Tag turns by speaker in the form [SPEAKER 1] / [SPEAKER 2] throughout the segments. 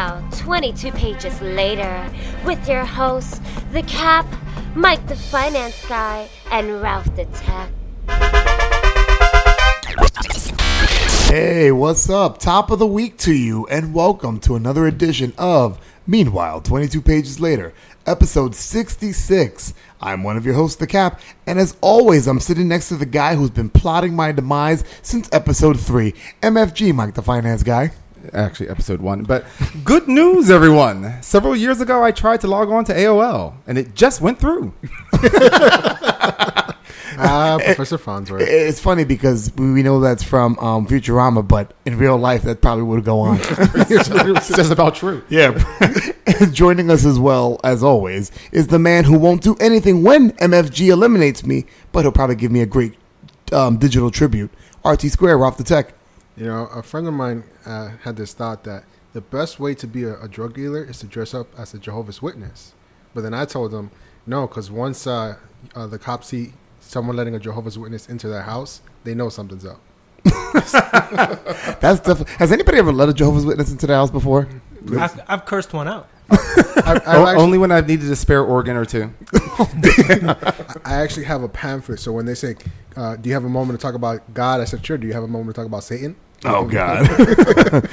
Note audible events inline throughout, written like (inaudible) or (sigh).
[SPEAKER 1] 22 pages later with your hosts, The Cap, Mike the Finance Guy, and Ralph the Tech.
[SPEAKER 2] Hey, what's up? Top of the week to you, and welcome to another edition of Meanwhile, 22 Pages Later, episode 66. I'm one of your hosts, The Cap, and as always, I'm sitting next to the guy who's been plotting my demise since episode 3, MFG Mike the Finance Guy.
[SPEAKER 3] actually episode one. But good news, everyone! Several years ago, I tried to log on to AOL, and it just went through.
[SPEAKER 4] Ah, Professor Fonzworth.
[SPEAKER 2] It's funny because we know that's from um, Futurama, but in real life, that probably would go
[SPEAKER 3] (laughs)
[SPEAKER 2] on.
[SPEAKER 3] (laughs) it's just about true.
[SPEAKER 2] Yeah. (laughs) Joining us as well, as always, is the man who won't do anything when MFG eliminates me, but he'll probably give me a great um, digital tribute. RT Square, Ralph the Tech.
[SPEAKER 4] You know, a friend of mine uh, had this thought that the best way to be a, a drug dealer is to dress up as a Jehovah's Witness. But then I told him, no, because once uh, uh, the cops see someone letting a Jehovah's Witness into their house, they know something's
[SPEAKER 3] (laughs)
[SPEAKER 4] up.
[SPEAKER 2] That's def- Has anybody ever let a Jehovah's Witness into the house before?
[SPEAKER 5] I've, I've cursed one out.
[SPEAKER 4] I, I,
[SPEAKER 3] O-
[SPEAKER 4] actually,
[SPEAKER 3] only when I've needed a spare organ or two.
[SPEAKER 4] I actually have a pamphlet. So when they say, uh, do you have a moment to talk about God? I said, sure. Do you have a moment to talk about Satan?
[SPEAKER 2] (laughs) Oh God!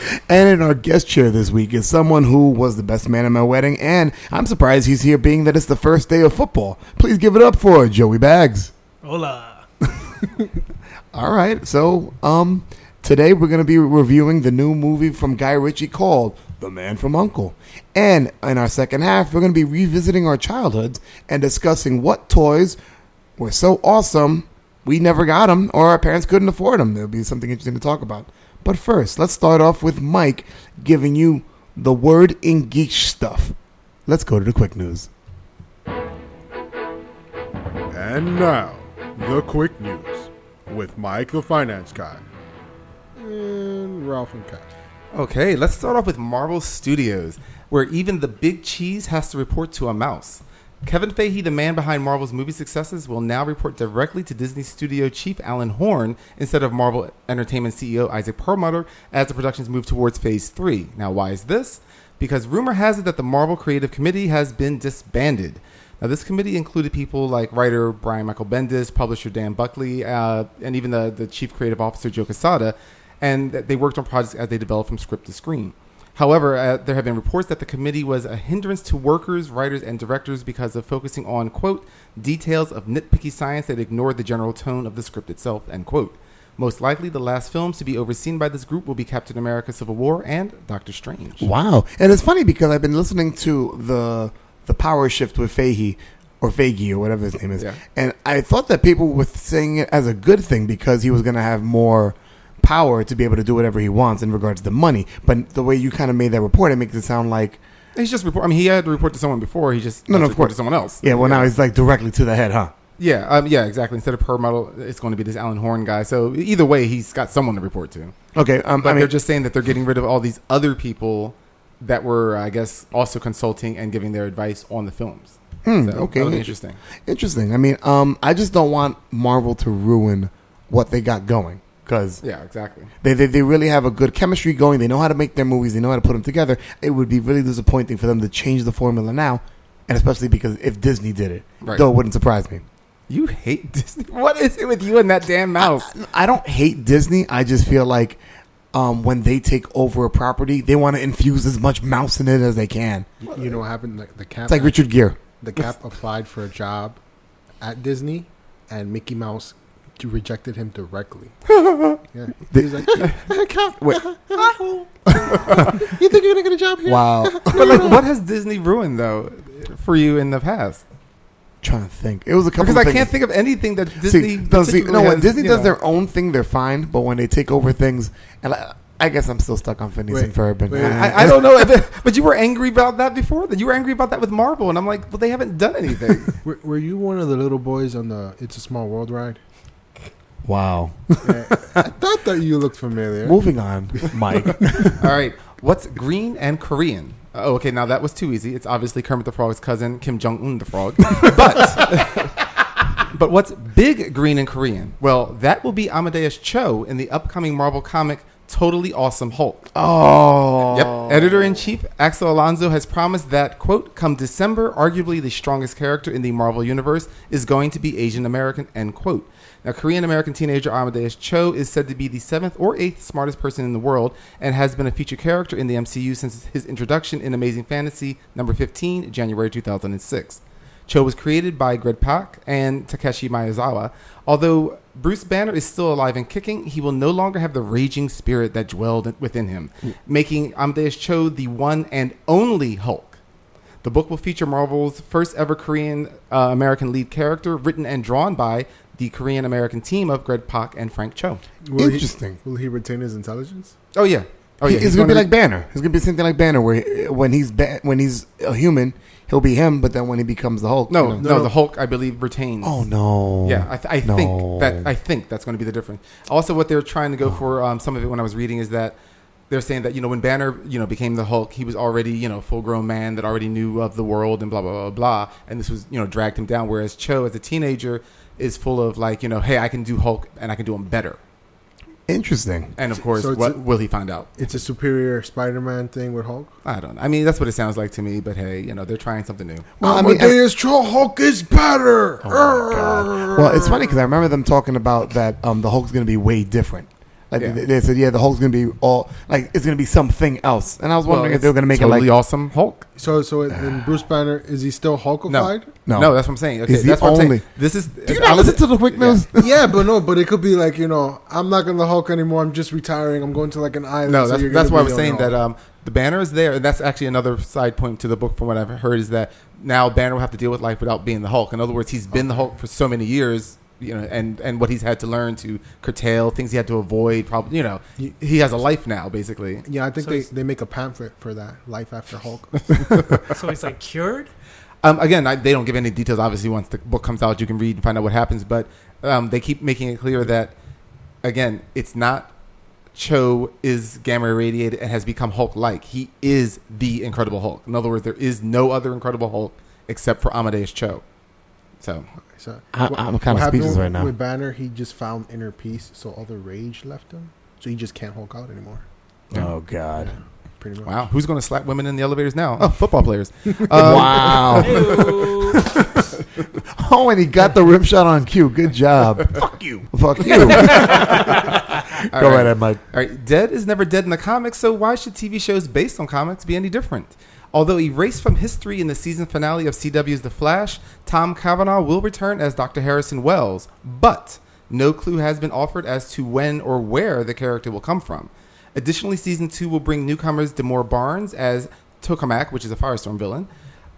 [SPEAKER 2] (laughs) and in our guest chair this week is someone who was the best man at my wedding, and I'm surprised he's here, being that it's the first day of football. Please give it up for Joey Bags.
[SPEAKER 5] Hola.
[SPEAKER 2] All right. So, um, today we're going to be reviewing the new movie from Guy Ritchie called The Man from Uncle. And in our second half, we're going to be revisiting our childhoods and discussing what toys were so awesome we never got them or our parents couldn't afford them. There'll be something interesting to talk about. But first, let's start off with Mike giving you the word in geek stuff. Let's go to the quick news.
[SPEAKER 6] And now, the quick news with Mike the Finance Guy.
[SPEAKER 4] And Ralph and Cat.
[SPEAKER 3] Okay, let's start off with Marvel Studios, where even the big cheese has to report to a mouse. Kevin Feige, the man behind Marvel's movie successes, will now report directly to Disney studio chief Alan Horn instead of Marvel Entertainment CEO Isaac Perlmutter as the productions move towards phase three. Now, why is this? Because rumor has it that the Marvel Creative Committee has been disbanded. Now, this committee included people like writer Brian Michael Bendis, publisher Dan Buckley, uh, and even the, the chief creative officer Joe Quesada, and that they worked on projects as they developed from script to screen. However, uh, there have been reports that the committee was a hindrance to workers, writers, and directors because of focusing on, quote, details of nitpicky science that ignored the general tone of the script itself, end quote. Most likely, the last films to be overseen by this group will be Captain America Civil War and Doctor Strange.
[SPEAKER 2] Wow, and it's funny because I've been listening to the the Power Shift with Fahey or Fagey or whatever his name is,
[SPEAKER 3] Yeah.
[SPEAKER 2] and I thought that people were saying it as a good thing because he was going to have more power to be able to do whatever he wants in regards to money. But the way you kind of made that report, it makes it sound like
[SPEAKER 3] He's just report. I mean, he had to report to someone before. He just
[SPEAKER 2] no, no,
[SPEAKER 3] has
[SPEAKER 2] of
[SPEAKER 3] to report
[SPEAKER 2] course,
[SPEAKER 3] to someone else.
[SPEAKER 2] Yeah, well, now he's like directly to the head, huh?
[SPEAKER 3] Yeah, um, yeah, exactly. Instead of Perlmutter, it's going to be this Alan Horn guy. So either way, he's got someone to report to.
[SPEAKER 2] Okay, um,
[SPEAKER 3] But
[SPEAKER 2] I mean,
[SPEAKER 3] they're just saying that they're getting rid of all these other people that were, I guess, also consulting and giving their advice on the films. Hmm,
[SPEAKER 2] okay.
[SPEAKER 3] that would be interesting.
[SPEAKER 2] interesting. I mean, um, I just don't want Marvel to ruin what they got going because
[SPEAKER 3] Yeah, exactly.
[SPEAKER 2] They, they, they really have a good chemistry going. They know how to make their movies. They know how to put them together. It would be really disappointing for them to change the formula now, and especially because if Disney did it,
[SPEAKER 3] Right.
[SPEAKER 2] though it wouldn't surprise me.
[SPEAKER 3] You hate Disney. What is it with you and that damn mouse? (laughs)
[SPEAKER 2] I don't hate Disney. I just feel like um, when they take over a property, they want to infuse as much mouse in it as they can.
[SPEAKER 4] You know what happened? Like the cat.
[SPEAKER 2] It's like Richard Gere.
[SPEAKER 4] the cap applied for a job at Disney, and Mickey Mouse d- rejected him
[SPEAKER 2] (laughs)
[SPEAKER 4] directly. yeah, he was like, "Eh, Cap,
[SPEAKER 3] (laughs)
[SPEAKER 2] Wait.
[SPEAKER 4] you think you're gonna get a job here?
[SPEAKER 3] (laughs)
[SPEAKER 2] Wow.
[SPEAKER 3] but like, what has Disney ruined though for you in the past?
[SPEAKER 2] trying to think. It was a couple.
[SPEAKER 3] Because
[SPEAKER 2] of
[SPEAKER 3] I
[SPEAKER 2] things.
[SPEAKER 3] can't think of anything that
[SPEAKER 2] See,
[SPEAKER 3] Disney.
[SPEAKER 2] no, see, no,
[SPEAKER 3] particularly
[SPEAKER 2] when
[SPEAKER 3] has,
[SPEAKER 2] Disney
[SPEAKER 3] you
[SPEAKER 2] does
[SPEAKER 3] know.
[SPEAKER 2] their own thing, they're fine. But when they take over things, and I, I guess I'm still stuck on Phineas
[SPEAKER 4] Wait,
[SPEAKER 2] and Ferb. And,
[SPEAKER 4] wait,
[SPEAKER 3] I, I don't know, (laughs) if it, but you were angry about that before. That you were angry about that with Marvel, and I'm like, well, they haven't done anything.
[SPEAKER 4] Were, were you one of the little boys on the It's a Small World
[SPEAKER 2] (laughs)
[SPEAKER 4] ride?
[SPEAKER 2] wow.
[SPEAKER 4] Yeah. I thought that you looked familiar.
[SPEAKER 2] Moving on,
[SPEAKER 3] (laughs)
[SPEAKER 2] Mike.
[SPEAKER 3] All right, what's green and Korean? Oh, okay, now that was too easy. It's obviously Kermit the Frog's cousin, Kim Jong Un the Frog. But but what's big green and Korean? Well, that will be Amadeus Cho in the upcoming Marvel comic Totally Awesome Hulk.
[SPEAKER 2] Oh.
[SPEAKER 3] Yep. Editor in chief Axel Alonso has promised that, quote, come December, arguably the strongest character in the Marvel Universe is going to be Asian American, end quote. Now, Korean American teenager Amadeus Cho is said to be the seventh or eighth smartest person in the world and has been a featured character in the MCU since his introduction in Amazing Fantasy number 15, January 2006. Cho was created by Greg Pak and Takeshi Miyazawa. Although Bruce Banner is still alive and kicking, he will no longer have the raging spirit that dwelled within him, making Amadeus Cho the one and only Hulk. The book will feature Marvel's first ever Korean uh, American lead character, written and drawn by the Korean American team of Greg Pak and Frank Cho.
[SPEAKER 4] Will he-
[SPEAKER 2] Interesting.
[SPEAKER 4] will he retain his intelligence?
[SPEAKER 3] Oh yeah, oh yeah.
[SPEAKER 2] it's gonna be
[SPEAKER 3] gonna-
[SPEAKER 2] like Banner. It's gonna be something like Banner, where when he's ba- when he's a human, he'll be him, but then when he becomes the Hulk,
[SPEAKER 3] no,
[SPEAKER 2] you know.
[SPEAKER 3] no, The Hulk, I believe, retains.
[SPEAKER 2] Oh no.
[SPEAKER 3] Yeah, I, th- I
[SPEAKER 2] No.
[SPEAKER 3] think that I think that's going to be the difference. Also, what they're trying to go for um, some of it when I was reading is that they're saying that you know when Banner you know became the Hulk, he was already you know full grown man that already knew of the world and blah blah blah blah, and this was you know dragged him down. Whereas Cho as a teenager is full of like you know hey I can do Hulk and I can do him better.
[SPEAKER 2] Interesting.
[SPEAKER 3] And of course,
[SPEAKER 4] So it's
[SPEAKER 3] what
[SPEAKER 4] a-
[SPEAKER 3] will he find out?
[SPEAKER 4] It's a superior Spider-Man thing with Hulk.
[SPEAKER 3] I don't. know. I mean, that's what it sounds like to me. But hey, you know they're trying something new.
[SPEAKER 2] Well, I
[SPEAKER 4] Oh,
[SPEAKER 2] mean, I- Oh,
[SPEAKER 4] Amadeus Cho Hulk is better.
[SPEAKER 2] God. Well, it's funny because I remember them talking about that um, the Hulk's going to be way different. Like
[SPEAKER 3] Yeah.
[SPEAKER 2] they, they said, yeah, the Hulk's going to be all like it's going to be something else. And I was wondering
[SPEAKER 3] Well,
[SPEAKER 2] if they were going to make
[SPEAKER 3] totally
[SPEAKER 2] it like
[SPEAKER 3] awesome Hulk.
[SPEAKER 4] so, so then
[SPEAKER 3] (sighs)
[SPEAKER 4] Bruce Banner is he still
[SPEAKER 3] No,
[SPEAKER 4] Hulkified?
[SPEAKER 2] No.
[SPEAKER 3] no, no, that's what I'm saying. Okay,
[SPEAKER 2] He's the
[SPEAKER 3] that's what I'm saying.
[SPEAKER 2] only-
[SPEAKER 3] This is.
[SPEAKER 2] Do you not listen to the quick
[SPEAKER 3] Yeah.
[SPEAKER 2] news?
[SPEAKER 4] yeah, but no, but it could be like you know, I'm not gonna Hulk anymore. I'm just retiring. I'm going to like an island.
[SPEAKER 3] No,
[SPEAKER 4] so
[SPEAKER 3] that's,
[SPEAKER 4] you're
[SPEAKER 3] that's
[SPEAKER 4] gonna
[SPEAKER 3] why I
[SPEAKER 4] be
[SPEAKER 3] was saying
[SPEAKER 4] on
[SPEAKER 3] that
[SPEAKER 4] your own.
[SPEAKER 3] um, the banner is there, and that's actually another side point to the book. From what I've heard, is that now Banner will have to deal with life without being the Hulk. In other words, he's been the Hulk for so many years, you know, and and what he's had to learn to curtail things he had to avoid. Probably, you know, he has a life now, basically.
[SPEAKER 4] yeah, I think
[SPEAKER 5] So
[SPEAKER 4] they,
[SPEAKER 5] it's-
[SPEAKER 4] they make a pamphlet for that life after
[SPEAKER 3] (laughs)
[SPEAKER 4] Hulk.
[SPEAKER 5] So he's like cured.
[SPEAKER 3] Um, again, I, they don't give any details. Obviously, once the book comes out, you can read and find out what happens. But um, they keep making it clear that, again, it's not Cho is gamma irradiated and has become Hulk like. He is the Incredible Hulk. In other words, there is no other Incredible Hulk except for Amadeus Cho. So
[SPEAKER 4] So
[SPEAKER 2] I-
[SPEAKER 4] what-
[SPEAKER 2] I'm kinda
[SPEAKER 4] what happened
[SPEAKER 2] speechless right now.
[SPEAKER 4] With Banner, he just found inner peace, so all the rage left him. So he just can't Hulk out anymore.
[SPEAKER 2] Oh God!
[SPEAKER 4] Pretty much.
[SPEAKER 3] wow, who's going to slap women in the elevators now? Oh, football players. (laughs) Um,
[SPEAKER 2] (laughs) wow!
[SPEAKER 5] Ew.
[SPEAKER 2] (laughs) Oh, and he got the rim shot on cue. Good job. (laughs) Fuck you. Fuck (laughs) you. Go
[SPEAKER 3] all
[SPEAKER 2] right ahead, Mike.
[SPEAKER 3] All right, dead is never dead in the comics, so why should TV shows based on comics be any different? Although erased from history in the season finale of CW's The Flash, Tom Cavanaugh will return as Dr. Harrison Wells, but no clue has been offered as to when or where the character will come from. Additionally, season two will bring newcomers Demore Barnes as Tokamak, which is a Firestorm villain,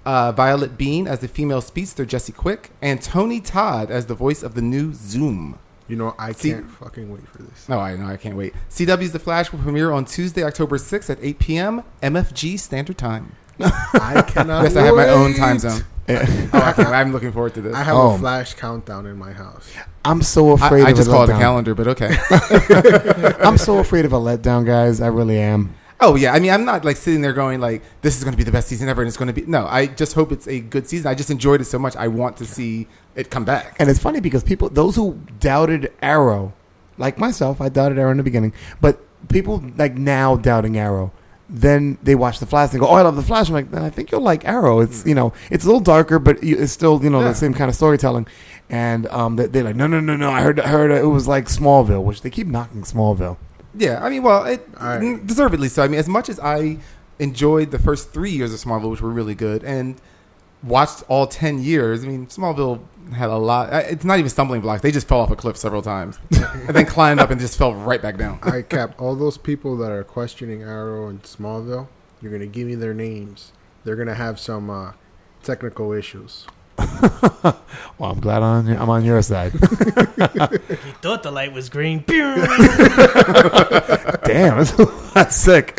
[SPEAKER 3] uh, Violet Bean as the female speedster Jesse Quick, and Tony Todd as the voice of the new Zoom.
[SPEAKER 4] You know, I
[SPEAKER 3] See-
[SPEAKER 4] can't fucking wait for
[SPEAKER 3] (laughs)
[SPEAKER 4] this.
[SPEAKER 3] Oh, I know. I can't wait. CW's The Flash will premiere on Tuesday, October 6th at 8 p.m. MFG Standard Time.
[SPEAKER 4] (laughs) I cannot.
[SPEAKER 3] Yes, I have my own
[SPEAKER 4] wait.
[SPEAKER 3] time
[SPEAKER 2] (laughs)
[SPEAKER 3] zone.
[SPEAKER 2] Eh,
[SPEAKER 3] Oh, I can't, I'm looking forward to this.
[SPEAKER 4] I
[SPEAKER 3] I,
[SPEAKER 4] have
[SPEAKER 2] Oh.
[SPEAKER 4] a flash countdown in my house.
[SPEAKER 2] I'm so afraid.
[SPEAKER 3] I
[SPEAKER 2] of
[SPEAKER 3] just
[SPEAKER 2] a
[SPEAKER 3] call it the
[SPEAKER 2] letdown.
[SPEAKER 3] calendar,
[SPEAKER 4] (laughs)
[SPEAKER 3] but okay.
[SPEAKER 2] I'm so afraid of a letdown, guys. I really am.
[SPEAKER 3] oh, yeah. I mean, I'm not like sitting there going like, this is going to be the best season ever, and it's going to be. No, I just hope it's a good season. I just enjoyed it so much. I want to see it come back.
[SPEAKER 2] And it's funny because people, those who doubted Arrow, like myself, I doubted Arrow in the beginning, but people like now doubting Arrow, then they watch The Flash and go, "Oh, I love The Flash." I'm like, "Then I think you'll like Arrow." It's you know, it's a little darker, but you- it's still you know
[SPEAKER 3] Yeah.
[SPEAKER 2] the same kind of storytelling. And um, they, they're like, "No, no, no, no! I heard, I heard it was like Smallville," which they keep knocking Smallville.
[SPEAKER 3] Yeah, I mean, well, it
[SPEAKER 4] All
[SPEAKER 3] right.
[SPEAKER 4] right.
[SPEAKER 3] deservedly so. I mean, as much as I enjoyed the first three years of Smallville, which were really good, and watched all ten years. I mean, Smallville had a lot. I- It's not even stumbling blocks. They just fell off a cliff
[SPEAKER 4] (laughs)
[SPEAKER 3] several times, and then climbed up and just fell right back down.
[SPEAKER 4] I cap all those people that are questioning Arrow and Smallville. You're gonna give me their names. They're gonna have some uh, technical issues.
[SPEAKER 2] Well, I'm glad on I'm on your side.
[SPEAKER 5] (laughs) he thought the light was green. Pew!
[SPEAKER 2] Damn, (laughs) that's, that's sick.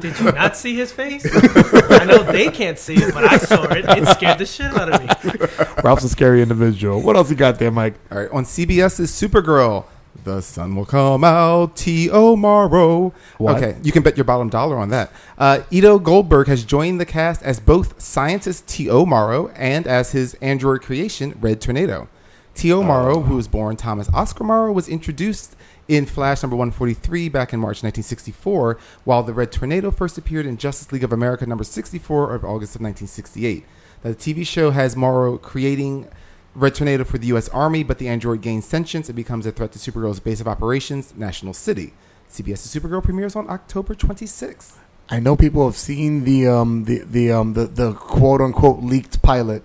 [SPEAKER 5] Did you not see his face? I know they can't see it, but I saw it. It scared the shit out of me.
[SPEAKER 2] Ralph's a scary individual. What else you got there, Mike?
[SPEAKER 3] All right, on CBS's Supergirl, the sun will come out tomorrow.
[SPEAKER 2] What?
[SPEAKER 3] Okay, you can bet your bottom dollar on that. Uh, Ito Goldberg has joined the cast as both scientist T.O. Morrow and as his android creation, Red Tornado. Tio Morrow, who was born Thomas Oscar Morrow, was introduced in Flash number 143 back in March 1964, while the Red Tornado first appeared in Justice League of America number 64 of August of 1968. Now, the TV show has Morrow creating Red Tornado for the U.S. Army, but the android gains sentience and becomes a threat to Supergirl's base of operations, National City. CBS's Supergirl premieres on October 26th.
[SPEAKER 2] I know people have seen the um the the um the, the quote unquote leaked pilot.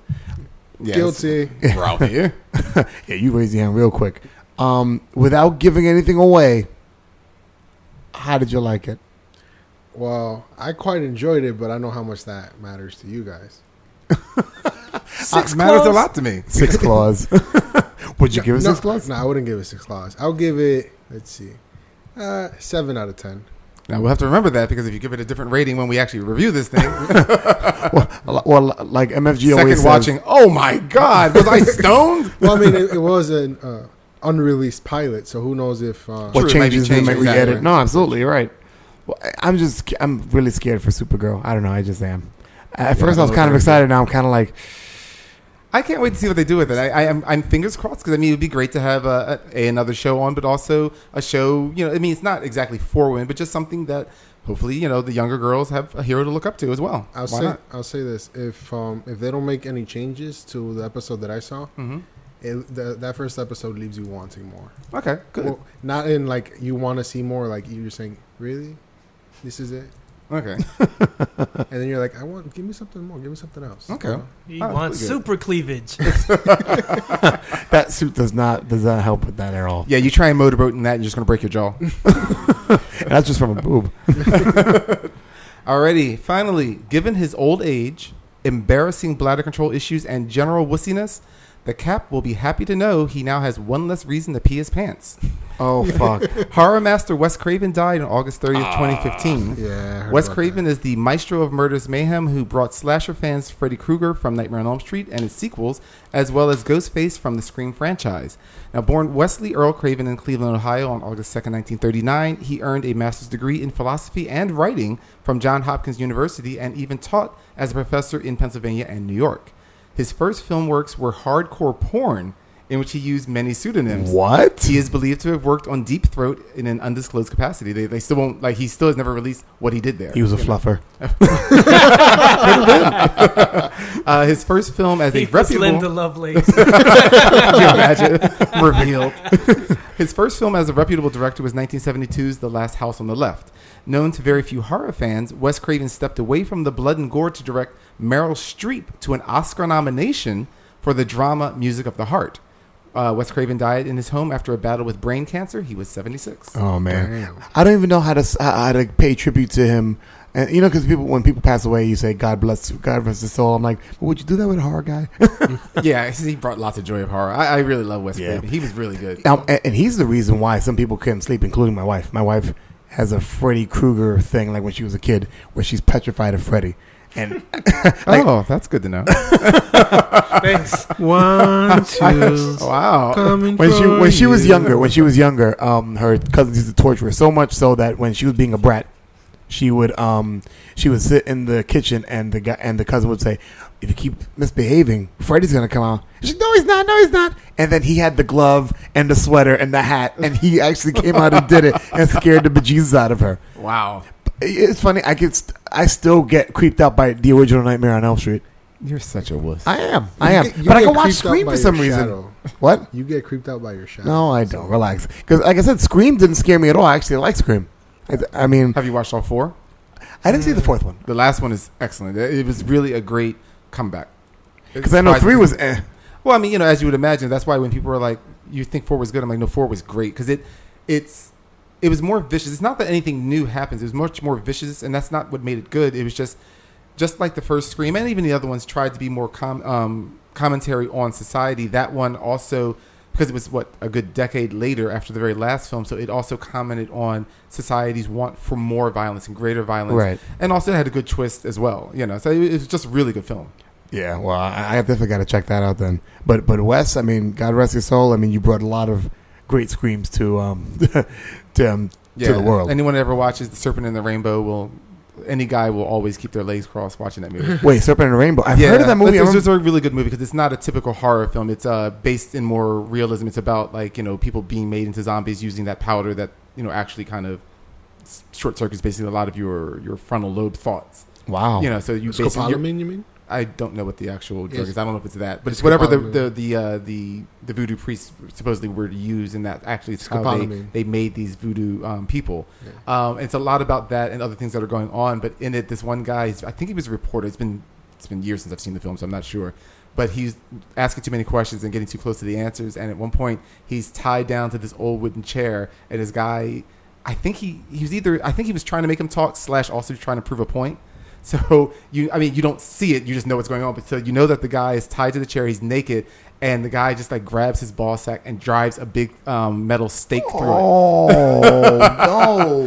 [SPEAKER 3] Yes.
[SPEAKER 4] Guilty.
[SPEAKER 3] (laughs) We're out here.
[SPEAKER 2] Yeah, you raise your hand real quick. Um, without giving anything away, how did you like it?
[SPEAKER 4] Well, I quite enjoyed it, but I know how much that matters to you guys.
[SPEAKER 3] Six Uh, matters a lot to me.
[SPEAKER 2] Six claws. (laughs) Would you give it
[SPEAKER 4] no,
[SPEAKER 2] six claws?
[SPEAKER 4] No, I wouldn't give it six claws. I'll give it. Let's see, uh, seven out of ten.
[SPEAKER 3] Now we'll have to remember that because if you give it a different rating when we actually review this thing,
[SPEAKER 2] Well, well, like MFG always
[SPEAKER 3] second
[SPEAKER 2] says,
[SPEAKER 3] watching, oh my god, (laughs) was I stoned?
[SPEAKER 4] Well, I mean, it, it was an uh, unreleased pilot, so who knows if uh,
[SPEAKER 2] what
[SPEAKER 3] True, it might be
[SPEAKER 2] changes they
[SPEAKER 3] changed,
[SPEAKER 2] might
[SPEAKER 3] exactly.
[SPEAKER 2] re-edit. No, absolutely you're right. Well, I- I'm just I'm really scared for Supergirl. I don't know. I just am. At first, I was
[SPEAKER 3] no,
[SPEAKER 2] kind of
[SPEAKER 3] they're-
[SPEAKER 2] excited. Now I'm kind of like,
[SPEAKER 3] I can't wait to see what they do with it. I, I, I'm, I'm fingers crossed because I mean it would be great to have a, a, another show on, but also a show. You know, I mean it's not exactly for women, but just something that hopefully you know the younger girls have a hero to look up to as well.
[SPEAKER 4] I'll
[SPEAKER 3] Why
[SPEAKER 4] say
[SPEAKER 3] not?
[SPEAKER 4] I'll say this: if um, if they don't make any changes to the episode that I saw, it, the, that first episode leaves you wanting more.
[SPEAKER 3] Mm-hmm. Okay, good.
[SPEAKER 4] Well, not in like you want to see more. Like you're saying, really, this
[SPEAKER 2] (laughs)
[SPEAKER 4] is it,
[SPEAKER 3] okay,
[SPEAKER 4] and then you're like, I want. Give me something more. Give me something else.
[SPEAKER 3] Okay.
[SPEAKER 4] You know?
[SPEAKER 5] He
[SPEAKER 3] Oh, that's
[SPEAKER 5] wants
[SPEAKER 3] pretty good.
[SPEAKER 5] super cleavage.
[SPEAKER 2] that suit does not does not help with that at
[SPEAKER 3] (laughs)
[SPEAKER 2] all.
[SPEAKER 3] yeah. You try and motorboat in that, you're just gonna break
[SPEAKER 4] (laughs)
[SPEAKER 3] your jaw.
[SPEAKER 2] And that's just from a boob.
[SPEAKER 3] Alrighty, finally, given his old age, embarrassing bladder control issues, and general wussiness, the Cap will be happy to know he now has one less reason to pee
[SPEAKER 4] (laughs)
[SPEAKER 3] his pants.
[SPEAKER 2] Oh fuck!
[SPEAKER 3] Horror master Wes Craven died on August 30th, 2015.
[SPEAKER 4] Ah, Yeah, I heard
[SPEAKER 3] Wes
[SPEAKER 4] about
[SPEAKER 3] Craven is the maestro of murderous mayhem who brought slasher fans Freddy Krueger from Nightmare on Elm Street and its sequels, as well as Ghostface from the Scream franchise. Now, born Wesley Earl Craven in Cleveland, Ohio on August 2nd, 1939, he earned a master's degree in philosophy and writing from Johns Hopkins University and even taught as a professor in Pennsylvania and New York. His first film works were hardcore porn, in which he used many pseudonyms.
[SPEAKER 2] What?
[SPEAKER 3] He is believed to have worked on Deep Throat in an undisclosed capacity. They, they still won't like he still has never released what he did there.
[SPEAKER 2] He was a fluffer.
[SPEAKER 3] Uh, his first film as a
[SPEAKER 5] He was
[SPEAKER 3] reputable (laughs)
[SPEAKER 5] Linda Lovelace.
[SPEAKER 3] Could you imagine? (laughs) revealed. His first film as a reputable director was 1972's The Last House on the Left. Known to very few horror fans, Wes Craven stepped away from the blood and gore to direct Meryl Streep to an Oscar nomination for the drama Music of the Heart. Uh, Wes Craven died in his home after a battle with brain cancer. He was 76.
[SPEAKER 2] Oh man,
[SPEAKER 4] Damn.
[SPEAKER 2] I don't even know how to s- how how to pay tribute to him. And you know, because people when people pass away, you say God bless, God rest his soul. I'm like, well, would you do that with a horror guy? (laughs)
[SPEAKER 3] yeah, he brought lots of joy of horror. I, I really love Wes
[SPEAKER 2] Yeah.
[SPEAKER 3] Craven. He was really good.
[SPEAKER 2] now, and, and he's the reason why some people couldn't sleep, including my wife. My wife has a Freddy Krueger thing, like when she was a kid, where she's petrified of Freddy. And
[SPEAKER 3] oh, that's good to know.
[SPEAKER 5] Thanks.
[SPEAKER 4] (laughs)
[SPEAKER 6] One, two,
[SPEAKER 3] (laughs) wow.
[SPEAKER 6] coming
[SPEAKER 2] when she when she was younger, when she was younger, um, her cousins used to torture her so much so that when she was being a brat, she would um, she would sit in the kitchen and the guy and the cousin would say, "If you keep misbehaving, Freddy's gonna come out." She's "No, he's not. No, he's not." And then he had the glove and the sweater and the hat, and he actually came out and did it and scared the bejesus out of her.
[SPEAKER 3] Wow.
[SPEAKER 2] It's funny. I get st- I still get creeped out by the original Nightmare on Elm Street.
[SPEAKER 3] You're such a wuss.
[SPEAKER 2] I am. I am.
[SPEAKER 4] You get- you
[SPEAKER 2] but I
[SPEAKER 4] get
[SPEAKER 2] can watch
[SPEAKER 4] creeped out
[SPEAKER 2] Scream
[SPEAKER 4] by
[SPEAKER 2] for
[SPEAKER 4] your
[SPEAKER 2] some reason.
[SPEAKER 4] shadow.
[SPEAKER 2] What?
[SPEAKER 4] You get creeped out by your shadow.
[SPEAKER 2] No, I don't. Relax. Because, like I said, Scream didn't scare me at all. I actually like Scream. I, I mean,
[SPEAKER 3] Have you watched all four?
[SPEAKER 2] I didn't see the fourth one
[SPEAKER 3] The last one is excellent. It it was really a great comeback.
[SPEAKER 2] because I know three was. Eh.
[SPEAKER 3] Well, I mean, you know, as you would imagine, that's why when people are like, "You think four was good," I'm like, "No, four was great," because it, it's, it was more vicious. It's not that anything new happens. It was much more vicious, and that's not what made it good. It was just, just like the first Scream, and even the other ones tried to be more com- um, commentary on society. That one also, because it was what a good decade later after the very last film, so it also commented on society's want for more violence and greater violence,
[SPEAKER 2] Right.
[SPEAKER 3] And also had a good twist as well. You know, so it, it was just a really good film.
[SPEAKER 2] Yeah, well, I, I definitely got to check that out then. But but Wes, I mean, God rest his soul. I mean, you brought a lot of great screams to um (laughs) to um, to the world.
[SPEAKER 3] Anyone that ever watches The Serpent and the Rainbow will any guy will always keep their legs crossed watching that movie.
[SPEAKER 2] Wait, Serpent and Rainbow. (laughs) I've heard of that movie. I
[SPEAKER 3] It's,
[SPEAKER 2] remember-
[SPEAKER 3] it's a really good movie because it's not a typical horror film. It's uh, based in more realism. It's about like you know people being made into zombies using that powder that you know actually kind of s- short circuits basically a lot of your your frontal lobe thoughts.
[SPEAKER 2] wow.
[SPEAKER 3] You know, so you basically your-
[SPEAKER 4] Scopolamine,
[SPEAKER 2] (laughs)
[SPEAKER 4] you mean?
[SPEAKER 3] I don't know what the actual drug
[SPEAKER 4] Yes.
[SPEAKER 3] is. I don't know if it's that, but
[SPEAKER 4] It's
[SPEAKER 3] it's, whatever the
[SPEAKER 4] scopolamine.
[SPEAKER 3] the the, uh, the the voodoo priests supposedly were to use, and that actually is how they,
[SPEAKER 4] Scopolamine.
[SPEAKER 3] they made these voodoo um, people. Um, it's a lot about that and other things that are going on. But in it, this one guy, he's- I think he was a reporter. It's been it's been years since I've seen the film, so I'm not sure. But he's asking too many questions and getting too close to the answers. And at one point, he's tied down to this old wooden chair, and his guy, I think he he was either I think he was trying to make him talk slash also trying to prove a point. (laughs) So you, I mean, you don't see it; you just know what's going on. But so you know that the guy is tied to the chair, he's naked, and the guy just like grabs his ball sack and drives a big um, metal stake through it.
[SPEAKER 2] Oh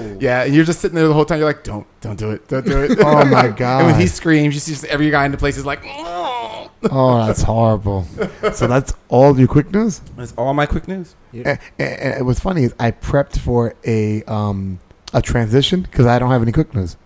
[SPEAKER 2] no.
[SPEAKER 3] Yeah, and you're just sitting there the whole time. You're like, don't, don't do it, (laughs) don't do it.
[SPEAKER 2] Oh my
[SPEAKER 3] (laughs) and when
[SPEAKER 2] god.
[SPEAKER 3] he screams, you see just every guy in the place is like, "Oh."
[SPEAKER 2] Oh, that's horrible. So that's all your quick news.
[SPEAKER 3] that's all my quick news.
[SPEAKER 2] And, and, and what's funny is I prepped for a um a transition because I don't have any quick news.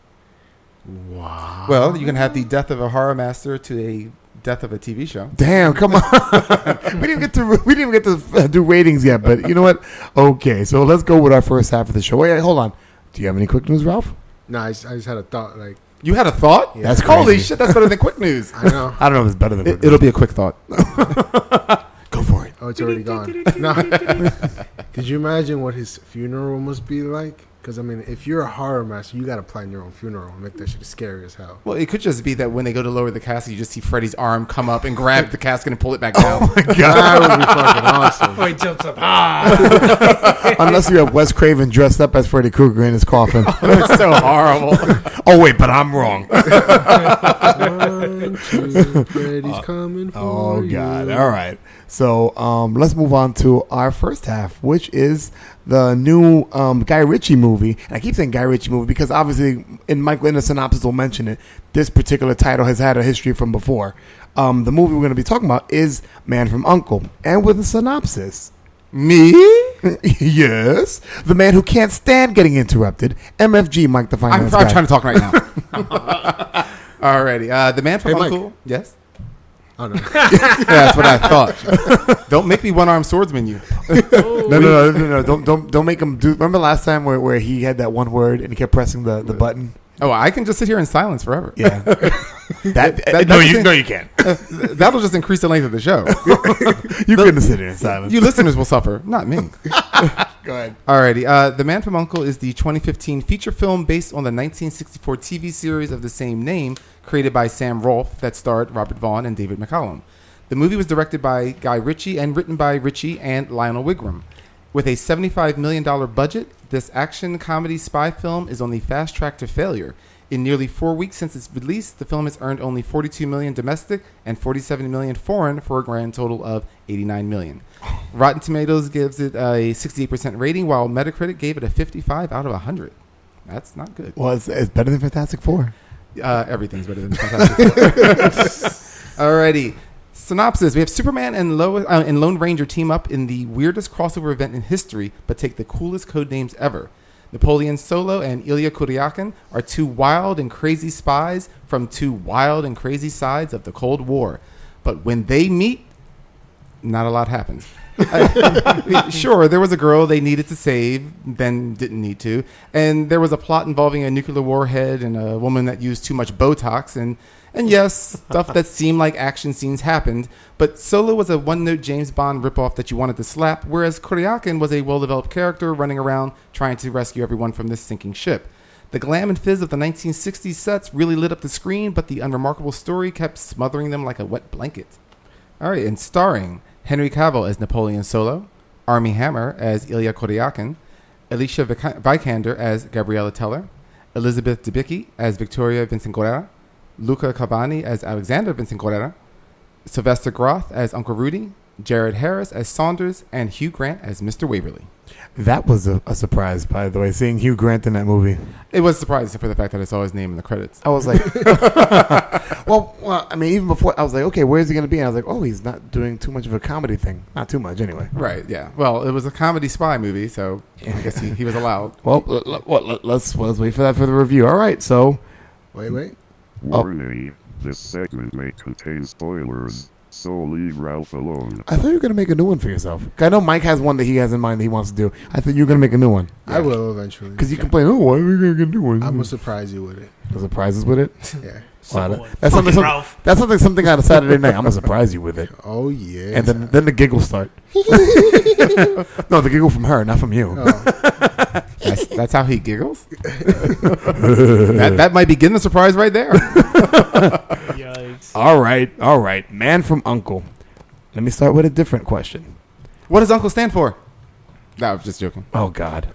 [SPEAKER 3] Well, you can have the death of a horror master to a death of a TV show.
[SPEAKER 2] Damn, come on. (laughs) we didn't get to we didn't even get to uh, do ratings yet, but you know what? Okay, so let's go with our first half of the show. Wait, hold on. Do you have any quick news, Ralph?
[SPEAKER 4] No, I just, I just had a thought. Like,
[SPEAKER 3] You had a thought?
[SPEAKER 2] That's
[SPEAKER 3] holy
[SPEAKER 2] crazy.
[SPEAKER 3] shit. That's better than quick news.
[SPEAKER 4] I know.
[SPEAKER 2] I don't know if it's better than quick
[SPEAKER 3] (laughs) It, will be a quick thought.
[SPEAKER 2] Go for (laughs) it.
[SPEAKER 4] Oh, it's already gone. (laughs) no. Could you imagine what his funeral must be like? Because, I mean, if you're a horror master, you got to plan your own funeral and make that shit scary as hell.
[SPEAKER 3] Well, it could just be that when they go to lower the casket, you just see Freddy's arm come up and grab the casket and pull it back
[SPEAKER 2] Oh
[SPEAKER 3] (laughs) down.
[SPEAKER 4] That would be fucking awesome.
[SPEAKER 5] Or Oh, he jumps up. Ah,
[SPEAKER 2] Unless you have Wes Craven dressed up as Freddy Krueger in his coffin.
[SPEAKER 3] (laughs) That's so horrible.
[SPEAKER 2] oh wait, but I'm wrong.
[SPEAKER 4] (laughs) One, two, Freddy's coming for
[SPEAKER 2] Oh God!
[SPEAKER 4] you.
[SPEAKER 2] All right, so um, let's move on to our first half, which is the new um, Guy Ritchie movie. And I keep saying Guy Ritchie movie because obviously, in Michael in the synopsis will mention it. This particular title has had a history from before. Um, the movie we're going to be talking about is Man from Uncle, and with a synopsis.
[SPEAKER 3] (laughs) Me?
[SPEAKER 2] (laughs) yes, the man who can't stand getting interrupted. MFG, Mike the
[SPEAKER 3] I'm,
[SPEAKER 2] Finance
[SPEAKER 3] I'm
[SPEAKER 2] Guy.
[SPEAKER 3] trying to talk right now. (laughs) Alrighty. Uh, the man from
[SPEAKER 4] Hey, Mike.
[SPEAKER 3] Uncle. Yes.
[SPEAKER 4] Oh, no.
[SPEAKER 3] Yeah, that's what I thought. Don't make me one armed swordsman you.
[SPEAKER 2] No, no, no, no, no! Don't, don't, don't make him do. Remember last time where, where he had that one word and he kept pressing the, the button.
[SPEAKER 3] Oh, I can just sit here in silence forever.
[SPEAKER 2] (laughs) Yeah. that,
[SPEAKER 3] that
[SPEAKER 2] no,
[SPEAKER 3] doesn't-
[SPEAKER 2] you no, you can't.
[SPEAKER 3] That'll just increase the length of the show.
[SPEAKER 2] You couldn't sit in silence.
[SPEAKER 3] you listeners will suffer, not me.
[SPEAKER 2] go ahead.
[SPEAKER 3] Alrighty, uh, The Man from Uncle is the 2015 feature film based on the 1964 TV series of the same name, created by Sam Rolfe, that starred Robert Vaughn and David McCallum. The movie was directed by Guy Ritchie and written by Ritchie and Lionel Wigram. With a $75 million budget, this action comedy spy film is on the fast track to failure. In nearly four weeks since its release, the film has earned only 42 million domestic and 47 million foreign for a grand total of 89 million. Rotten Tomatoes gives it a 68% rating, while Metacritic gave it a 55 out of 100. That's not good.
[SPEAKER 2] Well, it's, it's better than Fantastic Four.
[SPEAKER 3] Uh, everything's better than Fantastic Four. Alrighty. Synopsis: We have Superman and, Lo- uh, and Lone Ranger team up in the weirdest crossover event in history, but take the coolest code names ever. Napoleon Solo and Ilya Kuryakin are two wild and crazy spies from two wild and crazy sides of the Cold War. But when they meet, not a lot happens. (laughs) I mean, sure, there was a girl they needed to save, then didn't need to, and there was a plot involving a nuclear warhead and a woman that used too much Botox, and and yes, stuff that seemed like action scenes happened. But Solo was a one-note James Bond ripoff that you wanted to slap, whereas Kuryakin was a well-developed character running around trying to rescue everyone from this sinking ship. The glam and fizz of the 1960s sets really lit up the screen, but the unremarkable story kept smothering them like a wet blanket. All right, and starring Henry Cavill as Napoleon Solo, Army Hammer as Ilya Koryakin, Alicia Vik- Vikander as Gabriella Teller, Elizabeth Debicki as Victoria Vincent Guerrera, Luca Cabani as Alexander Vincent Guerrera, Sylvester Groth as Uncle Rudy, Jared Harris as Saunders, and Hugh Grant as Mr. Waverly.
[SPEAKER 2] That was a, a surprise, by the way, seeing Hugh Grant in that movie.
[SPEAKER 3] It was surprising for the fact that I saw his name in the credits.
[SPEAKER 2] I was like, (laughs) well, well, I mean, even before, I was like, okay, where is he going to be? And I was like, oh, he's not doing too much of a comedy thing. Not too much, anyway.
[SPEAKER 3] Right, yeah. Well, it was a comedy spy movie, so I guess he, he was allowed.
[SPEAKER 2] Well, l- l- well, l- let's, let's wait for that for the review. All right, so.
[SPEAKER 4] Wait, wait.
[SPEAKER 7] Warning, this segment may contain spoilers, so leave Ralph alone.
[SPEAKER 2] I thought you were going to make a new one for yourself. 'Cause I know Mike has one that he has in mind that he wants to do. I thought you were going to make a new one.
[SPEAKER 4] I will eventually.
[SPEAKER 2] Because you complain, oh, why are we going to do one?
[SPEAKER 4] I'm gonna surprise you with it.
[SPEAKER 2] The surprises with it?
[SPEAKER 4] (laughs) Yeah.
[SPEAKER 2] Wow,
[SPEAKER 5] Simple one.
[SPEAKER 2] that's, something,
[SPEAKER 5] Fucking
[SPEAKER 2] some-
[SPEAKER 5] Ralph.
[SPEAKER 2] that's something something on a Saturday night. I'm going to surprise you with it.
[SPEAKER 4] Oh yeah.
[SPEAKER 2] And then, then the giggles start. (laughs) no, the giggle from her, not from you.
[SPEAKER 3] That's, that's how he giggles? (laughs) that, that might begin the surprise right there.
[SPEAKER 5] Yikes.
[SPEAKER 2] All right, all right. Man from Uncle. Let me start with a different question.
[SPEAKER 3] What does Uncle stand for? No, I was just joking.
[SPEAKER 2] Oh God.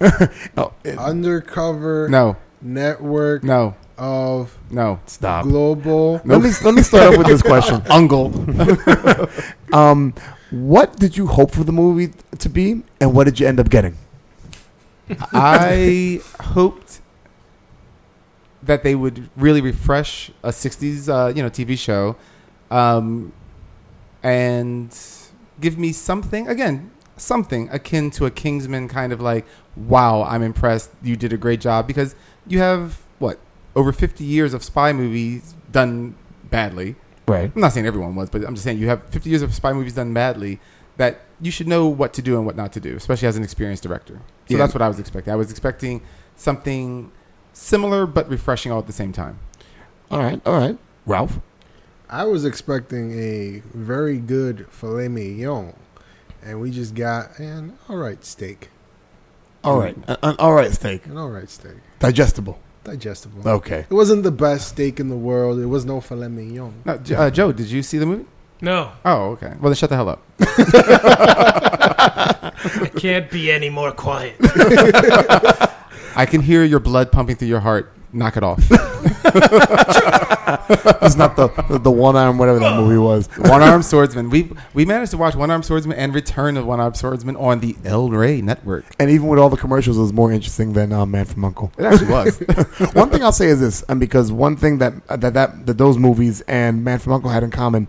[SPEAKER 2] oh, it-
[SPEAKER 4] undercover
[SPEAKER 3] No,
[SPEAKER 4] network
[SPEAKER 3] no,
[SPEAKER 4] of
[SPEAKER 3] no.
[SPEAKER 2] stop.
[SPEAKER 4] global.
[SPEAKER 2] Let me let me start off with this question.
[SPEAKER 3] Uncle.
[SPEAKER 2] Um, what did you hope for the movie to be, and what did you end up getting?
[SPEAKER 3] I hoped that they would really refresh a '60s, uh, you know, TV show, um, and give me something again, something akin to a Kingsman kind of like, wow, I'm impressed. You did a great job because you have what over 50 years of spy movies done badly.
[SPEAKER 2] Right.
[SPEAKER 3] I'm not saying everyone was, but I'm just saying you have 50 years of spy movies done badly that you should know what to do and what not to do, especially as an experienced director. So
[SPEAKER 2] Yeah.
[SPEAKER 3] that's what I was expecting. I was expecting something similar but refreshing all at the same time.
[SPEAKER 2] All right. All right. Ralph.
[SPEAKER 4] I was expecting a very good filet mignon, and we just got an all right steak.
[SPEAKER 2] All right. An, an all right steak.
[SPEAKER 4] An all right steak,
[SPEAKER 2] Digestible.
[SPEAKER 4] digestible.
[SPEAKER 2] Okay.
[SPEAKER 4] It wasn't the best steak in the world. It was no filet mignon.
[SPEAKER 3] Now, J- uh, Joe, did you see the movie?
[SPEAKER 5] No,
[SPEAKER 3] Oh, okay. Well, then shut the hell up.
[SPEAKER 5] I can't be any more quiet.
[SPEAKER 3] I can hear your blood pumping through your heart. Knock it off. (laughs)
[SPEAKER 2] It's not the the one arm whatever that movie was.
[SPEAKER 3] One Armed Swordsman. We we managed to watch One Armed Swordsman and Return of One Armed Swordsman on the El Rey network.
[SPEAKER 2] And even with all the commercials, it was more interesting than uh, Man from Uncle.
[SPEAKER 3] It actually was.
[SPEAKER 2] (laughs) one thing I'll say is this, and because one thing that uh, that that, that those movies and Man from Uncle had in common,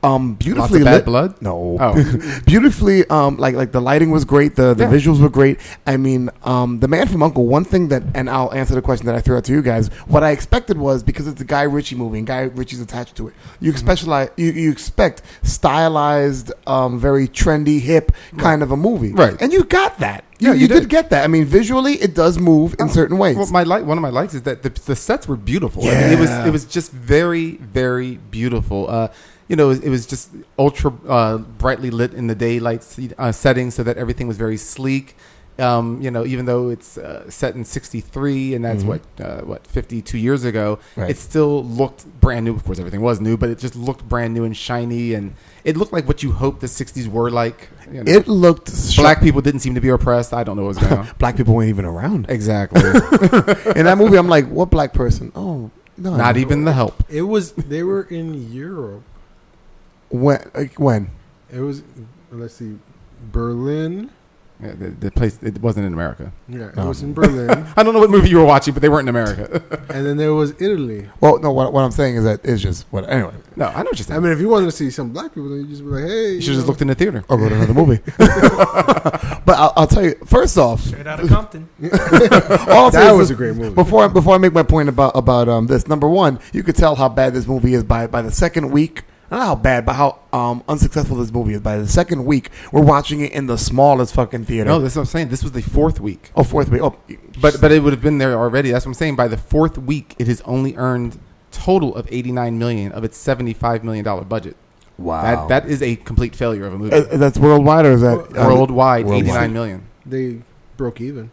[SPEAKER 2] um,
[SPEAKER 3] Lots
[SPEAKER 2] beautifully
[SPEAKER 3] of
[SPEAKER 2] lit.
[SPEAKER 3] bad blood.
[SPEAKER 2] No,
[SPEAKER 3] Oh.
[SPEAKER 2] (laughs) beautifully, um, like like the lighting was great, the the
[SPEAKER 3] Yeah.
[SPEAKER 2] visuals were great. I mean, um, the Man from Uncle. One thing that, and I'll answer the question that I threw out to you guys. What I expected was because it's a Guy Ritchie movie and Guy Ritchie's attached to it. You
[SPEAKER 3] Mm-hmm.
[SPEAKER 2] expect you, you expect stylized, um, very trendy, hip kind of a movie,
[SPEAKER 3] Right.
[SPEAKER 2] And you got that. You,
[SPEAKER 3] Yeah,
[SPEAKER 2] you,
[SPEAKER 3] you
[SPEAKER 2] did.
[SPEAKER 3] did. Oh.
[SPEAKER 2] get that. I mean, visually, it does move in certain ways.
[SPEAKER 3] Well, my light, one of my likes is that the, the sets were beautiful. I mean, it was it was just very very beautiful. Uh, you know, it was, it was just ultra uh, brightly lit in the daylight se- uh, setting, so that everything was very sleek. Um, you know, even though it's uh, set in '63 and that's what uh, what 52 years ago,
[SPEAKER 2] Mm-hmm. Right.
[SPEAKER 3] it still looked brand new. Of course, everything was new, but it just looked brand new and shiny, and it looked like what you hoped the '60s were like. You know.
[SPEAKER 2] It looked sharp.
[SPEAKER 3] Black people didn't seem to be oppressed. I don't know what was
[SPEAKER 2] (laughs)
[SPEAKER 3] going on.
[SPEAKER 2] black people weren't even around (laughs)
[SPEAKER 3] exactly.
[SPEAKER 2] in that movie. I'm like, what black person? Oh, no,
[SPEAKER 3] Not even the help.
[SPEAKER 4] It was. They were in Europe.
[SPEAKER 2] when. Like, when?
[SPEAKER 4] It was. Let's see, Berlin.
[SPEAKER 3] Yeah, the, the place it wasn't in America.
[SPEAKER 4] Yeah, it was in Berlin,
[SPEAKER 3] (laughs) I don't know what movie you were watching, but they weren't in America. (laughs)
[SPEAKER 4] and then there was Italy.
[SPEAKER 2] Well, no. What, what I'm saying is that it's just what. Anyway,
[SPEAKER 3] no, I know what you're saying.
[SPEAKER 4] I mean, if you wanted to see some black people, then you just be like, hey,
[SPEAKER 3] you should have just
[SPEAKER 4] know.
[SPEAKER 3] looked in the theater.
[SPEAKER 2] I'll go to another (laughs) movie. but I'll, I'll tell you. First off, (laughs)
[SPEAKER 5] Straight out of Compton.
[SPEAKER 2] all I'll say
[SPEAKER 4] That
[SPEAKER 2] is
[SPEAKER 4] was
[SPEAKER 2] this-
[SPEAKER 4] a great movie.
[SPEAKER 2] Before I, before I make my point about about um, this, number one, you could tell how bad this movie is by by the second week. Not how bad, but how um, unsuccessful this movie is. By the second week, we're watching it in the smallest fucking theater.
[SPEAKER 3] No, that's what I'm saying. This was the fourth week,
[SPEAKER 2] oh, fourth week. Oh,
[SPEAKER 3] but but it would have been there already. That's what I'm saying. By the fourth week, it has only earned total of 89 million of its 75 million dollar budget.
[SPEAKER 2] wow.
[SPEAKER 3] That that is a complete failure of a movie.
[SPEAKER 2] Uh, that's worldwide or is that uh,
[SPEAKER 3] worldwide,
[SPEAKER 2] worldwide.
[SPEAKER 3] 89 million.
[SPEAKER 4] they broke even.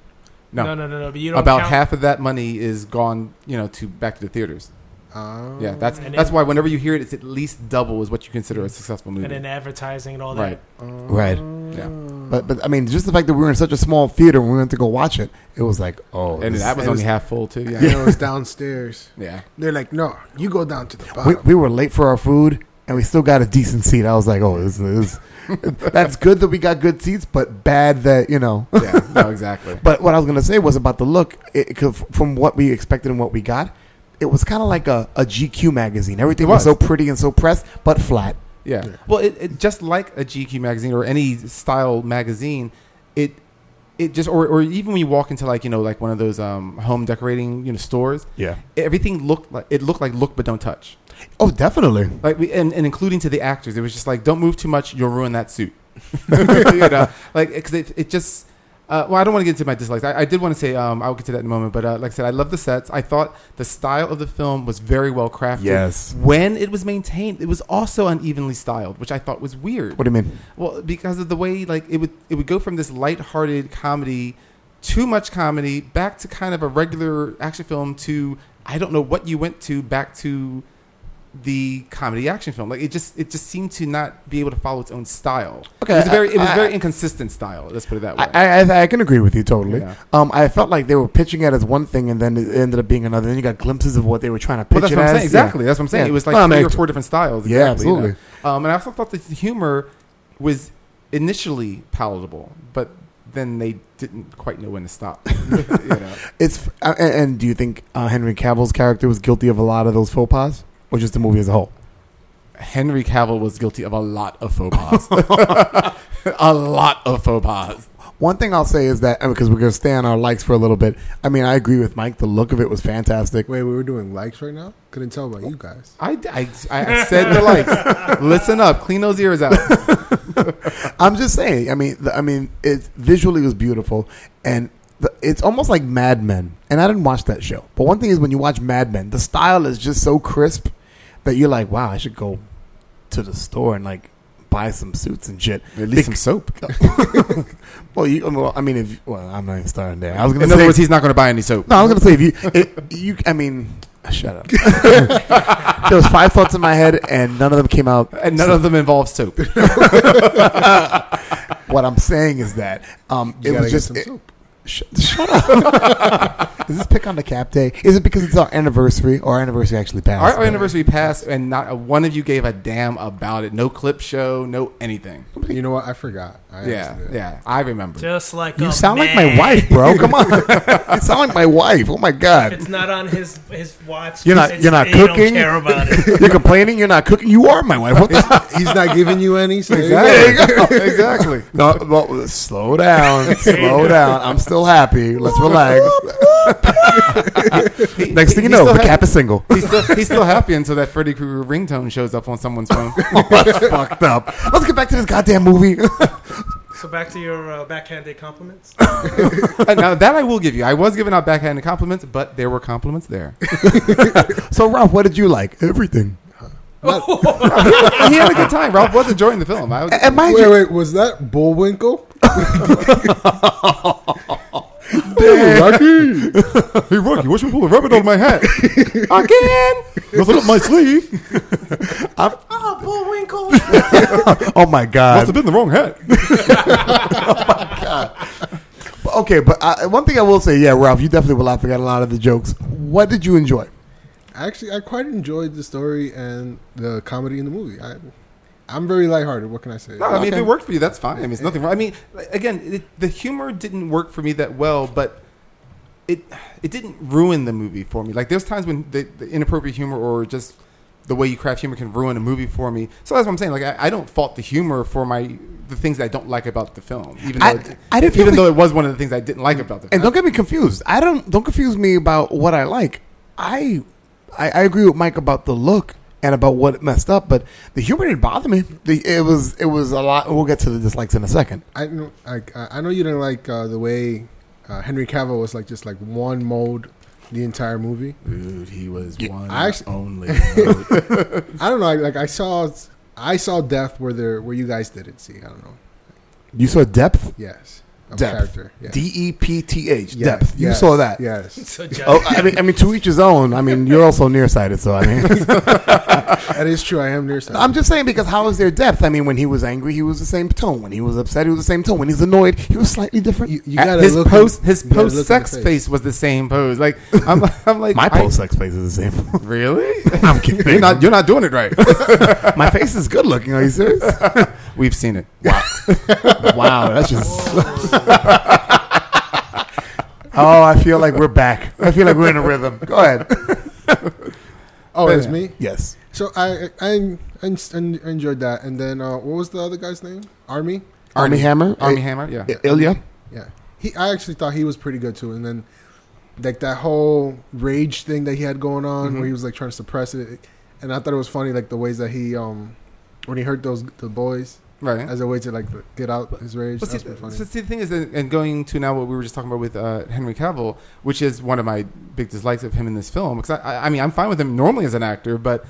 [SPEAKER 3] No.
[SPEAKER 5] no, no, no. no, But you don't
[SPEAKER 3] About
[SPEAKER 5] count.
[SPEAKER 3] half of that money is gone, you know, to back to the theaters.
[SPEAKER 4] Um,
[SPEAKER 3] Yeah, that's
[SPEAKER 5] Mm, And
[SPEAKER 3] that's
[SPEAKER 5] it-
[SPEAKER 3] why whenever you hear it, it's at least double is what you consider a successful movie.
[SPEAKER 5] and then advertising and all that.
[SPEAKER 3] right.
[SPEAKER 2] Right.
[SPEAKER 3] Yeah.
[SPEAKER 2] But but I mean, just the fact that we were in such a small theater when we went to go watch it, it was like, oh,
[SPEAKER 3] And
[SPEAKER 2] this-
[SPEAKER 3] that was
[SPEAKER 4] it
[SPEAKER 3] only
[SPEAKER 4] was-
[SPEAKER 3] half full too. (laughs) Yeah.
[SPEAKER 4] And it was downstairs.
[SPEAKER 3] yeah.
[SPEAKER 4] They're like, no, you go down to the
[SPEAKER 2] we,
[SPEAKER 4] bottom.
[SPEAKER 2] we were late for our food. and we still got a decent seat. I was like, oh, this is (laughs) that's good that we got good seats, but bad that you know. (laughs)
[SPEAKER 3] Yeah, no, (laughs) exactly.
[SPEAKER 2] But what I was gonna say was about the look. It, it could- from what we expected and what we got, it was kind of like a, a GQ magazine. Everything
[SPEAKER 3] It
[SPEAKER 2] was.
[SPEAKER 3] was.
[SPEAKER 2] so pretty and so pressed, but flat.
[SPEAKER 3] Yeah. Well, it, it just like a GQ magazine or any style magazine, it it just or, or even when you walk into like you know like one of those um, home decorating you know stores,
[SPEAKER 2] Yeah.
[SPEAKER 3] everything looked like it looked like look but don't touch,
[SPEAKER 2] Oh, definitely.
[SPEAKER 3] like we, and, and including to the actors, it was just like don't move too much, you'll ruin that suit, (laughs) you know, like because it, it just. Uh, well, I don't want to get into my dislikes. I, I did want to say um, I'll get to that in a moment, but uh, like I said, I love the sets. I thought the style of the film was very well crafted.
[SPEAKER 2] Yes.
[SPEAKER 3] When it was maintained, it was also unevenly styled, which I thought was weird.
[SPEAKER 2] What do you mean?
[SPEAKER 3] Well, because of the way like it would it would go from this lighthearted comedy, too much comedy, back to kind of a regular action film to I don't know what you went to back to the comedy action film. Like it just it just seemed to not be able to follow its own style.
[SPEAKER 2] Okay,
[SPEAKER 3] It was a very it was
[SPEAKER 2] I-
[SPEAKER 3] very
[SPEAKER 2] I-
[SPEAKER 3] inconsistent style, let's put it that way.
[SPEAKER 2] I, I, I can agree with you totally.
[SPEAKER 3] Yeah.
[SPEAKER 2] Um, I felt like they were pitching it as one thing, and then it ended up being another. Then you got glimpses of what they were trying to pitch
[SPEAKER 3] Well, that's
[SPEAKER 2] it
[SPEAKER 3] what I'm
[SPEAKER 2] as.
[SPEAKER 3] saying. Exactly.
[SPEAKER 2] Yeah.
[SPEAKER 3] That's what I'm saying.
[SPEAKER 2] Yeah.
[SPEAKER 3] It was like
[SPEAKER 2] Well, I mean,
[SPEAKER 3] three or four different styles.
[SPEAKER 2] Yeah,
[SPEAKER 3] exactly, you know.
[SPEAKER 2] absolutely.
[SPEAKER 3] Um, and I also thought the humor was initially palatable, but then they didn't quite know when to stop. (laughs) you know?
[SPEAKER 2] It's uh, and, and do you think uh, Henry Cavill's character was guilty of a lot of those faux pas, or just the movie as a whole?
[SPEAKER 3] Henry Cavill was guilty of a lot of faux pas. (laughs) a lot of faux pas.
[SPEAKER 2] One thing I'll say is that because we're gonna stay on our likes for a little bit. I mean, I agree with Mike. The look of it was fantastic.
[SPEAKER 4] Wait, we were doing likes right now? Couldn't tell about you guys.
[SPEAKER 3] I, I, I said
[SPEAKER 2] (laughs)
[SPEAKER 3] the likes. Listen up. Clean those ears out.
[SPEAKER 2] I'm just saying. I mean, the, I mean, it visually was beautiful, and the, it's almost like Mad Men. And I didn't watch that show, but one thing is when you watch Mad Men, the style is just so crisp that you're like, wow, I should go to the store and like buy some suits and shit.
[SPEAKER 3] At least some soap.
[SPEAKER 2] Well, you, well, I mean, if well, I'm not even starting there. I was gonna
[SPEAKER 3] In
[SPEAKER 2] say,
[SPEAKER 3] other words, he's not going to buy any soap.
[SPEAKER 2] no, I was gonna say if you, if you, I mean, shut up. (laughs) there was five thoughts in my head, and none of them came out.
[SPEAKER 3] And none of them involve soap.
[SPEAKER 2] What I'm saying is that um,
[SPEAKER 4] You
[SPEAKER 2] it
[SPEAKER 4] gotta
[SPEAKER 2] was
[SPEAKER 4] get
[SPEAKER 2] just
[SPEAKER 4] some
[SPEAKER 2] it-
[SPEAKER 4] soap.
[SPEAKER 2] sh- shut up. (laughs) Is this pick on the cap day? Is it because it's our anniversary? Or our anniversary actually passed.
[SPEAKER 3] Our, our anniversary passed, and not a- one of you gave a damn about it. No clip show, no anything.
[SPEAKER 4] You know what? I forgot. I
[SPEAKER 3] Yeah,
[SPEAKER 4] actually did.
[SPEAKER 3] yeah, I remember.
[SPEAKER 5] Just like
[SPEAKER 2] You
[SPEAKER 5] a
[SPEAKER 2] sound like
[SPEAKER 5] man.
[SPEAKER 2] my wife, (laughs) bro. Come on, you sound like my wife. Oh my
[SPEAKER 5] If
[SPEAKER 2] god,
[SPEAKER 5] it's not on his his watch.
[SPEAKER 2] You're not-
[SPEAKER 5] it's-
[SPEAKER 2] you're not
[SPEAKER 5] you
[SPEAKER 2] cooking?
[SPEAKER 5] Don't care about
[SPEAKER 2] (laughs)
[SPEAKER 5] it.
[SPEAKER 2] you're complaining. You're not cooking. You are my wife. What the
[SPEAKER 4] He's not giving you any. So
[SPEAKER 2] There you go.
[SPEAKER 3] (laughs)
[SPEAKER 2] exactly. (laughs) No, well, slow down. (laughs) Slow down. I'm still happy. Let's relax. Next thing you
[SPEAKER 3] He's
[SPEAKER 2] know,
[SPEAKER 3] still
[SPEAKER 2] the
[SPEAKER 3] happy.
[SPEAKER 2] cap is single. (laughs)
[SPEAKER 3] He's still, he's still happy until that Freddy Krueger ringtone shows up on
[SPEAKER 2] (laughs)
[SPEAKER 3] someone's phone.
[SPEAKER 2] That's fucked up. Let's get back to this goddamn movie. (laughs)
[SPEAKER 5] So back to your uh, backhanded compliments.
[SPEAKER 3] now that I will give you, I was giving out backhanded compliments, but there were compliments there. (laughs)
[SPEAKER 2] so, Ralph, what did you like? Everything.
[SPEAKER 3] he had a good time. Ralph was enjoying the film. I was,
[SPEAKER 2] And mind
[SPEAKER 4] Wait,
[SPEAKER 2] you,
[SPEAKER 4] wait, was that Bullwinkle? Damn, Lucky.
[SPEAKER 2] (laughs)
[SPEAKER 3] hey Rocky, what's you pull a rabbit out of my (laughs) hat?
[SPEAKER 2] again,
[SPEAKER 3] Nothing up my sleeve.
[SPEAKER 5] (laughs) oh, (laughs) Bullwinkle!
[SPEAKER 2] oh my god.
[SPEAKER 3] been the wrong hat.
[SPEAKER 2] Okay, but uh, one thing I will say, yeah, Ralph, you definitely will laugh at a lot of the jokes. What did you enjoy?
[SPEAKER 4] Actually, I quite enjoyed the story and the comedy in the movie. I, I'm very lighthearted. What can I say?
[SPEAKER 3] No, I mean, if
[SPEAKER 2] Okay.
[SPEAKER 3] it worked for you, that's fine. I mean, it's nothing wrong. I mean, like, again, it, the humor didn't work for me that well, but it it didn't ruin the movie for me. Like, there's times when the, the inappropriate humor or just the way you craft humor can ruin a movie for me. So that's what I'm saying. Like, I, I don't fault the humor for my the things that I don't like about the film, even though
[SPEAKER 2] I-
[SPEAKER 3] it,
[SPEAKER 2] I didn't feel
[SPEAKER 3] even
[SPEAKER 2] the-
[SPEAKER 3] though it was one of the things I didn't like about the
[SPEAKER 2] And
[SPEAKER 3] film.
[SPEAKER 2] don't get me confused. I don't don't confuse me about what I like. I I, I agree with Mike about the look and about what it messed up, but the humor didn't bother me. The, it was it was a lot. We'll get to the dislikes in a second.
[SPEAKER 4] I know. I, I know you didn't like uh, the way uh, Henry Cavill was like just like one mode the entire movie.
[SPEAKER 3] Dude, he was one
[SPEAKER 4] I actually-
[SPEAKER 2] (laughs)
[SPEAKER 3] only.
[SPEAKER 4] I don't know. I, like I saw, I saw death where there where you guys didn't see. I don't know.
[SPEAKER 2] You saw depth.
[SPEAKER 4] Yes, of
[SPEAKER 2] depth.
[SPEAKER 4] character. Yeah.
[SPEAKER 2] D E P T H.
[SPEAKER 4] Yes,
[SPEAKER 2] Depth. You
[SPEAKER 4] yes,
[SPEAKER 2] saw that.
[SPEAKER 4] Yes.
[SPEAKER 3] (laughs)
[SPEAKER 4] (laughs)
[SPEAKER 5] So Joe,
[SPEAKER 2] Oh, I mean, I mean, to each his own. I mean, you're also nearsighted, so I mean, (laughs)
[SPEAKER 4] That is true. I am nearsighted.
[SPEAKER 2] I'm just saying because how is there depth? I mean, when he was angry, he was the same tone. When he was upset, he was the same tone. When he's annoyed, he was slightly different.
[SPEAKER 4] you, you
[SPEAKER 3] At
[SPEAKER 4] gotta
[SPEAKER 3] his
[SPEAKER 4] look
[SPEAKER 3] post
[SPEAKER 4] in-
[SPEAKER 3] his
[SPEAKER 4] you gotta look in
[SPEAKER 3] post
[SPEAKER 4] the
[SPEAKER 3] sex face was the same pose. Like I'm, (laughs) I'm like
[SPEAKER 2] My
[SPEAKER 3] I-
[SPEAKER 2] post sex face is the same.
[SPEAKER 3] Really?
[SPEAKER 2] (laughs) I'm kidding.
[SPEAKER 3] (laughs) you're not you're not doing it right.
[SPEAKER 2] (laughs) My face is good looking. Are you serious?
[SPEAKER 3] We've seen it.
[SPEAKER 2] (laughs) wow, that's just. oh, I feel like we're back. I feel like we're in a rhythm. Go ahead.
[SPEAKER 4] Oh, it's me.
[SPEAKER 2] (laughs) Yes.
[SPEAKER 4] So I I, I, I enjoyed that. And then uh, what was the other guy's name? Army.
[SPEAKER 2] Army Hammer.
[SPEAKER 3] Army
[SPEAKER 2] I-
[SPEAKER 3] Hammer. Yeah.
[SPEAKER 2] I- Ilya.
[SPEAKER 4] Yeah, he. I actually thought he was pretty good too. And then, like that whole rage thing that he had going on,
[SPEAKER 3] Mm-hmm.
[SPEAKER 4] where he was like trying to suppress it, and I thought it was funny, like the ways that he, um, when he hurt those the boys
[SPEAKER 3] Right.
[SPEAKER 4] as a way to like get out his rage.
[SPEAKER 3] Well,
[SPEAKER 4] That's
[SPEAKER 3] see,
[SPEAKER 4] pretty funny.
[SPEAKER 3] so see, the thing is, that- and going to now what we were just talking about with uh, Henry Cavill, which is one of my big dislikes of him in this film. Because I, I- I mean, I'm fine with him normally as an actor, but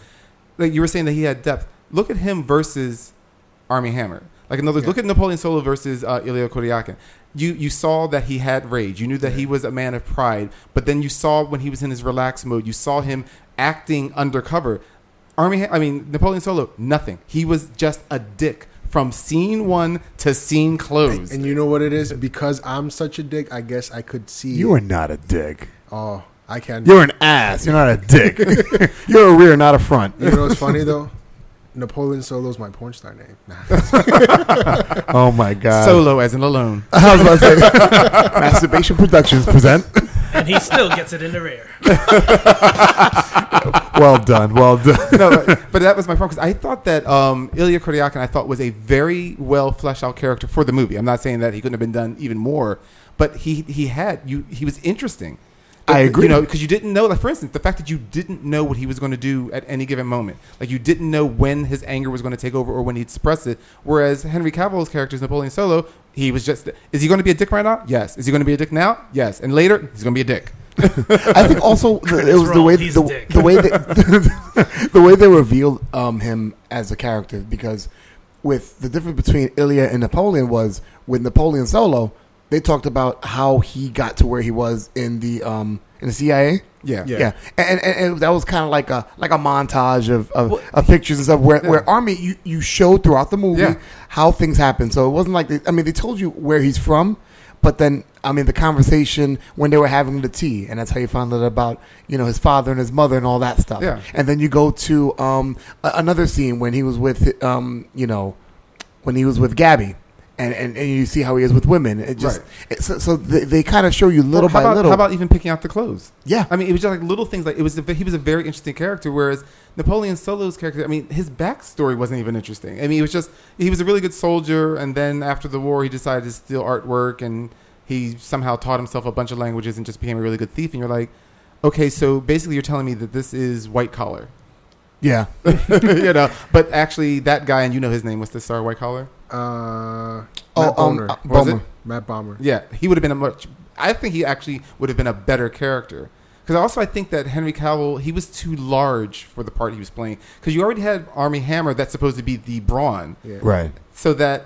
[SPEAKER 3] like you were saying that he had depth. Look at him versus Army Hammer. Like in other words,
[SPEAKER 4] Yeah.
[SPEAKER 3] look at Napoleon Solo versus uh, Ilya Kuryakin. You you saw that he had rage. You knew that he was a man of pride. But then you saw when he was in his relaxed mode. You saw him acting undercover. Army, Ha- I mean Napoleon Solo, nothing. He was just a dick from scene one to scene close.
[SPEAKER 4] and you know what it is? Because I'm such a dick, I guess I could see.
[SPEAKER 2] You
[SPEAKER 4] it.
[SPEAKER 2] are not a dick.
[SPEAKER 4] Oh, I can.
[SPEAKER 2] You're an ass. You're not a (laughs) dick. You're a rear, not a front.
[SPEAKER 4] You know what's funny though? Napoleon Solo's my porn star name. (laughs) Nah.
[SPEAKER 2] Oh my god.
[SPEAKER 3] Solo as in alone.
[SPEAKER 2] (laughs) I was about to (laughs) say, Masturbation Productions present.
[SPEAKER 5] and he still gets it in the rear.
[SPEAKER 2] Well done. Well done.
[SPEAKER 3] no, but, but that was my problem 'cause I thought that um, Ilya Kuryakin I thought was a very well fleshed out character for the movie. I'm not saying that he couldn't have been done even more, but he he had you he was interesting.
[SPEAKER 2] I agree.
[SPEAKER 3] You know, because you didn't know, like for instance, the fact that you didn't know what he was going to do at any given moment, like you didn't know when his anger was going to take over or when he'd suppress it. Whereas Henry Cavill's character is Napoleon Solo. He was just. Is he going to be a dick right now? Yes. Is he going to be a dick now? Yes. And later, he's going to be a dick.
[SPEAKER 2] I think also the, it was the
[SPEAKER 5] Rock,
[SPEAKER 2] way
[SPEAKER 5] he's a
[SPEAKER 2] the,
[SPEAKER 5] dick.
[SPEAKER 2] the way that the way they (laughs) revealed um, him as a character because with the difference between Ilya and Napoleon was with Napoleon Solo they talked about how he got to where he was in the um, in the CIA.
[SPEAKER 3] Yeah.
[SPEAKER 2] yeah, And, and, and that was kind of like a like a montage of of,
[SPEAKER 3] Well,
[SPEAKER 2] of pictures and stuff where,
[SPEAKER 3] yeah.
[SPEAKER 2] where Army you, you showed throughout the movie
[SPEAKER 3] Yeah.
[SPEAKER 2] how things happen. So it wasn't like they, I mean they told you where he's from, but then I mean the conversation when they were having the tea, and that's how you found out about you know his father and his mother and all that stuff.
[SPEAKER 3] Yeah.
[SPEAKER 2] And then you go to um, a- another scene when he was with um, you know when he was with Gabby. And, and, and you see how he is with women. It just
[SPEAKER 3] Right.
[SPEAKER 2] it- so, so they, they kind of show you little
[SPEAKER 3] Or how
[SPEAKER 2] by
[SPEAKER 3] about,
[SPEAKER 2] little.
[SPEAKER 3] How about even picking out the clothes?
[SPEAKER 2] Yeah.
[SPEAKER 3] I mean, it was just like little things. Like it was, a, he was a very interesting character. Whereas Napoleon Solo's character, I mean, his backstory wasn't even interesting. I mean, it was just he was a really good soldier, and then after the war, he decided to steal artwork, and he somehow taught himself a bunch of languages and just became a really good thief. And you're like, okay, so basically, you're telling me that this is white collar, (laughs)
[SPEAKER 2] yeah,
[SPEAKER 3] you know? But actually, that guy, and you know his name, what's the star white collar?
[SPEAKER 4] Uh, Matt
[SPEAKER 2] Oh, um,
[SPEAKER 4] Bomer.
[SPEAKER 2] uh,
[SPEAKER 3] Was it?
[SPEAKER 2] Bomer.
[SPEAKER 4] Matt Bomber.
[SPEAKER 3] Yeah, he would have been a much. I think he actually would have been a better character because also I think that Henry Cavill he was too large for the part he was playing because you already had Army Hammer that's supposed to be the brawn,
[SPEAKER 4] Yeah.
[SPEAKER 2] right.
[SPEAKER 3] so that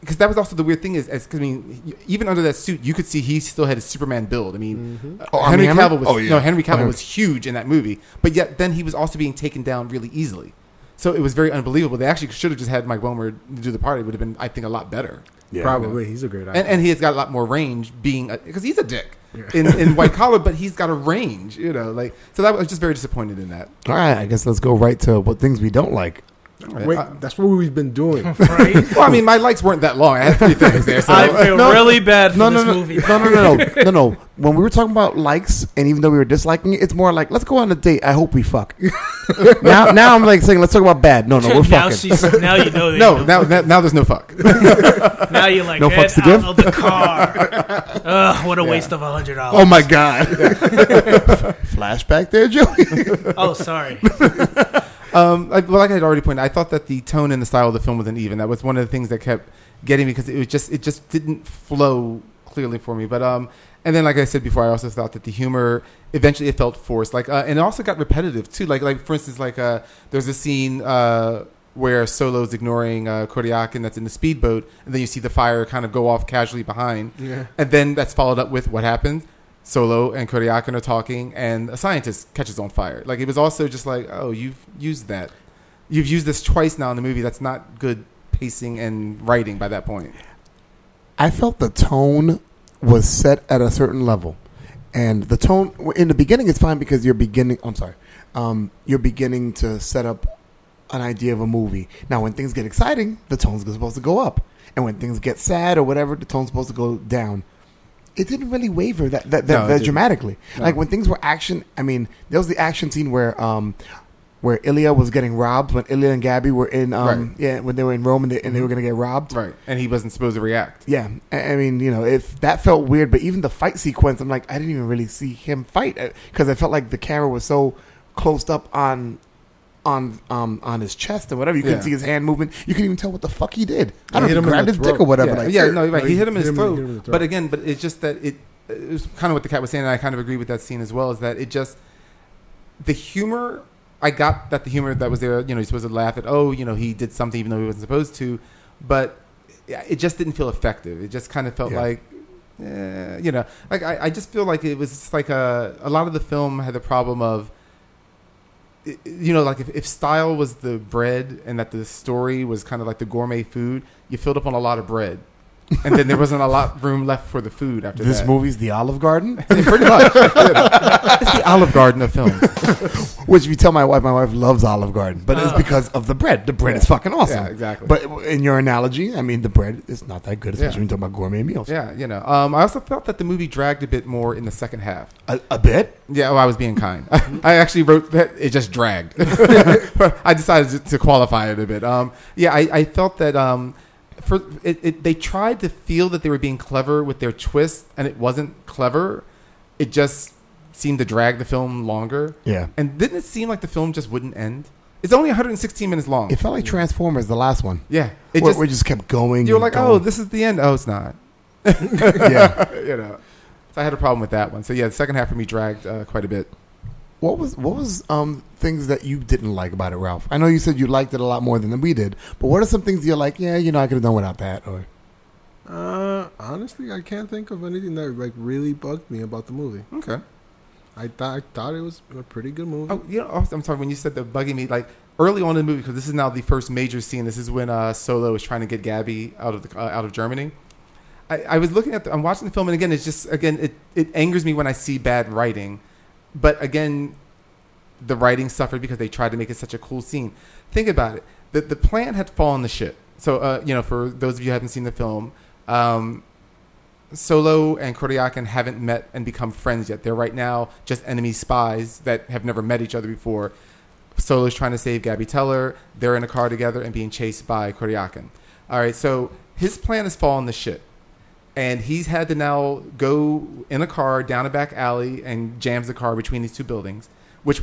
[SPEAKER 3] because that was also the weird thing is, as, 'cause, I mean, even under that suit you could see he still had a Superman build. I mean, uh,
[SPEAKER 2] Oh, Army
[SPEAKER 3] Henry
[SPEAKER 2] Hammer?
[SPEAKER 3] Cavill was
[SPEAKER 2] Oh, yeah.
[SPEAKER 3] no Henry Cavill
[SPEAKER 2] Okay.
[SPEAKER 3] was huge in that movie, but yet then he was also being taken down really easily. So it was very unbelievable. They actually should have just had Mike Wilmer do the part. It would have been, I think, a lot better
[SPEAKER 4] Probably. He's a great actor.
[SPEAKER 3] and, and he has got a lot more range being because he's a dick in, in white collar, but he's got a range, you know. Like so, that I was just very disappointed in that.
[SPEAKER 2] All right, I guess let's go right to what things we don't like.
[SPEAKER 4] Wait,
[SPEAKER 3] uh,
[SPEAKER 4] that's what we've been doing.
[SPEAKER 3] (laughs)
[SPEAKER 5] Right?
[SPEAKER 3] Well, I mean, my likes weren't that long. I had three things there.
[SPEAKER 5] (laughs)
[SPEAKER 3] So
[SPEAKER 5] I feel
[SPEAKER 2] No,
[SPEAKER 5] really bad for
[SPEAKER 2] No, no,
[SPEAKER 5] this
[SPEAKER 2] no,
[SPEAKER 5] movie.
[SPEAKER 2] no, no, no, no, no, no. When we were talking about likes, and even though we were disliking it, it's more like let's go on a date. I hope we (laughs) fuck. now, now I'm like saying let's talk about bad. No, no, we're
[SPEAKER 5] (laughs) now
[SPEAKER 2] fucking.
[SPEAKER 5] she's now you know that
[SPEAKER 3] no,
[SPEAKER 5] you
[SPEAKER 3] oh, now, now now there's no fuck.
[SPEAKER 5] know. now you're like
[SPEAKER 2] No
[SPEAKER 5] get
[SPEAKER 2] fucks to
[SPEAKER 5] out
[SPEAKER 2] give?
[SPEAKER 5] of
[SPEAKER 2] (laughs)
[SPEAKER 5] the car. Ugh, what a waste of a hundred dollars.
[SPEAKER 2] Oh my
[SPEAKER 5] (laughs)
[SPEAKER 2] god! Flashback there, Joey.
[SPEAKER 5] Oh,
[SPEAKER 2] (laughs)
[SPEAKER 5] sorry.
[SPEAKER 3] Um, I, well, like I had already pointed, I thought that the tone and the style of the film wasn't even. That was one of the things that kept getting me because it was just it just didn't flow clearly for me. But um, and then like I said before, I also thought that the humor eventually it felt forced, like uh, and it also got repetitive too. Like like for instance, like uh, there's a scene uh where Solo's ignoring uh, Kodiakin that's in the speedboat, and then you see the fire kind of go off casually behind.
[SPEAKER 4] Yeah.
[SPEAKER 3] And then that's followed up with what happened. Solo and Kodiakin are talking, and a scientist catches on fire. Like it was also just like, oh, you've used that, you've used this twice now in the movie. That's not good pacing and writing by that point.
[SPEAKER 2] I felt the tone was set at a certain level, and the tone in the beginning is fine because you're beginning. I'm sorry, um, you're beginning to set up an idea of a movie. Now, when things get exciting, the tone's supposed to go up, and when things get sad or whatever, the tone's supposed to go down. It didn't really waver that that, that,
[SPEAKER 3] No, it
[SPEAKER 2] that
[SPEAKER 3] didn't.
[SPEAKER 2] dramatically. Like when things were action. I mean, there was the action scene where. Um, where Ilya was getting robbed when Ilya and Gabby were in, um,
[SPEAKER 3] Right. Mm-hmm.
[SPEAKER 2] yeah, when they were in Rome and they, and they were going to get robbed.
[SPEAKER 3] Right. And he wasn't supposed to react.
[SPEAKER 2] Yeah, I I mean, you know, if that felt weird, but even the fight sequence, I'm like, I didn't even really see him fight because I felt like the camera was so closed up on, on, um, on his chest and whatever. You couldn't
[SPEAKER 3] Yeah.
[SPEAKER 2] see his hand movement. You couldn't even tell what the fuck he did. I
[SPEAKER 4] He
[SPEAKER 2] don't
[SPEAKER 4] hit
[SPEAKER 2] know,
[SPEAKER 4] him in
[SPEAKER 2] grabbed
[SPEAKER 4] the
[SPEAKER 2] his dick or
[SPEAKER 4] throat.
[SPEAKER 2] whatever.
[SPEAKER 3] yeah,
[SPEAKER 2] like,
[SPEAKER 3] yeah, no, right.
[SPEAKER 4] no,
[SPEAKER 3] he
[SPEAKER 4] he
[SPEAKER 3] hit him in
[SPEAKER 4] hit
[SPEAKER 3] his
[SPEAKER 4] him-
[SPEAKER 3] throat.
[SPEAKER 4] hit him in the throat.
[SPEAKER 3] But again, but it's just that it, it was kind of what the cat was saying, and I kind of agree with that scene as well. Is that it just the humor? I got that the humor that was there. You know, you're supposed to laugh at, oh, you know, he did something even though he wasn't supposed to, but it it just didn't feel effective. It just kind of felt
[SPEAKER 2] Yeah.
[SPEAKER 3] like. eh, you know, like I, I just feel like it was just like a a lot of the film had the problem of it- you know, like if, if style was the bread and that the story was kind of like the gourmet food, you filled up on a lot of bread. And then there wasn't a lot (laughs) room left for the food after
[SPEAKER 2] This
[SPEAKER 3] that. (laughs)
[SPEAKER 2] movie's The Olive Garden,
[SPEAKER 3] pretty much. (laughs) it's the Olive Garden of films.
[SPEAKER 2] which if you tell my wife, my wife loves Olive Garden, but it's
[SPEAKER 5] Oh.
[SPEAKER 2] because of the bread. The bread is fucking awesome.
[SPEAKER 3] Uh. Yeah, exactly.
[SPEAKER 2] But in your analogy, I mean, the bread is not that good, especially
[SPEAKER 3] Yeah.
[SPEAKER 2] when you're talking about gourmet meals.
[SPEAKER 3] Yeah, you know. Um, I also felt that the movie dragged a bit more in the second half.
[SPEAKER 2] A, a bit.
[SPEAKER 3] Yeah, well, I was being kind. (laughs) I actually wrote that it just dragged. (laughs) I decided to, to qualify it a bit. Um, yeah, I, I felt that um, for it, it, they tried to feel that they were being clever with their twist, and it wasn't clever. It just seemed to drag the film longer.
[SPEAKER 2] Yeah.
[SPEAKER 3] And didn't it seem like the film just wouldn't end? It's only 116 minutes long.
[SPEAKER 2] It felt like Transformers, the last one.
[SPEAKER 3] yeah,
[SPEAKER 2] It
[SPEAKER 3] it just
[SPEAKER 2] we just kept going.
[SPEAKER 3] you were
[SPEAKER 2] and
[SPEAKER 3] like,
[SPEAKER 2] going.
[SPEAKER 3] oh, this is the end. Oh, it's not. (laughs)
[SPEAKER 2] yeah. (laughs)
[SPEAKER 3] you know, so I had a problem with that one. So yeah, the second half for me dragged uh, quite a bit.
[SPEAKER 2] What was what was um things that you didn't like about it, Ralph? I know you said you liked it a lot more than we did, but what are some things you're like? Yeah, you know, I could have done without that. Or
[SPEAKER 4] Uh, honestly, I can't think of anything that like really bugged me about the movie.
[SPEAKER 3] Okay.
[SPEAKER 4] I thought I thought it was a pretty good movie.
[SPEAKER 3] Oh, you know, also, I'm sorry. When you said the bugging me, like early on in the movie, because this is now the first major scene. This is when uh, Solo is trying to get Gabby out of the, uh, out of Germany. I, I was looking at, the, I'm watching the film, and again, it's just again, it it angers me when I see bad writing. But again, the writing suffered because they tried to make it such a cool scene. Think about it. The the plan had fallen to shit. So uh, you know, for those of you who haven't seen the film, um, Solo and Kordiakin haven't met and become friends yet. They're right now just enemy spies that have never met each other before. Solo's trying to save Gabby Teller. They're in a car together and being chased by Kordiakin. All right, so his plan has fallen to shit. And he's had to now go in a car down a back alley and jams the car between these two buildings, which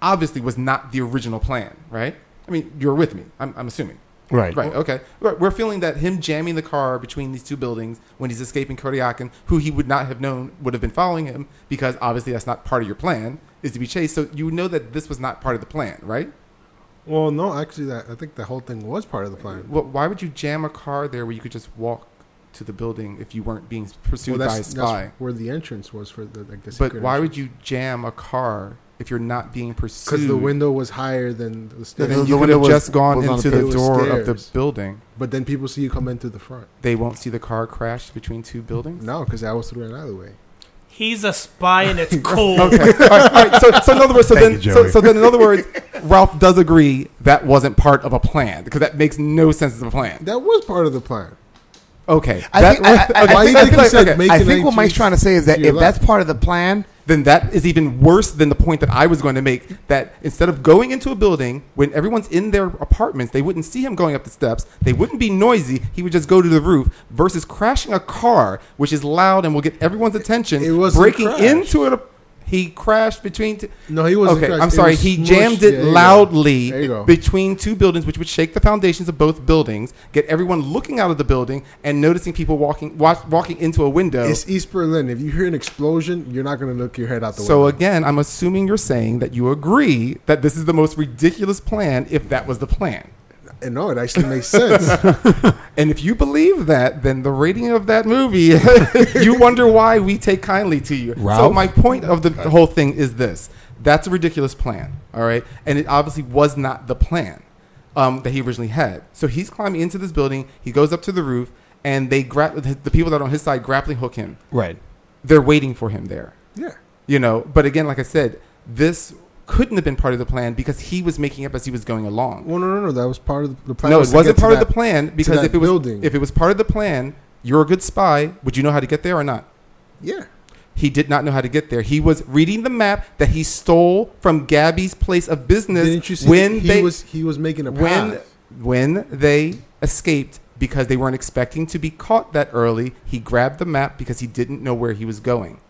[SPEAKER 3] obviously was not the original plan, right? I mean, you're with me, I'm, I'm assuming.
[SPEAKER 2] Right.
[SPEAKER 3] Right. Okay. Right, We're feeling that him jamming the car between these two buildings when he's escaping Kodiakin, who he would not have known would have been following him because obviously that's not part of your plan is to be chased. So you know that this was not part of the plan, right?
[SPEAKER 4] Well, no, actually, that I think the whole thing was part of the plan.
[SPEAKER 3] Well, why would you jam a car there where you could just walk to the building if you weren't being pursued
[SPEAKER 4] Well,
[SPEAKER 3] by a
[SPEAKER 4] that's,
[SPEAKER 3] spy?
[SPEAKER 4] that's where the entrance was for the like the
[SPEAKER 3] But
[SPEAKER 4] secret
[SPEAKER 3] why would you jam a car if you're not being pursued?
[SPEAKER 4] Because the window was higher than the
[SPEAKER 3] Then
[SPEAKER 4] stairs.
[SPEAKER 2] The- the
[SPEAKER 3] you could
[SPEAKER 2] window
[SPEAKER 3] have
[SPEAKER 2] was-
[SPEAKER 3] just gone
[SPEAKER 2] was on
[SPEAKER 3] into
[SPEAKER 2] the
[SPEAKER 3] the
[SPEAKER 4] pit.
[SPEAKER 3] door of
[SPEAKER 4] Stairs.
[SPEAKER 3] the building.
[SPEAKER 4] but then people see you come in through the front.
[SPEAKER 3] They won't see the car crash between two buildings.
[SPEAKER 4] No, because I was through an alleyway.
[SPEAKER 5] He's a spy
[SPEAKER 2] (laughs)
[SPEAKER 5] and it's cold.
[SPEAKER 3] Okay. all right, all right. So, so in other words, so
[SPEAKER 2] Thank
[SPEAKER 3] then,
[SPEAKER 2] you,
[SPEAKER 3] so,
[SPEAKER 2] Joey.
[SPEAKER 3] so then, in other words, Ralph does agree that wasn't part of a plan because that makes no sense as a plan.
[SPEAKER 4] That was part of the plan.
[SPEAKER 3] Okay.
[SPEAKER 2] I
[SPEAKER 3] that-
[SPEAKER 2] think, I, I- I
[SPEAKER 4] Why
[SPEAKER 2] think,
[SPEAKER 4] do you
[SPEAKER 2] I
[SPEAKER 4] think
[SPEAKER 2] think-
[SPEAKER 4] he said
[SPEAKER 2] okay,
[SPEAKER 4] make
[SPEAKER 2] I
[SPEAKER 4] an
[SPEAKER 2] think what Mike's
[SPEAKER 4] entrance
[SPEAKER 2] trying to say is that
[SPEAKER 4] to your
[SPEAKER 2] if that's
[SPEAKER 4] left?
[SPEAKER 2] part of the plan,
[SPEAKER 3] then that is even worse than the point that I was going to make. That instead of going into a building when everyone's in their apartments, they wouldn't see him going up the steps. They wouldn't be noisy. He would just go to the roof versus crashing a car, which is loud and will get everyone's attention.
[SPEAKER 4] It wasn't
[SPEAKER 3] breaking
[SPEAKER 4] crashed.
[SPEAKER 3] into it. He crashed between. T-
[SPEAKER 4] No, he wasn't
[SPEAKER 3] Okay,
[SPEAKER 4] crashed.
[SPEAKER 3] I'm
[SPEAKER 4] It
[SPEAKER 3] sorry.
[SPEAKER 4] was
[SPEAKER 3] He
[SPEAKER 4] smushed.
[SPEAKER 3] jammed it
[SPEAKER 4] Yeah, there you go.
[SPEAKER 3] loudly
[SPEAKER 4] There you go.
[SPEAKER 3] between two buildings, which would shake the foundations of both buildings, get everyone looking out of the building and noticing people walking wa- walking into a window.
[SPEAKER 4] It's East Berlin. If you hear an explosion, you're not going to look your head out the
[SPEAKER 3] so
[SPEAKER 4] window.
[SPEAKER 3] again, I'm assuming you're saying that you agree that this is the most ridiculous plan if that was the plan.
[SPEAKER 4] And no, it actually makes
[SPEAKER 3] (laughs)
[SPEAKER 4] sense.
[SPEAKER 3] And if you believe that, then the rating of that movie, (laughs) you wonder why we take kindly to you. So
[SPEAKER 2] Ralph?
[SPEAKER 3] my point of the whole thing is this: that's a ridiculous plan, all right? And it obviously was not the plan um, that he originally had. So he's climbing into this building. He goes up to the roof, and they gra- the people that are on his side grappling hook him.
[SPEAKER 2] Right.
[SPEAKER 3] They're waiting for him there.
[SPEAKER 4] yeah.
[SPEAKER 3] You know, but again, like I said, this couldn't have been part of the plan because he was making up as he was going along.
[SPEAKER 4] Well, no, no, no. That was part of the plan.
[SPEAKER 3] No,
[SPEAKER 4] was
[SPEAKER 3] it
[SPEAKER 4] to
[SPEAKER 3] wasn't
[SPEAKER 4] get to
[SPEAKER 3] part of
[SPEAKER 4] that-
[SPEAKER 3] the plan because
[SPEAKER 4] that
[SPEAKER 3] if it was
[SPEAKER 4] building.
[SPEAKER 3] if it was part of the plan, you're a good spy. Would you know how to get there or not?
[SPEAKER 4] Yeah.
[SPEAKER 3] He did not know how to get there. He was reading the map that he stole from Gabby's place of business
[SPEAKER 4] Didn't you see
[SPEAKER 3] when
[SPEAKER 4] he
[SPEAKER 3] they
[SPEAKER 4] was he was making a
[SPEAKER 3] when
[SPEAKER 4] path.
[SPEAKER 3] when they escaped because they weren't expecting to be caught that early. He grabbed the map because he didn't know where he was going.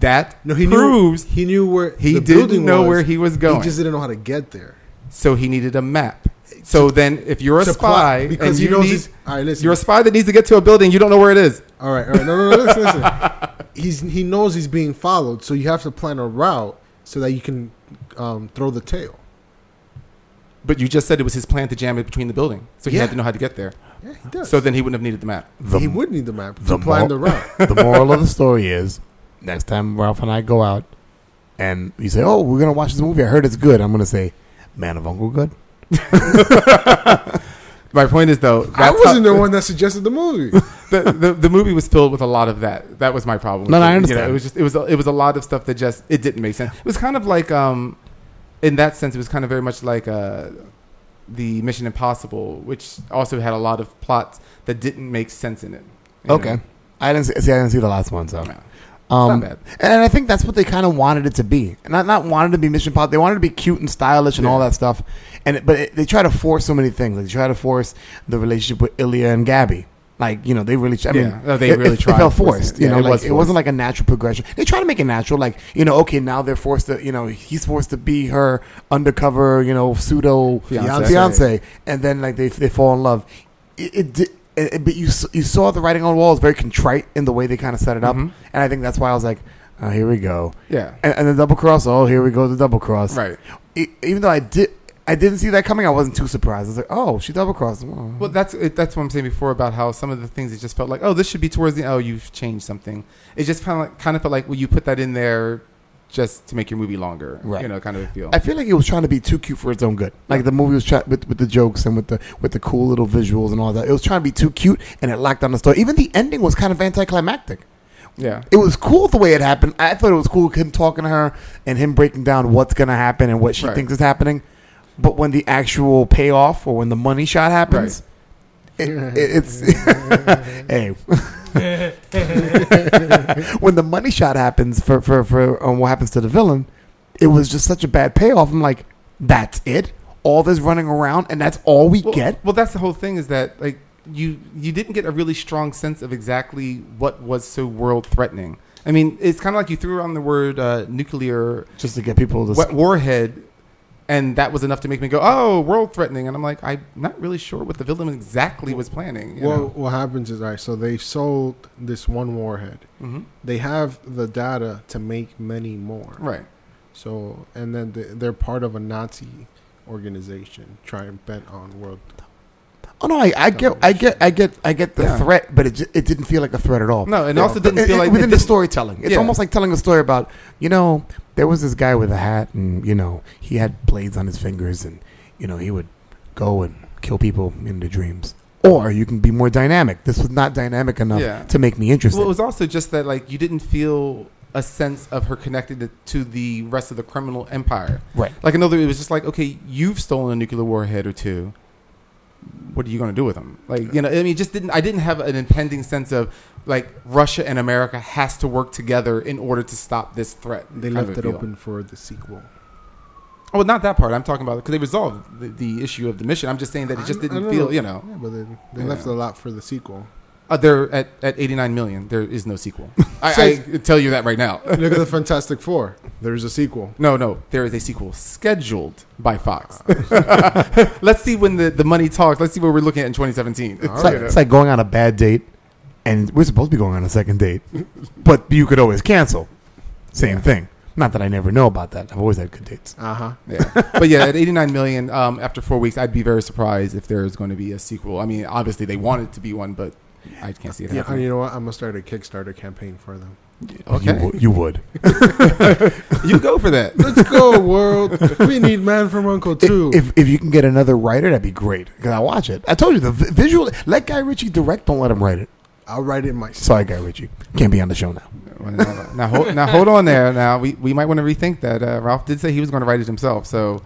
[SPEAKER 3] That
[SPEAKER 4] No, he
[SPEAKER 3] proves
[SPEAKER 4] knew he knew where
[SPEAKER 3] he
[SPEAKER 4] the
[SPEAKER 3] didn't
[SPEAKER 4] building
[SPEAKER 3] know
[SPEAKER 4] was.
[SPEAKER 3] where he was
[SPEAKER 4] He
[SPEAKER 3] going.
[SPEAKER 4] just didn't know how to get there.
[SPEAKER 3] so he needed a map. So then, if you're a
[SPEAKER 4] to plot,
[SPEAKER 3] spy
[SPEAKER 4] because
[SPEAKER 3] and
[SPEAKER 4] he
[SPEAKER 3] you
[SPEAKER 4] knows
[SPEAKER 3] need-
[SPEAKER 4] he's- all right, listen.
[SPEAKER 3] you're a spy that needs to get to a building, you don't know where it is.
[SPEAKER 4] All right, all right. No, no, no. Listen, listen. He's he knows he's being followed, so you have to plan a route so that you can um, throw the tail.
[SPEAKER 3] But you just said it was his plan to jam it between the building, so he
[SPEAKER 4] Yeah.
[SPEAKER 3] had to know how to get there.
[SPEAKER 4] Yeah, he does.
[SPEAKER 3] So then he wouldn't have needed the map.
[SPEAKER 2] The,
[SPEAKER 4] he would need the map
[SPEAKER 2] the
[SPEAKER 4] to plan
[SPEAKER 2] mor-
[SPEAKER 4] the
[SPEAKER 3] (laughs)
[SPEAKER 4] route.
[SPEAKER 2] the moral of the story is next time Ralph and I go out and you say, Oh, we're going to watch this movie. I heard it's good. I'm going to say, Man of Uncle Good.
[SPEAKER 3] My point is though,
[SPEAKER 4] I
[SPEAKER 3] that's
[SPEAKER 4] wasn't
[SPEAKER 3] how-
[SPEAKER 4] the one that suggested the movie.
[SPEAKER 3] the, the the movie was filled with a lot of that. That was my problem.
[SPEAKER 2] No, no, I
[SPEAKER 3] You know,
[SPEAKER 2] understand.
[SPEAKER 3] it was just it was a, it was a lot of stuff that just it didn't make sense. It was kind of like um, in that sense, it was kind of very much like uh, the Mission Impossible, which also had a lot of plots that didn't make sense in it. you know?
[SPEAKER 2] Okay. I didn't see, see, I didn't see the last one, so.
[SPEAKER 3] No.
[SPEAKER 2] Um,
[SPEAKER 3] bad.
[SPEAKER 2] and I think that's what they kind of wanted it to be. Not not wanted to be Mission Impossible. They wanted to be cute and stylish and all that stuff. And it, but it, they try to force so many things. Like they try to force the relationship with Ilya and Gabby. Like you know, they really. I mean,
[SPEAKER 3] Yeah, no, they
[SPEAKER 2] it-
[SPEAKER 3] really
[SPEAKER 2] it,
[SPEAKER 3] tried
[SPEAKER 2] It felt
[SPEAKER 3] forcing
[SPEAKER 2] forced.
[SPEAKER 3] it.
[SPEAKER 2] You
[SPEAKER 3] Yeah,
[SPEAKER 2] know,
[SPEAKER 3] it
[SPEAKER 2] like,
[SPEAKER 3] was
[SPEAKER 2] it wasn't
[SPEAKER 3] forced.
[SPEAKER 2] like a natural progression. They try to make it natural. Like you know, okay, now they're forced to. You know, he's forced to be her undercover. You know, pseudo
[SPEAKER 3] Fiancé.
[SPEAKER 2] fiance, and then like they they fall in love. It, it, di- it, it- but you s- you saw the writing on the wall is very contrite in the way they kind of set it up,
[SPEAKER 3] Mhm.
[SPEAKER 2] and I think that's why I was like, oh, here we go,
[SPEAKER 3] Yeah.
[SPEAKER 2] and, and the double cross. Oh, here we go, the double cross.
[SPEAKER 3] Right.
[SPEAKER 2] E- even though I did, I didn't see that coming. I wasn't too surprised. I was like, oh, she double crossed. Well,
[SPEAKER 3] Well, that's it, that's what I'm saying before about how some of the things it just felt like, oh, this should be towards the oh, you've changed something. It just kind of like, kind of felt like well, you put that in there just to make your movie longer,
[SPEAKER 2] Right.
[SPEAKER 3] You know, kind of a feel.
[SPEAKER 2] I feel like it was trying to be too cute for its own good. Like the movie was trying with, with the jokes and with the with the cool little visuals and all that. It was trying to be too cute, and it locked on the story. Even the ending was kind of anticlimactic.
[SPEAKER 3] yeah,
[SPEAKER 2] it was cool the way it happened. I thought it was cool him talking to her and him breaking down what's going to happen and what she
[SPEAKER 3] Right.
[SPEAKER 2] thinks is happening. But when the actual payoff or when the money shot happens, it, it- it's (laughs) hey. (laughs) when the money shot happens for for for um, what happens to the villain, it was just such a bad payoff. I'm like, that's it. All this running around, and that's all we
[SPEAKER 3] well,
[SPEAKER 2] get.
[SPEAKER 3] Well, that's the whole thing is that like you you didn't get a really strong sense of exactly what was so world threatening. I mean, it's kind of like you threw around the word uh, nuclear
[SPEAKER 2] Just to get people to
[SPEAKER 3] wa- warhead, and that was enough to make me go, oh, world threatening. And I'm like, I'm not really sure what the villain exactly was (laughs) planning. you
[SPEAKER 4] well,
[SPEAKER 3] know?
[SPEAKER 4] what happens is, all right, so they sold this one warhead.
[SPEAKER 3] Mhm.
[SPEAKER 4] They have the data to make many more.
[SPEAKER 3] right.
[SPEAKER 4] So, and then they- they're part of a Nazi organization trying bent on world.
[SPEAKER 2] Oh no, I, I get, I get, I get, I get the
[SPEAKER 3] Yeah.
[SPEAKER 2] threat, but it ju- it didn't feel like a threat at all.
[SPEAKER 3] No, and also didn't
[SPEAKER 2] It-
[SPEAKER 3] feel
[SPEAKER 2] it-
[SPEAKER 3] like-
[SPEAKER 2] within
[SPEAKER 3] it
[SPEAKER 2] the
[SPEAKER 3] didn't-
[SPEAKER 2] storytelling. It's
[SPEAKER 3] Yeah.
[SPEAKER 2] almost like telling a story about you know there was this guy with a hat and you know he had blades on his fingers and you know he would go and kill people in their dreams. Or you can be more dynamic. This was not dynamic enough
[SPEAKER 3] Yeah.
[SPEAKER 2] to make me interested.
[SPEAKER 3] Well, it was also just that like you didn't feel a sense of her connected to- to the rest of the criminal empire.
[SPEAKER 2] Right.
[SPEAKER 3] Like another, it was just like okay, you've stolen a nuclear warhead or two. What are you going to do with them? Like you know, I mean, it just didn't. I didn't have an impending sense of like Russia and America has to work together in order to stop this threat.
[SPEAKER 4] They
[SPEAKER 3] kind
[SPEAKER 4] left
[SPEAKER 3] of
[SPEAKER 4] it
[SPEAKER 3] a feel.
[SPEAKER 4] open for the sequel.
[SPEAKER 3] Oh, well, not that part. I'm talking about because they resolved the, the issue of the mission. I'm just saying that it
[SPEAKER 4] I-
[SPEAKER 3] just
[SPEAKER 4] I
[SPEAKER 3] didn't
[SPEAKER 4] don't
[SPEAKER 3] feel. You know,
[SPEAKER 4] Yeah, but they, they
[SPEAKER 3] Yeah.
[SPEAKER 4] left a lot for the sequel.
[SPEAKER 3] uh, they're at at 89 million. There is no sequel. I, I tell you that right now.
[SPEAKER 4] Look at the Fantastic Four. There's a sequel.
[SPEAKER 3] No, no, there is a sequel scheduled by Fox. (laughs) Let's see when the, the money talks. Let's see what we're looking at in 2017.
[SPEAKER 2] it's, like, it's like going on a bad date,
[SPEAKER 3] (laughs)
[SPEAKER 2] and we're supposed to be going on a second date, but you could always cancel. Same thing. Not that I never know about that. I've always had good dates.
[SPEAKER 4] Uh huh.
[SPEAKER 3] Yeah. but yeah, at 89 million, um, after four weeks, I'd be very surprised if there's going to be a sequel. I mean, obviously they want it to be one, but I can't see it
[SPEAKER 4] Yeah, and
[SPEAKER 3] happening.
[SPEAKER 4] you know what? I'm gonna start a Kickstarter campaign for them.
[SPEAKER 2] You,
[SPEAKER 3] Okay,
[SPEAKER 2] wo- you would.
[SPEAKER 3] (laughs) you go for that.
[SPEAKER 4] Let's go,
[SPEAKER 3] (laughs)
[SPEAKER 4] world. We need Man from Uncle too.
[SPEAKER 2] If, if you can get another writer, that'd be great. Because I watch it. I told you the vi- visual. Let Guy Ritchie direct. Don't let him write it.
[SPEAKER 4] I'll write it myself.
[SPEAKER 2] Sorry, Guy Ritchie can't be on the show now.
[SPEAKER 3] now, hold, now hold on there. Now we, we might want to rethink that. Uh, Ralph did say he was going to write it himself, so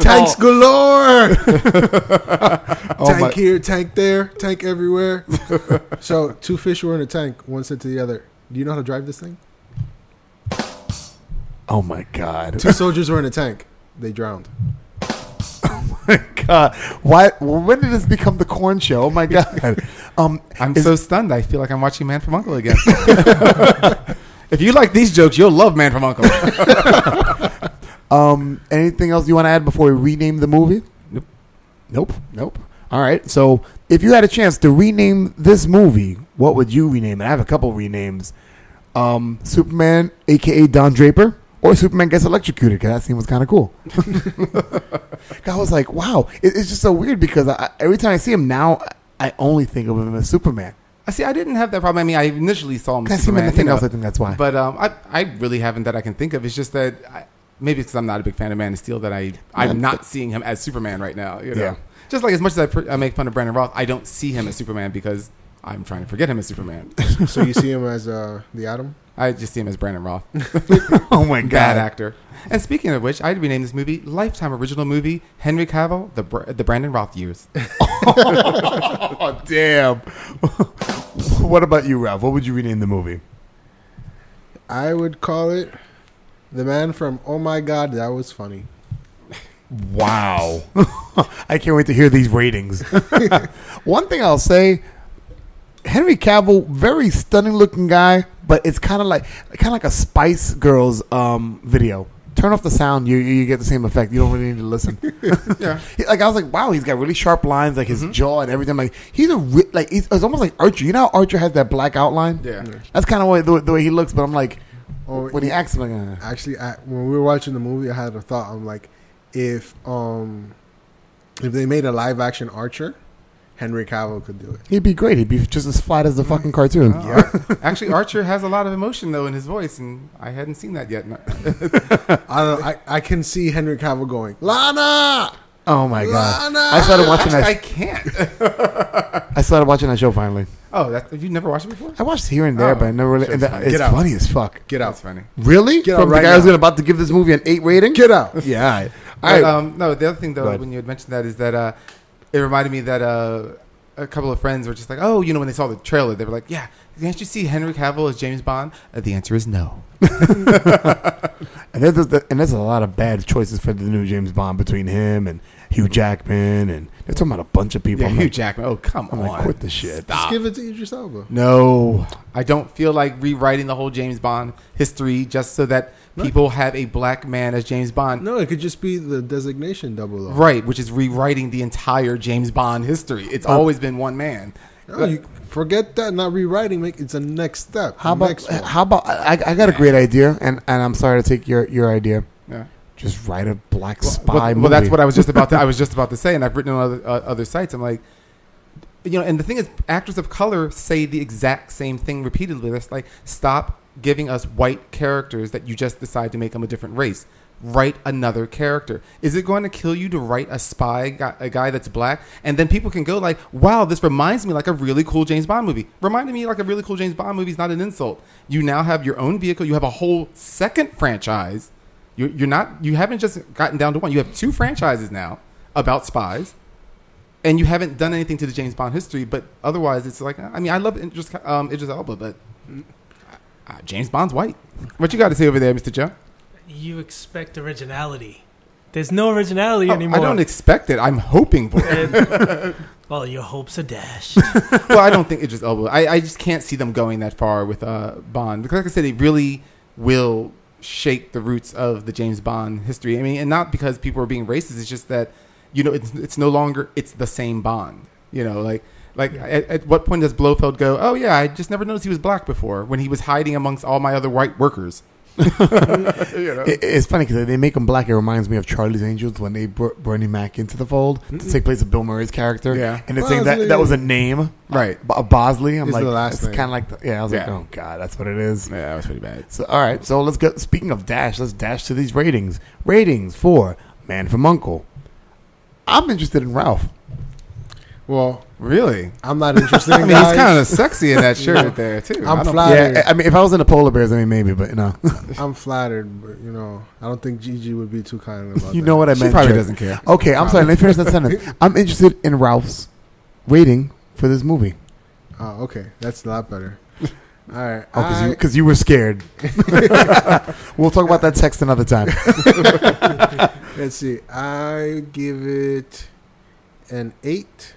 [SPEAKER 4] Tanks galore.
[SPEAKER 3] (laughs)
[SPEAKER 4] (laughs)
[SPEAKER 3] Oh,
[SPEAKER 4] tank
[SPEAKER 3] my-
[SPEAKER 4] here, tank there, tank
[SPEAKER 3] (laughs)
[SPEAKER 4] everywhere. so two fish were in a tank. One said to the other, "Do you know how to drive this thing?"
[SPEAKER 2] Oh my god. (laughs)
[SPEAKER 4] Two soldiers were in a tank. They drowned.
[SPEAKER 2] god. Why? When did this become the corn show? Oh
[SPEAKER 3] (laughs)
[SPEAKER 2] my god. Um,
[SPEAKER 3] I'm
[SPEAKER 2] is-
[SPEAKER 3] so stunned. I feel like I'm watching Man from Uncle again. (laughs) if you like these jokes, you'll love Man from Uncle.
[SPEAKER 2] Um, anything else you want to add before we rename the movie?
[SPEAKER 3] Nope.
[SPEAKER 2] Nope. Nope. All right. So, if you had a chance to rename this movie, what would you rename it? I have a couple renames. Um, Superman, aka Don Draper, or Superman gets electrocuted because that scene was kind of
[SPEAKER 3] (laughs)
[SPEAKER 2] cool. I was like, wow, it, it's just so weird because I, I- every time I see him now, I only think of him as Superman. (laughs)
[SPEAKER 3] I (laughs) see. I didn't have that problem. I mean, I initially saw him.
[SPEAKER 2] I see him in
[SPEAKER 3] Superman,
[SPEAKER 2] nothing
[SPEAKER 3] you know,
[SPEAKER 2] else. I think that's why.
[SPEAKER 3] But um, I, I really haven't that I can think of. It's just that I, maybe because I'm not a big fan of Man of Steel that I I'm not seeing him as Superman right now. You know,
[SPEAKER 2] Yeah.
[SPEAKER 3] just like as much as I, pr- I make fun of Brandon Roth, I don't see him as Superman because I'm trying to forget him as Superman. (laughs)
[SPEAKER 4] So you see him as uh, the Atom.
[SPEAKER 3] I just see him as Brandon Roth, (laughs)
[SPEAKER 2] oh my
[SPEAKER 3] bad actor. And speaking of which, I'd rename this movie Lifetime Original Movie Henry Cavill the Br- the Brandon Roth (laughs) years.
[SPEAKER 2] (laughs) Oh damn! (laughs) what about you, Ralph? What would you rename the movie?
[SPEAKER 4] I would call it the man from Oh My God, that was funny.
[SPEAKER 2] Wow. (laughs) I can't wait to hear these ratings. (laughs) One thing I'll say, Henry Cavill, very stunning looking guy, but it's kind of like kind of like a Spice Girls um, video. Turn off the sound, you you get the same effect. You don't really need to listen.
[SPEAKER 3] (laughs)
[SPEAKER 2] (laughs)
[SPEAKER 3] Yeah. Mm-hmm.
[SPEAKER 2] He- like I was like, wow, he's got really sharp lines, like his jaw and everything. Like he's a ri- like he's, it's almost like Archer. You know how Archer has that black outline?
[SPEAKER 3] Yeah.
[SPEAKER 2] That's kind of the, the way he looks. But I'm like,
[SPEAKER 4] Or
[SPEAKER 2] when he acts, I'm like, uh,
[SPEAKER 4] Oh, actually, I, when we were watching the movie, I had a thought. I'm like, if um, if they made a live action Archer, Henry Cavill could do it.
[SPEAKER 2] he'd be great. He'd be just as flat
[SPEAKER 3] Mm-hmm.
[SPEAKER 2] as the fucking cartoon.
[SPEAKER 3] Actually, Archer has a lot of emotion though in his voice, and I hadn't seen that (laughs) yet.
[SPEAKER 4] I don't. know, I, I can see Henry Cavill going Lana.
[SPEAKER 2] Oh my god!
[SPEAKER 4] Lana!
[SPEAKER 2] I started watching
[SPEAKER 3] Actually, I
[SPEAKER 2] that.
[SPEAKER 3] can't. (laughs)
[SPEAKER 2] I started watching that show finally.
[SPEAKER 3] Oh, that, you've never watched it before?
[SPEAKER 2] I watched here and there,
[SPEAKER 3] Oh,
[SPEAKER 2] but I never really. And that-
[SPEAKER 3] show's funny.
[SPEAKER 2] it's
[SPEAKER 4] Get out.
[SPEAKER 2] funny as fuck.
[SPEAKER 4] Get out.
[SPEAKER 3] That's funny.
[SPEAKER 2] Really?
[SPEAKER 4] Get out
[SPEAKER 2] From the
[SPEAKER 4] right
[SPEAKER 2] guy who's
[SPEAKER 4] now.
[SPEAKER 2] about to give this movie an eight rating?
[SPEAKER 4] Get
[SPEAKER 2] (laughs)
[SPEAKER 4] out.
[SPEAKER 2] Yeah. All right.
[SPEAKER 3] All right. um, no, the other thing though,
[SPEAKER 2] Go ahead.
[SPEAKER 3] when you had mentioned that, is that uh, it reminded me that uh, a couple of friends were just like, "Oh, you know," when they saw the trailer, they were like, "Yeah, can't you see Henry Cavill as James Bond?" Uh, the answer is no.
[SPEAKER 2] and, there's, there's- and there's a lot of bad choices for the new James Bond between him and Hugh Jackman, and they're talking about a bunch of people.
[SPEAKER 3] Yeah,
[SPEAKER 2] I'm
[SPEAKER 3] Hugh
[SPEAKER 2] like,
[SPEAKER 3] Jackman. Oh, come
[SPEAKER 2] I'm
[SPEAKER 3] on.
[SPEAKER 2] like, quit the shit.
[SPEAKER 4] Just give it to Idris Elba.
[SPEAKER 2] No.
[SPEAKER 3] I don't feel like rewriting the whole James Bond history just so that people have a black man as James Bond.
[SPEAKER 4] No, it could just be the designation double O.
[SPEAKER 3] Right, which is rewriting the entire James Bond history. It's always been one man.
[SPEAKER 4] No, you forget that. Not rewriting. Make it's a next step.
[SPEAKER 2] How about?
[SPEAKER 4] next one.
[SPEAKER 2] How about? I, I got a great idea, and, and I'm sorry to take your, your idea.
[SPEAKER 3] Yeah.
[SPEAKER 2] Just write a black spy
[SPEAKER 3] well,
[SPEAKER 2] movie.
[SPEAKER 3] well, that's what I was just about. To,
[SPEAKER 2] (laughs)
[SPEAKER 3] I was just about to say, and I've written on other, uh, other sites. I'm like, you know, and the thing is, actors of color say the exact same thing repeatedly. That's like, stop giving us white characters that you just decide to make them a different race. Write another character. Is it going to kill you to write a spy, guy, a guy that's black, and then people can go like, "Wow, this reminds me like a really cool James Bond movie." Reminding me like a really cool James Bond movie is not an insult. You now have your own vehicle. You have a whole second franchise you're, you're not. You haven't just gotten down to one. You have two franchises now about spies, and you haven't done anything to the James Bond history. But otherwise, it's like I mean, I love Idris, um, Idris Elba, but uh, James Bond's white. What you got to say over there, Mister Joe?
[SPEAKER 5] You expect originality. There's no originality
[SPEAKER 3] Oh,
[SPEAKER 5] anymore.
[SPEAKER 3] I don't expect it. I'm hoping for it.
[SPEAKER 5] And- well, your hopes are dashed.
[SPEAKER 3] well, I don't think Idris Elba. I, I just can't see them going that far with uh, Bond because, like I said, they really will shake the roots of the James Bond history. I mean, and not because people are being racist. It's just that you know it's it's no longer it's the same Bond. You know, like like at, at what point does Blofeld go? Oh yeah, I just never noticed he was black before when he was hiding amongst all my other white workers.
[SPEAKER 6] You know?
[SPEAKER 2] It, it's funny because they make him black. It reminds me of Charlie's Angels when they brought Bernie Mac into the fold to take place of Bill Murray's character.
[SPEAKER 6] Yeah.
[SPEAKER 2] and they're saying that
[SPEAKER 4] Bosley.
[SPEAKER 2] that was a name,
[SPEAKER 3] Right.
[SPEAKER 2] Bo- Bosley. I'm
[SPEAKER 4] Is
[SPEAKER 2] like,
[SPEAKER 4] the last
[SPEAKER 2] it's
[SPEAKER 4] name.
[SPEAKER 2] kind of like, the, yeah. I was like,
[SPEAKER 3] Yeah.
[SPEAKER 2] oh god, that's what it is.
[SPEAKER 3] Yeah, that was pretty bad.
[SPEAKER 2] So all right, so let's go. Speaking of dash, let's dash to these ratings. Ratings for Man from Uncle. I'm interested in Ralph.
[SPEAKER 4] Well,
[SPEAKER 3] Really?
[SPEAKER 4] I'm not
[SPEAKER 3] (laughs)
[SPEAKER 4] interested.
[SPEAKER 3] I mean, he's kind of sexy in
[SPEAKER 4] (laughs)
[SPEAKER 3] that shirt there too.
[SPEAKER 4] I'm
[SPEAKER 3] I don't-
[SPEAKER 4] flattered.
[SPEAKER 2] Yeah, I I mean, if I was in the polar bears, I mean, maybe, but (laughs) no,
[SPEAKER 4] I'm flattered, but you know, I don't think Gigi would be too kind
[SPEAKER 2] (laughs)
[SPEAKER 4] about
[SPEAKER 2] you
[SPEAKER 4] that.
[SPEAKER 2] know what I
[SPEAKER 3] She
[SPEAKER 2] meant.
[SPEAKER 3] probably
[SPEAKER 2] Jake.
[SPEAKER 3] doesn't care.
[SPEAKER 2] Okay, I'm sorry. Let me finish that sentence. I'm interested in Ralph's rating for this movie.
[SPEAKER 4] Oh, okay, that's a
[SPEAKER 2] (laughs)
[SPEAKER 4] lot better. All right,
[SPEAKER 2] Oh, because
[SPEAKER 4] I-
[SPEAKER 2] you, 'cause you were scared. (laughs) we'll talk about that text another time.
[SPEAKER 4] let's see. I give it an eight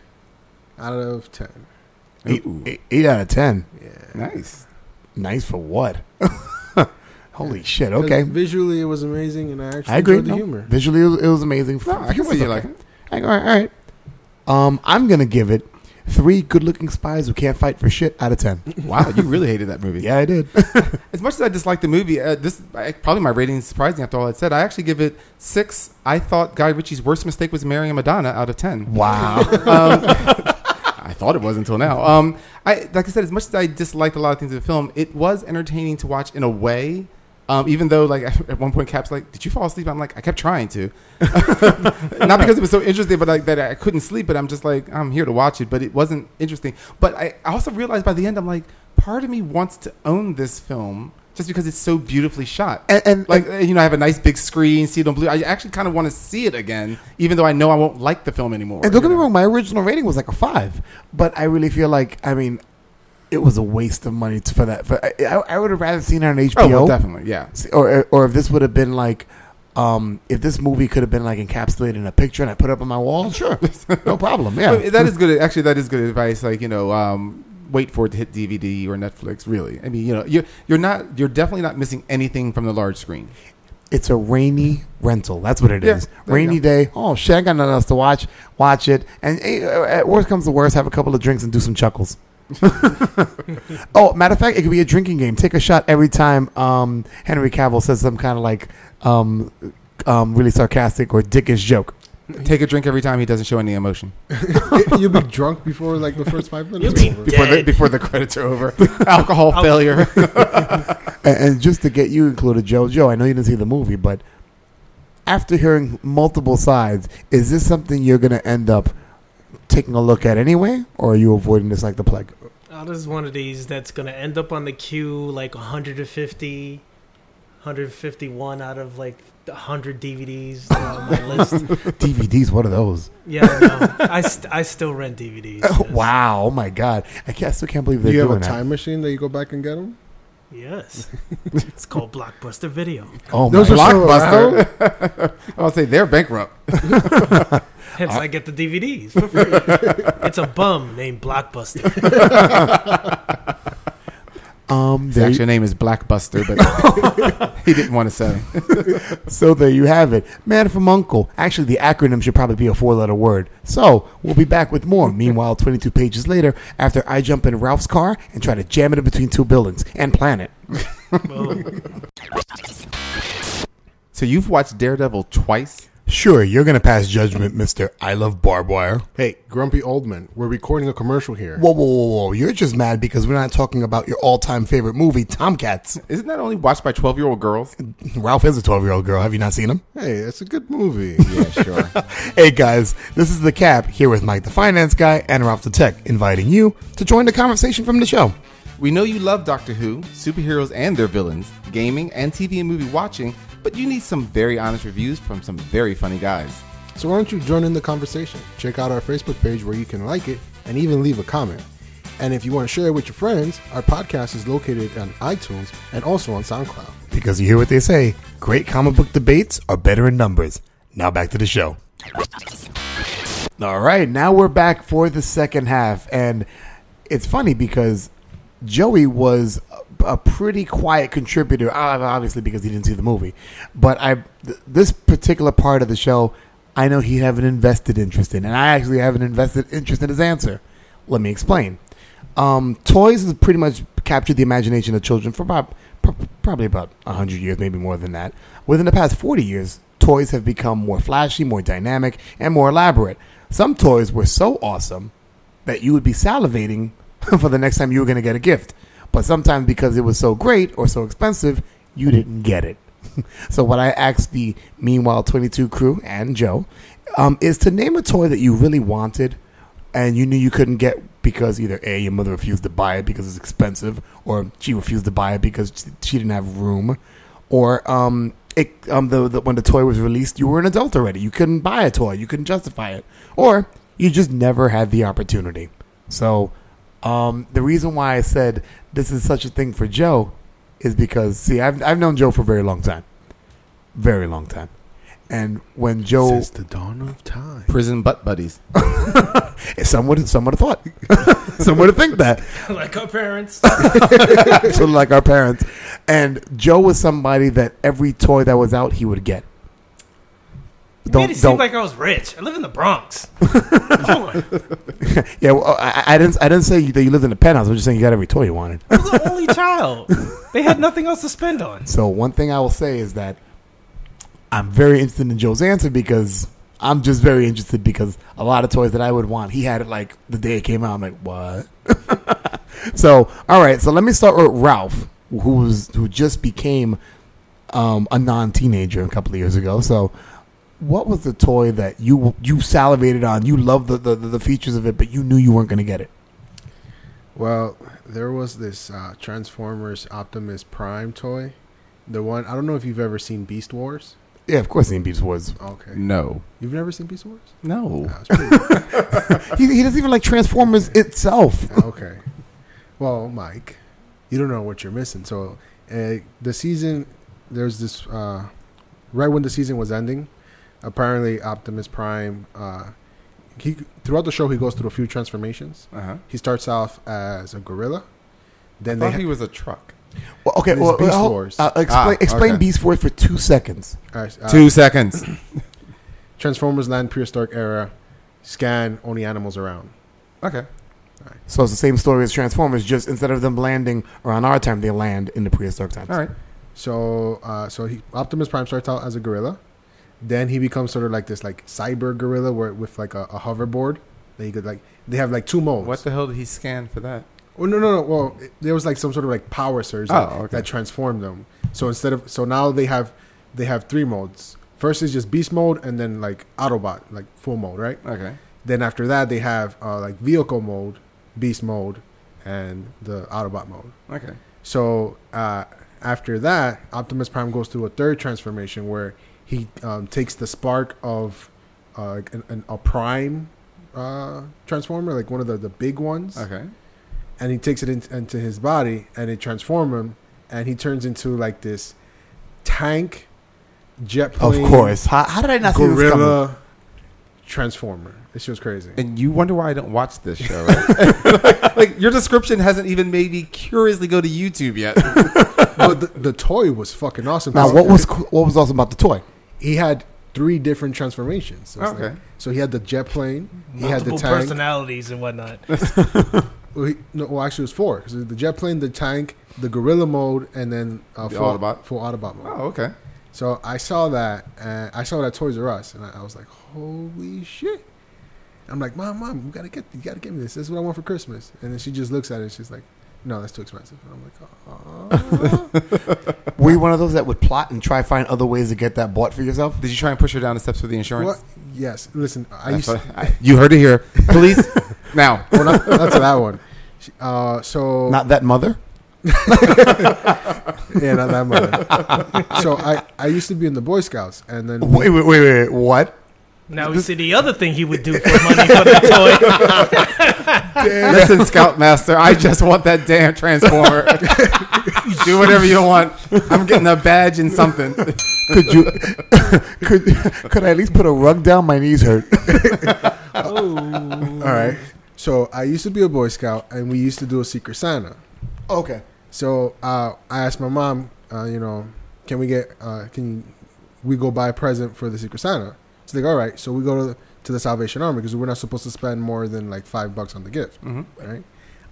[SPEAKER 4] out of ten.
[SPEAKER 2] Eight,
[SPEAKER 3] Ooh.
[SPEAKER 2] eight- (laughs) eight out of ten.
[SPEAKER 3] Nice.
[SPEAKER 2] Nice for what? (laughs) Holy shit! Okay,
[SPEAKER 4] Visually, it was amazing, and I actually
[SPEAKER 2] I agree.
[SPEAKER 4] enjoyed the
[SPEAKER 2] No, (laughs)
[SPEAKER 4] humor. (laughs)
[SPEAKER 2] Visually, it was, it was amazing.
[SPEAKER 3] No, I can see you like it.
[SPEAKER 2] I go, all right, all right. Um, I'm gonna give it three good-looking spies who can't fight for shit out of ten.
[SPEAKER 3] Wow, you really hated that
[SPEAKER 2] (laughs)
[SPEAKER 3] movie.
[SPEAKER 2] Yeah, I did.
[SPEAKER 3] As much as I disliked the movie, uh, this I, probably my rating is surprising after all I said. I actually give it six. I thought Guy Ritchie's worst mistake was marrying Madonna out of ten.
[SPEAKER 2] (laughs) Wow.
[SPEAKER 3] I thought it was until
[SPEAKER 2] Mm-hmm.
[SPEAKER 3] now. Um, I like I said, as much as I disliked a lot of things in the film, it was entertaining to watch in a way. Um, even though, like (laughs) at one point, Cap's like, "Did you fall asleep?" I'm like, "I kept
[SPEAKER 2] (laughs)
[SPEAKER 3] trying to," not because it was so interesting, but like that I couldn't sleep. But I'm just like, I'm here to watch it, but it wasn't interesting. But I I also realized by the end, I'm like, part of me wants to own this film just because it's so beautifully shot.
[SPEAKER 2] And- and-
[SPEAKER 3] like uh, you know, I have a nice big screen, see it on blue. I actually kind of want to see it again, even though I know I won't like the film anymore.
[SPEAKER 2] and don't get
[SPEAKER 3] you
[SPEAKER 2] me
[SPEAKER 3] know?
[SPEAKER 2] wrong, my original rating was like a five, but I really feel like I mean, it was a waste of money to- for that. For I, I, I would have rather seen it on HBO.
[SPEAKER 3] Oh, well, definitely, yeah.
[SPEAKER 2] See, or or if this would have been like um if this movie could have been like encapsulated in a picture and I put it up on my
[SPEAKER 3] (laughs)
[SPEAKER 2] wall, sure, (laughs) no problem. Yeah,
[SPEAKER 3] But that is good. Actually, that is good advice. Like you know, um, wait for it to hit DVD or Netflix. Really, I mean, you know, you're you're not you're definitely not missing anything from the large screen.
[SPEAKER 2] it's a rainy rental. That's what it
[SPEAKER 3] Yeah,
[SPEAKER 2] is.
[SPEAKER 3] there
[SPEAKER 2] Rainy
[SPEAKER 3] you
[SPEAKER 2] day. Oh shit, I got nothing else to watch. Watch it, and eh, at worst comes to worst, have a couple of drinks and do some
[SPEAKER 3] (laughs)
[SPEAKER 2] chuckles. oh, matter of fact, it could be a drinking game. Take a shot every time um, Henry Cavill says some kind of like um, um, really sarcastic or dickish joke.
[SPEAKER 3] Take a drink every time he doesn't show any emotion
[SPEAKER 4] You'll be drunk before like the
[SPEAKER 2] (laughs)
[SPEAKER 4] first five
[SPEAKER 5] You'll
[SPEAKER 4] minutes.
[SPEAKER 5] be
[SPEAKER 4] over.
[SPEAKER 3] before the,
[SPEAKER 5] dead.
[SPEAKER 3] before the credits are over. (laughs) Alcohol
[SPEAKER 5] Al-
[SPEAKER 3] failure. (laughs)
[SPEAKER 2] And, and just to get you included, Joe, Joe, I know you didn't see the movie, but after hearing multiple sides, is this something you're going to end up taking a look at anyway, or are you avoiding this like the
[SPEAKER 4] (laughs)
[SPEAKER 2] plague?
[SPEAKER 5] Oh, this is one of these that's going to end up on the queue like 150, 151 out of like 100 DVDs that are on my
[SPEAKER 4] (laughs)
[SPEAKER 5] list.
[SPEAKER 2] DVDs, what are those?
[SPEAKER 5] Yeah, I know. I, st- I still rent DVDs. yes.
[SPEAKER 2] (laughs) wow, oh my god, I, can't, I still can't believe they're
[SPEAKER 4] you have
[SPEAKER 2] doing
[SPEAKER 4] a
[SPEAKER 2] that.
[SPEAKER 4] time machine that you go back and get them.
[SPEAKER 5] Yes. It's called Blockbuster Video.
[SPEAKER 2] Oh
[SPEAKER 4] Those
[SPEAKER 2] my
[SPEAKER 4] are still
[SPEAKER 2] blockbuster! (laughs)
[SPEAKER 4] around?
[SPEAKER 3] I'll say they're bankrupt.
[SPEAKER 5] Hence, I get the DVDs for free. it's a bum named Blockbuster. (laughs)
[SPEAKER 2] um,
[SPEAKER 3] His
[SPEAKER 2] there
[SPEAKER 3] actual name is Blackbuster, but (laughs) he didn't want
[SPEAKER 2] (laughs)
[SPEAKER 3] to say.
[SPEAKER 2] So there you have it. Man from Uncle. Actually, the acronym should probably be a four letter word. So we'll be back with
[SPEAKER 4] (laughs)
[SPEAKER 2] more. Meanwhile, 22 pages later, after I jump in Ralph's car and try to jam it in between two buildings and planet.
[SPEAKER 5] Well,
[SPEAKER 3] So you've watched Daredevil twice.
[SPEAKER 2] Sure, you're going to pass judgment, Mr. I love barbed wire.
[SPEAKER 4] Hey, grumpy old man, we're recording a commercial here.
[SPEAKER 2] Whoa, whoa, whoa, whoa. You're just mad because we're not talking about your all time favorite movie, Tomcats. (laughs)
[SPEAKER 3] Isn't that only watched by twelve-year-old girls?
[SPEAKER 2] Ralph is a 12 year old girl. Have you not seen him?
[SPEAKER 4] Hey, it's a good movie.
[SPEAKER 3] Yeah, sure.
[SPEAKER 2] (laughs) Hey guys, this is The Cap here with Mike the Finance Guy and Ralph the Tech, inviting you to join the conversation from the show.
[SPEAKER 3] We know you love Doctor Who, superheroes and their villains, gaming, and TV and movie watching, but you need some very honest reviews from some very funny guys.
[SPEAKER 4] So why don't you join in the conversation? Check out our Facebook page where you can like it and even leave a comment. And if you want to share it with your friends, our podcast is located on iTunes and also on SoundCloud.
[SPEAKER 2] Because you hear what they say great comic book debates are better in numbers. Now back to the show. All right, now we're back for the second half. And it's funny because Joey was a, a pretty quiet contributor, ob- obviously, because he didn't see the movie. But I, th- this particular part of the show, I know he have an invested interest in. And I actually have an invested interest in his answer. Let me explain. Um, toys is pretty much captured the imagination of children for about, pr- probably about 100 years, maybe more than that. Within the past 40 years, toys have become more flashy, more dynamic, and more elaborate. Some toys were so awesome that you would be salivating (laughs) for the next time you were going to get a gift. But sometimes because it was so great or so expensive, you didn't get it. (laughs) so what I asked the Meanwhile 22 crew and Joe um, is to name a toy that you really wanted and you knew you couldn't get because either A, your mother refused to buy it because it's expensive, or she refused to buy it because she- she didn't have room, or um, it, um, the, the, when the toy was released, you were an adult already. You couldn't buy a toy, you couldn't justify it, or you just never had the opportunity. So um, the reason why I said this is such a thing for Joe is because, see, I've, I've known Joe for a very long time. Very long time. And when Joe.
[SPEAKER 4] Since the dawn of time.
[SPEAKER 3] Prison butt buddies.
[SPEAKER 2] Some would, some would have thought. (laughs) some would have think that.
[SPEAKER 5] like our parents.
[SPEAKER 2] (laughs) so like our parents. And Joe was somebody that every toy that was out, he would get.
[SPEAKER 5] made
[SPEAKER 2] Don't
[SPEAKER 5] it
[SPEAKER 2] don't.
[SPEAKER 5] seem like I was rich. I live in the Bronx. Come on.
[SPEAKER 2] yeah, well, I, I didn't. I didn't say that you lived in a penthouse. I'm just saying you got every toy you wanted.
[SPEAKER 5] I was the only child. They had nothing else to spend on.
[SPEAKER 2] So one thing I will say is that I'm very interested in Joe's answer because I'm just very interested because a lot of toys that I would want, he had it like the day it came out. I'm like, what? (laughs) so all right, so let me start with Ralph, who was who just became um, a non-teenager a couple of years ago. So what was the toy that you you salivated on? You loved the the, the features of it, but you knew you weren't going to get it.
[SPEAKER 4] Well, there was this uh, Transformers Optimus Prime toy. The one, I don't know if you've ever seen Beast Wars.
[SPEAKER 2] Yeah, of course, the Beast was.
[SPEAKER 4] Okay.
[SPEAKER 3] (laughs) No. Uh-huh.
[SPEAKER 4] You've never seen Beast Wars?
[SPEAKER 3] No.
[SPEAKER 4] Nah, it's (laughs) pretty-
[SPEAKER 2] He, he doesn't even like Transformers itself.
[SPEAKER 4] okay. Well, Mike, you don't know what you're missing. So, uh, the season, there's this, uh, right when the season was ending, apparently Optimus Prime, uh, he throughout the show, he goes through a few transformations.
[SPEAKER 3] Uh-huh.
[SPEAKER 4] He starts off as a gorilla. Then
[SPEAKER 3] I
[SPEAKER 4] they
[SPEAKER 3] thought
[SPEAKER 4] ha-
[SPEAKER 3] he was a truck.
[SPEAKER 2] Well, okay,
[SPEAKER 4] It's
[SPEAKER 2] well,
[SPEAKER 4] Beast
[SPEAKER 2] hold-
[SPEAKER 4] Wars.
[SPEAKER 2] Uh, explain
[SPEAKER 3] Ah,
[SPEAKER 2] explain
[SPEAKER 3] okay.
[SPEAKER 2] Beast Wars for two seconds.
[SPEAKER 4] uh, uh,
[SPEAKER 3] Two seconds.
[SPEAKER 4] Transformers Land Prehistoric Era, scan only animals around.
[SPEAKER 3] (clears throat) Okay.
[SPEAKER 2] So it's the same story as Transformers, just instead of them landing around our time, they land in the prehistoric times.
[SPEAKER 3] All right.
[SPEAKER 4] So uh, so he, Optimus Prime starts out as a gorilla, then he becomes sort of like this like cyber gorilla where with like a, a hoverboard. That he could like they have like two modes.
[SPEAKER 3] What the hell did he scan for that?
[SPEAKER 4] Oh no no no! Well, it- there was like some sort of like power surge
[SPEAKER 3] Oh,
[SPEAKER 4] that,
[SPEAKER 3] okay.
[SPEAKER 4] that transformed them. So instead of so now they have they have three modes. First is just beast mode, and then like Autobot, like full mode, right?
[SPEAKER 3] Okay.
[SPEAKER 4] Then after that they have uh, like vehicle mode, beast mode, and the Autobot mode.
[SPEAKER 3] Okay.
[SPEAKER 4] So uh, after that, Optimus Prime goes through a third transformation where he um, takes the spark of uh, an, an, a Prime uh, transformer, like one of the, the big ones,
[SPEAKER 3] Okay.
[SPEAKER 4] and he takes it in, into his body and it transforms him, and he turns into like this tank jet
[SPEAKER 2] Of
[SPEAKER 4] plane.
[SPEAKER 2] course. How, how did I not see this coming?
[SPEAKER 4] gorilla transformer. It's just crazy.
[SPEAKER 3] And you wonder why I don't watch this show. Right? (laughs) like your description hasn't even made me curiously go to YouTube yet.
[SPEAKER 4] but the, the toy was fucking awesome.
[SPEAKER 2] Now, what was co- what was awesome about the toy?
[SPEAKER 4] he had three different transformations. So, it's
[SPEAKER 3] Okay.
[SPEAKER 4] like- so he had the jet plane. He
[SPEAKER 5] Multiple
[SPEAKER 4] had the tank.
[SPEAKER 5] personalities and whatnot.
[SPEAKER 4] Well, he, no, well, actually, it was four. 'Cause the jet plane, the tank, the gorilla mode, and then uh,
[SPEAKER 3] The
[SPEAKER 4] full
[SPEAKER 3] Autobot.
[SPEAKER 4] full Autobot mode.
[SPEAKER 3] (laughs) Oh, okay.
[SPEAKER 4] So I saw that, and I saw that at Toys R Us, and I, I was like, "Holy shit!" I'm like, "Mom, mom, you gotta get, you gotta get me this. This is what I want for Christmas." And then she just looks at it, and she's like, "No, that's too expensive." And I'm like,
[SPEAKER 3] (laughs)
[SPEAKER 4] "Oh."
[SPEAKER 2] Were you one of those that would plot and try find other ways to get that bought for yourself?
[SPEAKER 3] Did you try and push her down the steps with the insurance?
[SPEAKER 4] "What?" Yes. Listen, I
[SPEAKER 3] That's
[SPEAKER 4] used.
[SPEAKER 3] what- I- you heard it here. Please,
[SPEAKER 2] (laughs)
[SPEAKER 3] now.
[SPEAKER 4] (laughs) well, not, not to that one. She- Uh, so
[SPEAKER 2] Not that mother.
[SPEAKER 4] yeah, not that much. so I, I used to be in the Boy Scouts, and then
[SPEAKER 2] Wait, wait, wait, wait. What?
[SPEAKER 5] Now we see the other thing he would do for money for
[SPEAKER 2] (laughs)
[SPEAKER 5] the toy.
[SPEAKER 3] (laughs) Listen, Scoutmaster, I just want that damn
[SPEAKER 2] (laughs)
[SPEAKER 3] transformer. Do whatever you want. I'm getting a badge and something.
[SPEAKER 2] Could you (laughs) could could I at least put a rug down? My knees hurt.
[SPEAKER 4] All right. So I used to be a Boy Scout, and we used to do a Secret Santa.
[SPEAKER 2] Okay.
[SPEAKER 4] So uh, I asked my mom, uh, you know, can we get, uh, can we go buy a present for the Secret Santa? She's like, all right. So we go to the, to the Salvation Army because we're not supposed to spend more than like five bucks on the gift, right?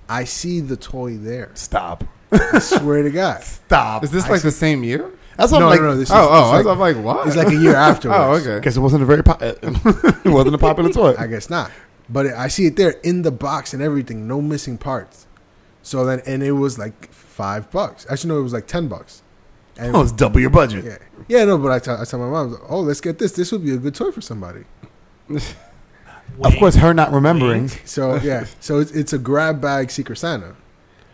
[SPEAKER 4] I see the toy there.
[SPEAKER 2] Stop.
[SPEAKER 4] I swear to God.
[SPEAKER 2] Stop.
[SPEAKER 3] Is this like the same year?
[SPEAKER 2] That's
[SPEAKER 4] No,
[SPEAKER 2] what I'm
[SPEAKER 4] no,
[SPEAKER 2] like.
[SPEAKER 4] no. This
[SPEAKER 3] Oh,
[SPEAKER 4] is,
[SPEAKER 3] oh, I
[SPEAKER 4] it's
[SPEAKER 3] was, I'm
[SPEAKER 4] like,
[SPEAKER 3] like, what?
[SPEAKER 4] it's like a year afterwards.
[SPEAKER 3] oh, okay.
[SPEAKER 2] Because it wasn't a very po- (laughs) it wasn't a popular toy.
[SPEAKER 4] I guess not. But I see it there in the box and everything, no missing parts. So then, and it was like five bucks. Actually, no, it was like ten bucks. And
[SPEAKER 2] Oh, it's double your budget.
[SPEAKER 4] (laughs) yeah, yeah, no. But I tell, I tell my mom, oh, let's get this. This would be a good toy for somebody.
[SPEAKER 2] Of course, her not remembering. (laughs)
[SPEAKER 4] So yeah, so it's, it's a grab bag Secret Santa.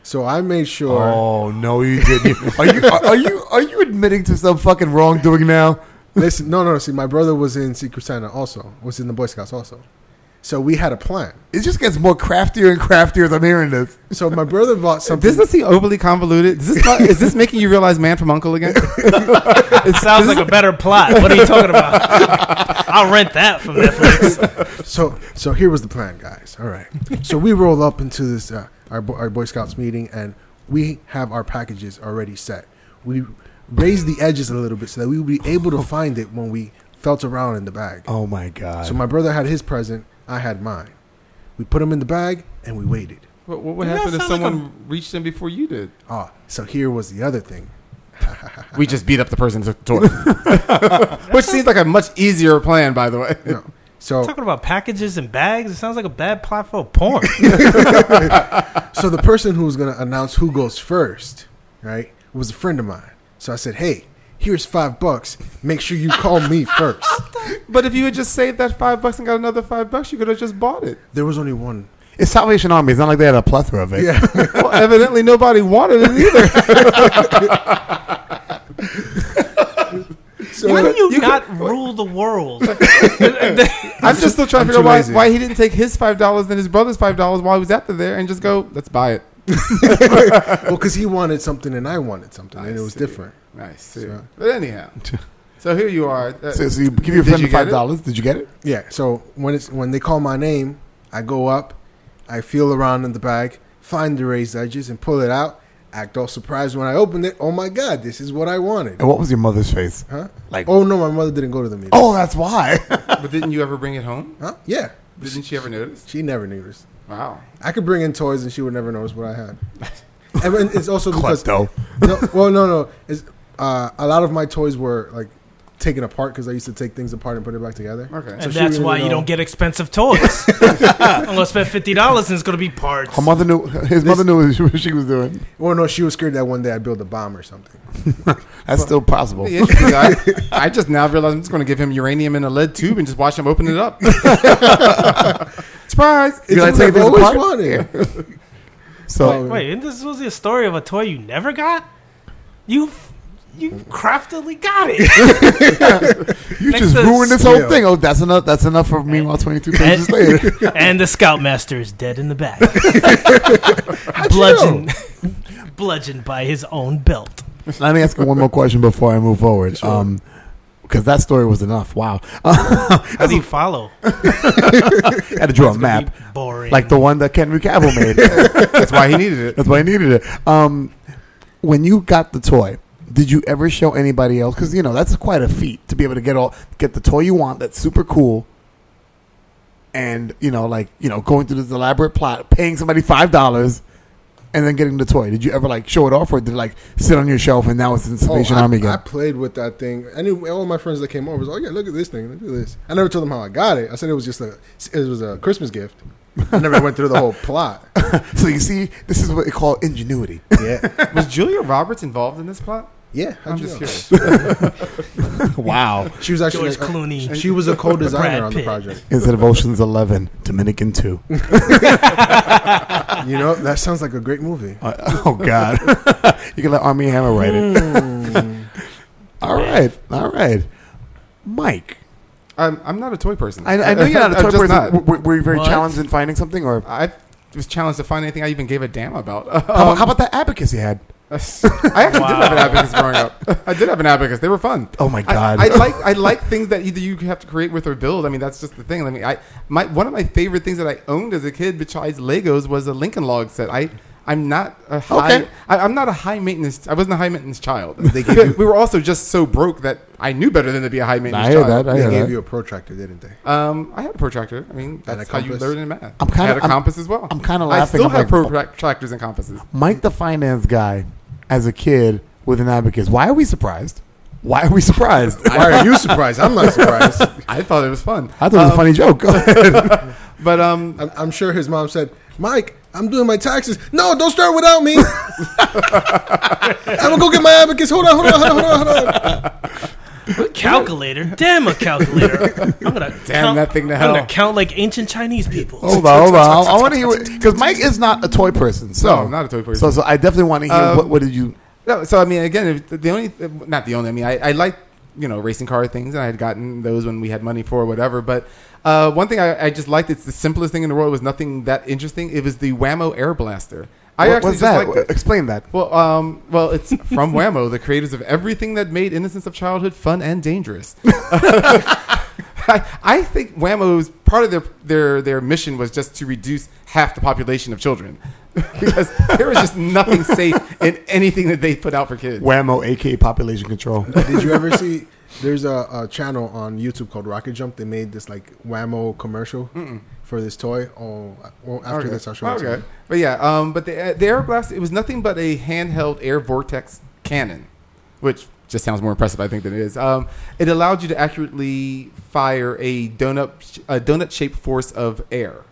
[SPEAKER 4] So I made sure.
[SPEAKER 2] Oh no, you (laughs) didn't. are you are, are you are you admitting to some fucking wrongdoing now?
[SPEAKER 4] (laughs) Listen, no, no. See, my brother was in Secret Santa also. Was in the Boy Scouts also. So we had a plan.
[SPEAKER 2] It just gets more craftier and craftier as I'm hearing this.
[SPEAKER 4] So my brother bought something.
[SPEAKER 3] Does this seem overly convoluted? Is this, not,
[SPEAKER 2] (laughs)
[SPEAKER 3] is this making you realize Man from Uncle again?
[SPEAKER 5] It sounds like a better plot. What are you
[SPEAKER 2] (laughs)
[SPEAKER 5] talking about? I'll rent that from
[SPEAKER 2] Oh.
[SPEAKER 5] Netflix.
[SPEAKER 4] So, so here was the plan, guys. All right. So we roll up into this uh, our Bo- our Boy Scouts meeting, and we have our packages already set. We raised the edges a little bit so that we would be able to find it when we felt around in the bag.
[SPEAKER 2] Oh my god.
[SPEAKER 4] So my brother had his present, I had mine. We put them in the bag, and we waited.
[SPEAKER 3] what, what would
[SPEAKER 5] You guys
[SPEAKER 3] happen if
[SPEAKER 5] sound like
[SPEAKER 3] someone reached him before you did?
[SPEAKER 4] Ah, so here was the other thing.
[SPEAKER 3] We just beat up the person to toy.
[SPEAKER 2] (laughs)
[SPEAKER 3] Which seems like a much easier plan, by the way.
[SPEAKER 4] No. So,
[SPEAKER 5] Talking about packages and bags. It sounds like a bad plot for
[SPEAKER 2] (laughs)
[SPEAKER 5] a porn.
[SPEAKER 4] so the person who was going to announce who goes first, right, was a friend of mine. So I said, "Hey, here's five bucks. Make sure you call me first.
[SPEAKER 3] But if you had just saved that five bucks and got another five bucks, you could have just bought it.
[SPEAKER 4] There was only one
[SPEAKER 2] it's Salvation Army. It's not like they had a plethora of it.
[SPEAKER 4] Yeah.
[SPEAKER 3] Well, evidently nobody wanted
[SPEAKER 2] (laughs)
[SPEAKER 3] it either.
[SPEAKER 5] Why do you,
[SPEAKER 3] You could-
[SPEAKER 5] not rule
[SPEAKER 2] (laughs)
[SPEAKER 5] the world?
[SPEAKER 3] I'm just still trying
[SPEAKER 4] I'm
[SPEAKER 3] to
[SPEAKER 4] too
[SPEAKER 3] figure out
[SPEAKER 4] lazy.
[SPEAKER 3] why, why he didn't take his five dollars and his brother's five dollars while he was out there and just go, let's buy it.
[SPEAKER 4] (laughs) well, because he wanted something and I wanted something, and it was
[SPEAKER 3] see.
[SPEAKER 4] different.
[SPEAKER 3] Nice. too.
[SPEAKER 2] (laughs)
[SPEAKER 3] But anyhow, so here you are. Uh,
[SPEAKER 2] So, so you give your
[SPEAKER 3] Did
[SPEAKER 2] friend
[SPEAKER 3] you
[SPEAKER 2] the five
[SPEAKER 3] get it?
[SPEAKER 2] dollars. Did you get it?
[SPEAKER 4] Yeah. So when it's when they call my name, I go up, I feel around in the bag, find the raised edges, and pull it out. Act all surprised when I opened it. Oh my god, this is what I wanted.
[SPEAKER 2] And what was your mother's face?
[SPEAKER 4] Huh?
[SPEAKER 2] Like, oh,
[SPEAKER 4] Oh no, my mother didn't go to the meeting.
[SPEAKER 2] that's (laughs) why.
[SPEAKER 3] But didn't you ever bring it home?
[SPEAKER 4] Huh? Yeah.
[SPEAKER 3] Didn't she ever notice?
[SPEAKER 4] She never noticed.
[SPEAKER 3] Wow.
[SPEAKER 4] I could bring in toys and she would never notice what I had. And when-
[SPEAKER 2] (laughs)
[SPEAKER 4] it's also because
[SPEAKER 2] Klepto.
[SPEAKER 4] (laughs) no, well, no, no. It's, uh, a lot of my toys were like taken apart because I used to take things apart and put it back together.
[SPEAKER 3] Okay.
[SPEAKER 5] and
[SPEAKER 3] (laughs)
[SPEAKER 4] she
[SPEAKER 5] that's
[SPEAKER 4] really
[SPEAKER 5] why you
[SPEAKER 4] don't-
[SPEAKER 5] don't get
[SPEAKER 2] (laughs)
[SPEAKER 5] expensive toys. I'm gonna spend fifty dollars and it's gonna be parts.
[SPEAKER 2] Her mother knew. His mother knew what she was doing.
[SPEAKER 4] Well, no, she was scared that one day I'd build a bomb or something.
[SPEAKER 2] That's still possible.
[SPEAKER 3] Be interesting. I, I just now realized I'm just going to give him uranium in a lead tube and just watch him open it
[SPEAKER 2] (laughs)
[SPEAKER 3] up. Surprise!
[SPEAKER 4] It's oh,
[SPEAKER 2] like,
[SPEAKER 4] what
[SPEAKER 2] take
[SPEAKER 4] I've
[SPEAKER 2] this
[SPEAKER 4] always
[SPEAKER 2] apart?
[SPEAKER 4] wanted.
[SPEAKER 2] So
[SPEAKER 5] Wait, isn't this supposed to be a story of a toy you never got? You you craftily got it.
[SPEAKER 2] (laughs) you
[SPEAKER 5] next
[SPEAKER 2] just
[SPEAKER 5] to
[SPEAKER 2] ruined this whole
[SPEAKER 4] skill.
[SPEAKER 2] thing. Oh, that's enough. That's enough for meanwhile. Twenty (laughs) two pages later.
[SPEAKER 5] (laughs) and the scoutmaster is dead in the back, bludgeoned (laughs) bludgeoned by his own belt.
[SPEAKER 2] Let me ask you one more question before I move forward. Um, because that story was enough. Wow, (laughs)
[SPEAKER 5] How do you follow?
[SPEAKER 2] I had to draw a map,
[SPEAKER 5] Be boring.
[SPEAKER 2] like the one that Henry Cavill made.
[SPEAKER 3] That's why he needed it.
[SPEAKER 2] That's why I needed it. Um, when you got the toy, did you ever show anybody else? Because you know that's quite a feat to be able to get all get the toy you want. That's super cool. And you know, like you know, going through this elaborate plot, paying somebody five dollars, and then getting the toy. Did you ever like show it off, or did it like sit on your shelf and now it's in
[SPEAKER 4] Oh,
[SPEAKER 2] Salvation
[SPEAKER 4] I,
[SPEAKER 2] Army
[SPEAKER 4] I
[SPEAKER 2] again?
[SPEAKER 4] played with that thing. I knew all my friends that came over was, oh yeah, look at this thing, look at this. I never told them how I got it. I said it was just a, it was a Christmas gift. I never went through the
[SPEAKER 2] (laughs)
[SPEAKER 4] whole plot.
[SPEAKER 2] so you see, this is what they call ingenuity.
[SPEAKER 4] Yeah,
[SPEAKER 3] Was Julia Roberts involved in this plot?
[SPEAKER 4] yeah.
[SPEAKER 3] I'm
[SPEAKER 4] how'd you
[SPEAKER 3] just
[SPEAKER 4] know?
[SPEAKER 3] curious.
[SPEAKER 2] wow.
[SPEAKER 4] She was actually uh,
[SPEAKER 5] George Clooney.
[SPEAKER 4] She
[SPEAKER 5] (laughs)
[SPEAKER 4] was a co-designer
[SPEAKER 5] Brad
[SPEAKER 4] on the
[SPEAKER 5] Pitt.
[SPEAKER 4] project.
[SPEAKER 2] (laughs) Instead of Ocean's Eleven, Dominican Two.
[SPEAKER 4] You know, that sounds like a great movie.
[SPEAKER 2] Uh, oh God! (laughs) you can let Army Hammer write it. (laughs) all right, all right, Mike.
[SPEAKER 3] I'm, I'm not a toy person.
[SPEAKER 2] I, I know you're not a
[SPEAKER 3] (laughs) I'm
[SPEAKER 2] toy
[SPEAKER 3] Uh, just
[SPEAKER 2] person.
[SPEAKER 3] not.
[SPEAKER 2] W- Were, were you very
[SPEAKER 5] What?
[SPEAKER 2] challenged in finding something, or
[SPEAKER 3] I was challenged to find anything I even gave a damn about.
[SPEAKER 2] how,
[SPEAKER 3] Um, (laughs)
[SPEAKER 2] about- how about that abacus you had?
[SPEAKER 3] I actually did have an abacus growing up. (laughs) I did have an abacus. They were fun.
[SPEAKER 2] Oh my
[SPEAKER 3] I-
[SPEAKER 2] God! (laughs)
[SPEAKER 3] I, like I like things that either you have to create with or build. I mean, that's just the thing. I mean, I my one of my favorite things that I owned as a kid, besides Legos, was a Lincoln Log set. I I'm not a high.
[SPEAKER 2] Okay.
[SPEAKER 3] I, I'm not a high maintenance. I wasn't a high maintenance child. (laughs) They gave you- we were also just so broke that I knew better than to be a high maintenance
[SPEAKER 2] I hear
[SPEAKER 3] child.
[SPEAKER 2] that. I
[SPEAKER 4] They
[SPEAKER 2] hear
[SPEAKER 4] gave
[SPEAKER 2] that.
[SPEAKER 4] you a protractor, didn't they?
[SPEAKER 3] Um, I had a protractor. I mean,
[SPEAKER 4] Had a
[SPEAKER 3] that's how you
[SPEAKER 4] compass?
[SPEAKER 3] learn in math.
[SPEAKER 2] I'm kinda-
[SPEAKER 3] I had a
[SPEAKER 2] I'm-
[SPEAKER 3] compass as well.
[SPEAKER 2] I'm kinda
[SPEAKER 3] I
[SPEAKER 2] laughing.
[SPEAKER 3] still
[SPEAKER 2] I'm
[SPEAKER 3] have
[SPEAKER 2] like-
[SPEAKER 3] protractors and compasses.
[SPEAKER 2] Mike, the finance guy, as a kid with an abacus. Why are we surprised? Why are we surprised?
[SPEAKER 4] Why are you surprised? I'm not surprised.
[SPEAKER 3] I thought it was fun.
[SPEAKER 2] I thought it was a funny joke.
[SPEAKER 3] But um,
[SPEAKER 4] I'm, I'm sure his mom said, Mike, I'm doing my taxes. No, don't start without me. (laughs) I'm going to go get my abacus. Hold on, hold on, hold on, hold on. Hold on.
[SPEAKER 5] Calculator? Damn a calculator! I'm gonna damn
[SPEAKER 3] that thing to
[SPEAKER 5] I'm
[SPEAKER 3] hell.
[SPEAKER 5] gonna count like ancient Chinese people.
[SPEAKER 2] hold on, hold on. I want to hear what
[SPEAKER 3] (laughs)
[SPEAKER 2] because Mike is not a toy person. So
[SPEAKER 3] No, not a toy person.
[SPEAKER 2] So, so I definitely want to hear
[SPEAKER 3] Um,
[SPEAKER 2] what, what did you?
[SPEAKER 3] No, so I mean, again, if the only not the only. I mean, I, I like you know racing car things, and I had gotten those when we had money for or whatever. But uh, one thing I, I just liked it's the simplest thing in the world. It was nothing that interesting. It was the Whammo Air Blaster. I
[SPEAKER 2] what
[SPEAKER 3] actually
[SPEAKER 2] was
[SPEAKER 3] just
[SPEAKER 2] that?
[SPEAKER 3] liked it.
[SPEAKER 2] Explain that.
[SPEAKER 3] Well, um, well, it's from (laughs) Whammo, the creators of everything that made Innocence of Childhood fun and dangerous. (laughs) I, I think Whammo's part of their, their their mission was just to reduce half the population of children (laughs) because there was just nothing safe in anything that they put out for kids.
[SPEAKER 2] Whammo, aka population
[SPEAKER 3] (laughs)
[SPEAKER 2] control.
[SPEAKER 4] Did you ever see? There's a, a channel on YouTube called Rocket Jump. They made this like whammo commercial for this toy. Oh, well, after this, I'll show it to
[SPEAKER 3] Oh, Okay.
[SPEAKER 4] you.
[SPEAKER 3] But yeah, um, but the, the air blast, it was nothing but a handheld air vortex cannon, which just sounds more impressive, I think, than it is. Um, it allowed you to accurately fire a donut a donut shaped force of air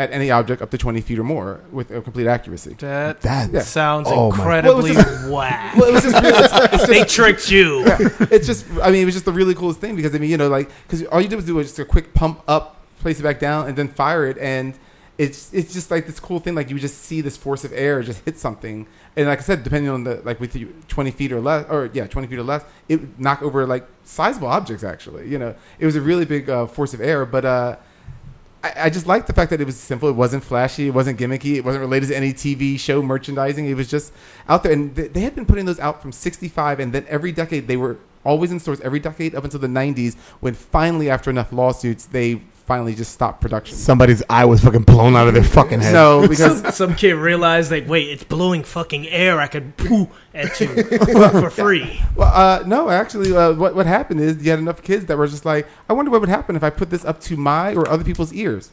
[SPEAKER 3] at any object up to 20 feet or more with a complete accuracy.
[SPEAKER 5] That
[SPEAKER 2] That
[SPEAKER 3] Yeah.
[SPEAKER 5] sounds
[SPEAKER 2] Oh my-
[SPEAKER 5] incredibly
[SPEAKER 3] Well,
[SPEAKER 5] whack.
[SPEAKER 3] Well, it was just, really,
[SPEAKER 5] they tricked you.
[SPEAKER 3] (laughs) it's just I mean, it was just the really coolest thing because I mean, you know, like because all you did was do was just a quick pump up, place it back down, and then fire it, and it's it's just like this cool thing. Like you just see this force of air just hit something, and like I said, depending on the like with you twenty feet or less, or yeah, twenty feet or less, it would knock over like sizable objects. Actually, you know, it was a really big uh, force of air, but. uh I, I just liked the fact that it was simple. It wasn't flashy. It wasn't gimmicky. It wasn't related to any TV show merchandising. It was just out there. And th- they had been putting those out from 65, and then every decade, they were always in stores every decade up until the 90s, when finally, after enough lawsuits, they finally just stopped production.
[SPEAKER 2] Somebody's eye was fucking blown out of their fucking head.
[SPEAKER 3] So, because.
[SPEAKER 5] Some, some kid realized, like, wait, it's blowing fucking air. I could poo at you for free.
[SPEAKER 3] Well, uh, no, actually, uh, what, what happened is you had enough kids that were just like, I wonder what would happen if I put this up to my or other people's ears.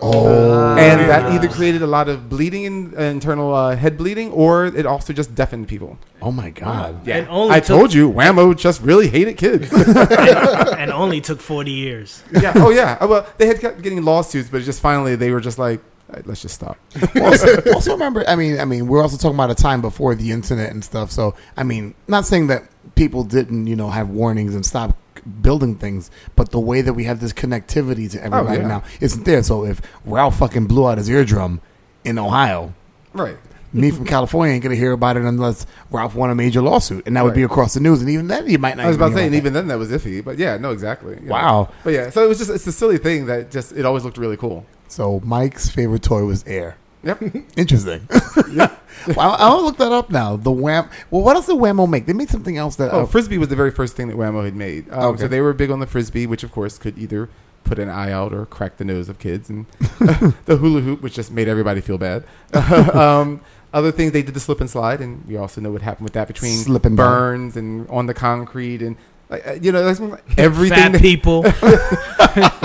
[SPEAKER 2] Oh,
[SPEAKER 3] And that either created a lot of bleeding, in, internal uh, head bleeding, or it also just deafened people.
[SPEAKER 2] oh my god.
[SPEAKER 5] And only
[SPEAKER 3] I
[SPEAKER 5] took,
[SPEAKER 3] told you, Whammo just really hated kids.
[SPEAKER 5] And only took 40 years.
[SPEAKER 3] yeah. (laughs) Oh yeah. Oh, Well, they had kept getting lawsuits, but just finally they were just like, "All right, let's just stop. (laughs)
[SPEAKER 2] also, also remember, I mean, I mean, we're also talking about a time before the internet and stuff. So, I mean, not saying that people didn't, you know, have warnings and stop building things, but the way that we have this connectivity to everybody
[SPEAKER 3] Oh, yeah.
[SPEAKER 2] now isn't there. So, if Ralph fucking blew out his eardrum in Ohio,
[SPEAKER 3] Right.
[SPEAKER 2] me from California ain't gonna hear about it unless Ralph won a major lawsuit, and that would be
[SPEAKER 3] Right.
[SPEAKER 2] across the news. And even then, you might not.
[SPEAKER 3] I was about to say,
[SPEAKER 2] hear
[SPEAKER 3] and
[SPEAKER 2] about
[SPEAKER 3] even then that was iffy. But yeah, no, exactly. you know.
[SPEAKER 2] Wow.
[SPEAKER 3] But yeah, so it was just it's a silly thing that just it always looked really cool.
[SPEAKER 2] that. So, Mike's favorite toy was air.
[SPEAKER 3] Yep.
[SPEAKER 2] Interesting. (laughs) well, I- I'll look that up now. The Wham. Well, what else did Whammo make? They made something else that.
[SPEAKER 3] Oh,
[SPEAKER 2] uh,
[SPEAKER 3] frisbee was the very first thing that Whammo had made. Um,
[SPEAKER 2] Okay.
[SPEAKER 3] So they were big on the frisbee, which of course could either put an eye out or crack the nose of kids, and (laughs) the hula hoop, which just made everybody feel bad. (laughs) um, other things they did the slip and slide, and we also know what happened with that between
[SPEAKER 2] Slip and
[SPEAKER 3] burns and on the concrete and. Like, uh, you know, that's everything.
[SPEAKER 5] Fat
[SPEAKER 3] that-
[SPEAKER 5] people.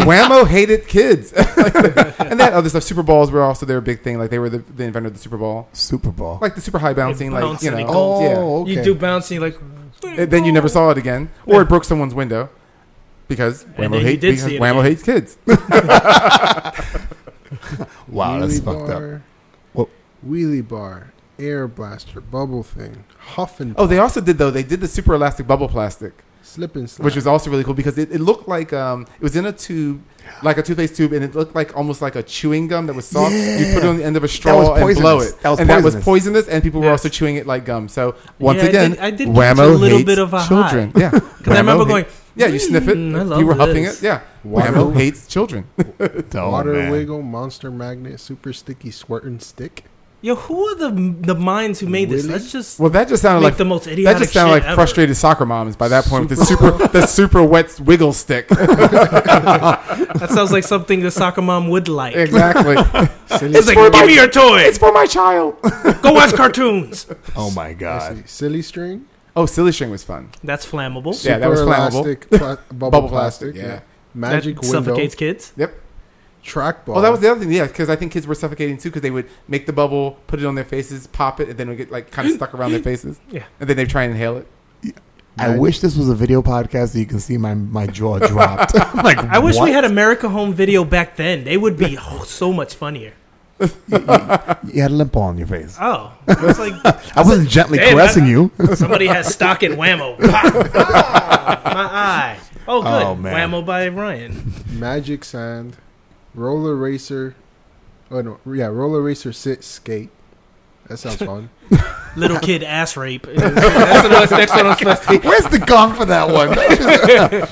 [SPEAKER 3] Whammo hated kids, and that other stuff. Super balls were also their big thing. Like they were the, the inventor of the Super Ball,
[SPEAKER 2] Super Bowl.
[SPEAKER 3] like the super high bouncing. Like
[SPEAKER 5] bounce
[SPEAKER 3] you
[SPEAKER 5] and
[SPEAKER 3] know,
[SPEAKER 5] it goes.
[SPEAKER 3] yeah.
[SPEAKER 2] Oh, okay.
[SPEAKER 5] You do bouncing, like,
[SPEAKER 3] And then you never saw it again, or it broke someone's window because
[SPEAKER 5] And
[SPEAKER 3] Whammo,
[SPEAKER 5] then you
[SPEAKER 3] hate,
[SPEAKER 5] did
[SPEAKER 3] because
[SPEAKER 5] see it
[SPEAKER 3] Whammo
[SPEAKER 5] again.
[SPEAKER 3] hates kids.
[SPEAKER 2] Wow, that's
[SPEAKER 4] Wheelie
[SPEAKER 2] fucked up.
[SPEAKER 4] bar,
[SPEAKER 2] What-
[SPEAKER 4] Wheelie bar, air blaster, bubble thing, huff and
[SPEAKER 3] Oh, they also did though. They did the super elastic bubble plastic,
[SPEAKER 4] slip and slide.
[SPEAKER 3] which was also really cool because it, it looked like um, it was in a tube, like a toothpaste tube, and it looked like almost like a chewing gum that was soft. You put it on the end of a straw and blow
[SPEAKER 2] poisonous.
[SPEAKER 3] it,
[SPEAKER 2] That was
[SPEAKER 3] and that was
[SPEAKER 2] poisonous.
[SPEAKER 3] poisonous, and people were
[SPEAKER 5] Yes.
[SPEAKER 3] also chewing it like gum. So once
[SPEAKER 5] Yeah, I
[SPEAKER 3] again,
[SPEAKER 5] did- I did
[SPEAKER 3] Whammo
[SPEAKER 5] catch a little
[SPEAKER 3] hates
[SPEAKER 5] bit of a high.
[SPEAKER 3] children.
[SPEAKER 5] (laughs)
[SPEAKER 3] Yeah, because
[SPEAKER 5] I remember going,
[SPEAKER 3] yeah, you sniff it,
[SPEAKER 5] "Mm, I love
[SPEAKER 3] you were huffing
[SPEAKER 5] this."
[SPEAKER 3] it. Yeah,
[SPEAKER 4] Wow.
[SPEAKER 3] Whammo hates children.
[SPEAKER 2] Oh,
[SPEAKER 4] Water
[SPEAKER 2] man. (laughs)
[SPEAKER 4] wiggle, monster magnet, super sticky squirtin' stick.
[SPEAKER 5] Yo, who are the the minds who made this? Let's just
[SPEAKER 3] Well, that just sounded
[SPEAKER 5] Make
[SPEAKER 3] like
[SPEAKER 5] the most
[SPEAKER 3] That
[SPEAKER 5] idiotic
[SPEAKER 3] just sounded
[SPEAKER 5] shit
[SPEAKER 3] like
[SPEAKER 5] ever.
[SPEAKER 3] frustrated soccer moms by that point with the super
[SPEAKER 5] (laughs)
[SPEAKER 3] the super wet wiggle stick. (laughs)
[SPEAKER 5] that sounds like something the soccer mom would like.
[SPEAKER 3] exactly.
[SPEAKER 4] Silly,
[SPEAKER 5] It's like, give me your toy.
[SPEAKER 3] for my child.
[SPEAKER 5] Go watch cartoons.
[SPEAKER 2] Oh my god.
[SPEAKER 4] silly string.
[SPEAKER 3] Oh, silly string was fun.
[SPEAKER 5] That's flammable.
[SPEAKER 3] Yeah, that was flammable. (laughs)
[SPEAKER 4] Elastic, pla- bubble,
[SPEAKER 3] Bubble
[SPEAKER 4] plastic.
[SPEAKER 3] plastic,
[SPEAKER 4] yeah.
[SPEAKER 3] yeah.
[SPEAKER 5] That
[SPEAKER 4] Magic window.
[SPEAKER 5] suffocates
[SPEAKER 3] (laughs)
[SPEAKER 5] kids.
[SPEAKER 3] Yep.
[SPEAKER 4] Trackball.
[SPEAKER 3] Oh, that was the other thing. Yeah, because I think kids were suffocating too because they would make the bubble, put it on their faces, pop it, and then it would get like kind of stuck around their faces.
[SPEAKER 5] (laughs) Yeah.
[SPEAKER 3] And then they try and inhale it.
[SPEAKER 2] I wish this was a video podcast so you can see my, my jaw
[SPEAKER 3] (laughs)
[SPEAKER 2] dropped. I'm like,
[SPEAKER 5] I wish
[SPEAKER 2] what?
[SPEAKER 5] we had America Home Video back then. They would be (laughs) oh, so much funnier.
[SPEAKER 2] You had a limp on your face.
[SPEAKER 5] Oh, it's like
[SPEAKER 2] I wasn't gently
[SPEAKER 5] Damn,
[SPEAKER 2] caressing
[SPEAKER 5] I-
[SPEAKER 2] you. (laughs)
[SPEAKER 5] somebody has stock in Whammo. Ah, my eye. Oh, good.
[SPEAKER 2] Oh, man.
[SPEAKER 5] Whammo by Ryan.
[SPEAKER 4] Magic Sand, Roller Racer. Oh no, yeah, Roller Racer Sit Skate. That
[SPEAKER 3] (laughs)
[SPEAKER 4] sounds fun.
[SPEAKER 5] Little kid ass rape. That's the next- next one on the list.
[SPEAKER 2] Where's the gong for that
[SPEAKER 5] (laughs)
[SPEAKER 2] one?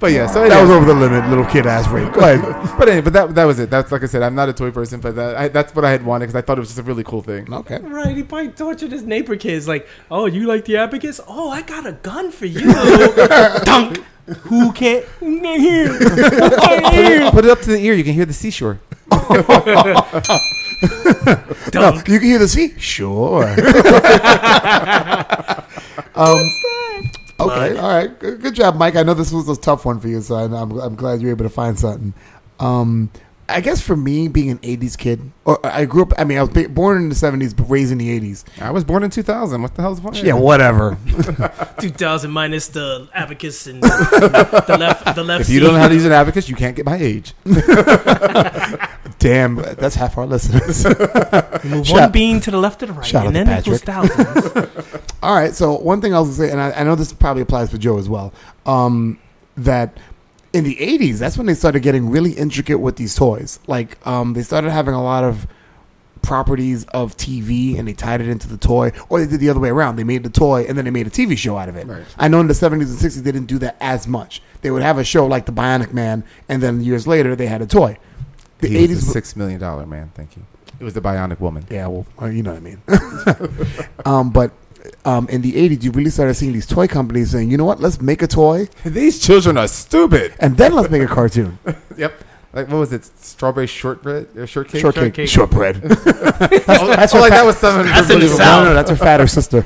[SPEAKER 3] But yeah,
[SPEAKER 4] Uh,
[SPEAKER 3] so
[SPEAKER 2] that was
[SPEAKER 3] anyway.
[SPEAKER 2] over the limit, little kid ass rape. Go ahead.
[SPEAKER 3] but anyway, but that that was it. That's like I said, I'm not a toy person, but that, I, that's what I had wanted because I thought it was just a really cool thing.
[SPEAKER 2] Okay.
[SPEAKER 5] Right, he probably tortured his neighbor kids. Like, oh, you like the abacus? Oh, I got a gun for
[SPEAKER 2] (laughs)
[SPEAKER 5] you. Dunk. Who can't? Not here. Not here.
[SPEAKER 3] Put it up to the ear, you can hear the seashore.
[SPEAKER 2] No, Oh, you can hear the sea. Um, (laughs) Sure. um, Okay, all right. Good, good job, Mike. I know this was a tough one for you, so I- I'm, I'm glad you were able to find something. Um, I guess for me, being an 80s kid, or I grew up, I mean, I was ba- born in the 70s, but raised in the 80s.
[SPEAKER 3] I was born in 2000. What the hell's the point?
[SPEAKER 2] Yeah, whatever.
[SPEAKER 5] 2000 minus the abacus and the left. The left.
[SPEAKER 3] If you
[SPEAKER 5] seat.
[SPEAKER 3] don't know how to use an abacus, you can't get my age.
[SPEAKER 2] (laughs) Damn, that's half our listeners.
[SPEAKER 5] Move
[SPEAKER 2] Shout-
[SPEAKER 5] one bean to the left or the right,
[SPEAKER 2] shout
[SPEAKER 5] and
[SPEAKER 2] out to
[SPEAKER 5] then equals thousands.
[SPEAKER 2] All right. So one thing I was gonna say, and I, I know this probably applies for Joe as well, um, that in the '80s, that's when they started getting really intricate with these toys. Like um, they started having a lot of properties of TV, and they tied it into the toy, or they did the other way around. They made the toy, and then they made a TV show out of it.
[SPEAKER 3] Right.
[SPEAKER 2] I know in the '70s and '60s they didn't do that as much. They would have a show like the Bionic Man, and then years later they had a toy. The
[SPEAKER 3] He was a
[SPEAKER 2] '80s,
[SPEAKER 3] six million dollar man. Thank you. It was the Bionic Woman.
[SPEAKER 2] yeah, well, uh, you know what I mean. (laughs) um, but um, in the 80s, you really started seeing these toy companies saying, you know what, let's make a toy
[SPEAKER 3] These children are stupid.
[SPEAKER 2] and then let's make a cartoon.
[SPEAKER 3] Yep. Like what was it? Strawberry shortbread or shortcake?
[SPEAKER 2] Shortcake. Shortbread. that's
[SPEAKER 3] Oh, oh, like that was something.
[SPEAKER 5] That's in the
[SPEAKER 3] unbelievable.
[SPEAKER 5] South.
[SPEAKER 2] No, no, that's her fatter
[SPEAKER 3] (laughs)
[SPEAKER 2] sister.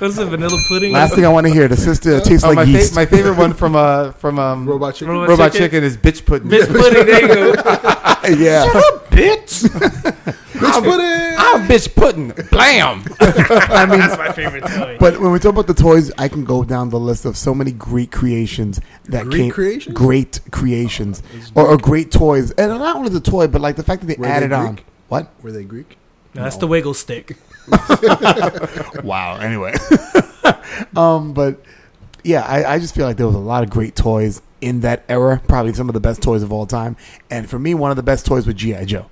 [SPEAKER 5] What's the vanilla pudding? (laughs)
[SPEAKER 2] Last thing I want to hear, the sister tastes
[SPEAKER 3] Oh,
[SPEAKER 2] like
[SPEAKER 3] my, fa-
[SPEAKER 2] yeast.
[SPEAKER 3] my favorite one from uh from um Robot,
[SPEAKER 4] Robot chicken.
[SPEAKER 5] Robot-
[SPEAKER 3] Chicken.
[SPEAKER 5] Chicken.
[SPEAKER 3] is bitch pudding.
[SPEAKER 5] Bitch pudding. There you go.
[SPEAKER 2] (laughs) yeah.
[SPEAKER 3] bitch.
[SPEAKER 4] Bitch, put it.
[SPEAKER 3] I'm bitch pudding. Blam.
[SPEAKER 2] (laughs) I mean,
[SPEAKER 5] That's my favorite toy.
[SPEAKER 2] but when we talk about the toys, I can go down the list of so many great creations that
[SPEAKER 4] Great
[SPEAKER 2] came.
[SPEAKER 4] creations?
[SPEAKER 2] Great creations. or, or great toys. And not only the toy, but like the fact that they
[SPEAKER 4] Were they
[SPEAKER 2] added on.
[SPEAKER 4] Greek?
[SPEAKER 2] What?
[SPEAKER 3] ah.
[SPEAKER 4] Were they Greek?
[SPEAKER 5] No, that's the wiggle stick.
[SPEAKER 2] wow. Anyway, um, but yeah, I, I just feel like there was a lot of great toys in that era. Probably some of the best toys of all time. And for me, one of the best toys was GI Joe.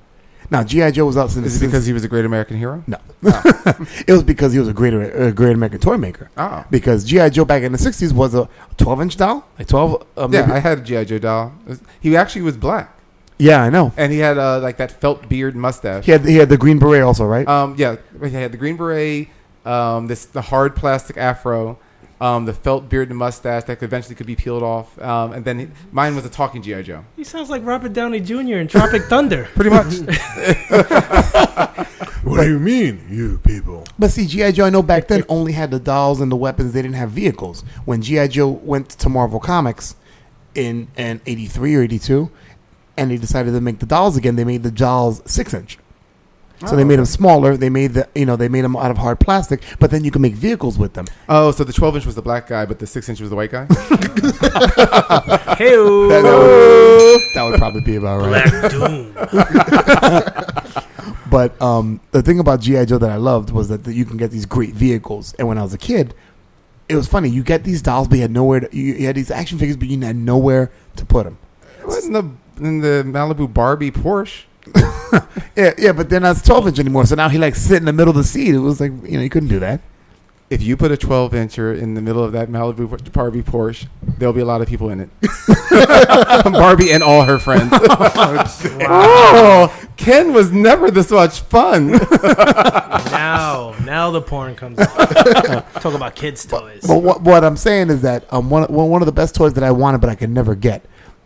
[SPEAKER 2] Now, GI Joe was out since,
[SPEAKER 3] Is it
[SPEAKER 2] since-
[SPEAKER 3] because he was a great American hero?
[SPEAKER 2] no, (laughs) it was because he was a great a great American toy maker.
[SPEAKER 3] Oh.
[SPEAKER 2] Because GI Joe back in the '60s was a 12 inch doll, like 12. Um,
[SPEAKER 3] Yeah, I had a GI Joe doll. It was- He actually was black,
[SPEAKER 2] yeah, I know.
[SPEAKER 3] and he had uh, like that felt beard mustache.
[SPEAKER 2] He had he had the green beret also, right?
[SPEAKER 3] Um, yeah, he had the green beret, um, this the hard plastic afro, um, the felt beard and mustache that could eventually could be peeled off, um, and then he- mine was a talking GI Joe.
[SPEAKER 5] He sounds like Robert Downey Jr. in Tropic Thunder.
[SPEAKER 3] Pretty much,
[SPEAKER 6] What do you mean, you people?
[SPEAKER 2] But see, GI Joe, I know back then only had the dolls and the weapons. They didn't have vehicles. When GI Joe went to Marvel Comics in in '83 or '82, and they decided to make the dolls again, they made the dolls six inch. So they made them smaller. They made the you know they made them out of hard plastic. But then you can make vehicles with them.
[SPEAKER 3] oh, so the twelve inch was the black guy, but the six inch was the white (laughs) guy.
[SPEAKER 5] Hey,
[SPEAKER 2] That, that would, that would probably be about
[SPEAKER 5] (laughs)
[SPEAKER 2] right.
[SPEAKER 5] Black Doom.
[SPEAKER 2] But um, the thing about GI Joe that I loved was that, that you can get these great vehicles. And when I was a kid, it was funny. You get these dolls, but you had nowhere. To, you, you had these action figures, but you had nowhere to put them.
[SPEAKER 3] It wasn't the in the Malibu Barbie Porsche.
[SPEAKER 2] Yeah, yeah, but they're not twelve inch anymore. So now he like sit in the middle of the seat. It was like you know you couldn't do that.
[SPEAKER 3] If you put a 12 incher in the middle of that Malibu Barbie Porsche, there'll be a lot of people (laughs) in it. Barbie and all her (laughs) friends. oh, Ken was never this much fun.
[SPEAKER 5] Now, now the porn comes out. Talk about kids' toys.
[SPEAKER 2] But what, what I'm saying is that um, one, one one of the best toys that I wanted but I could never get.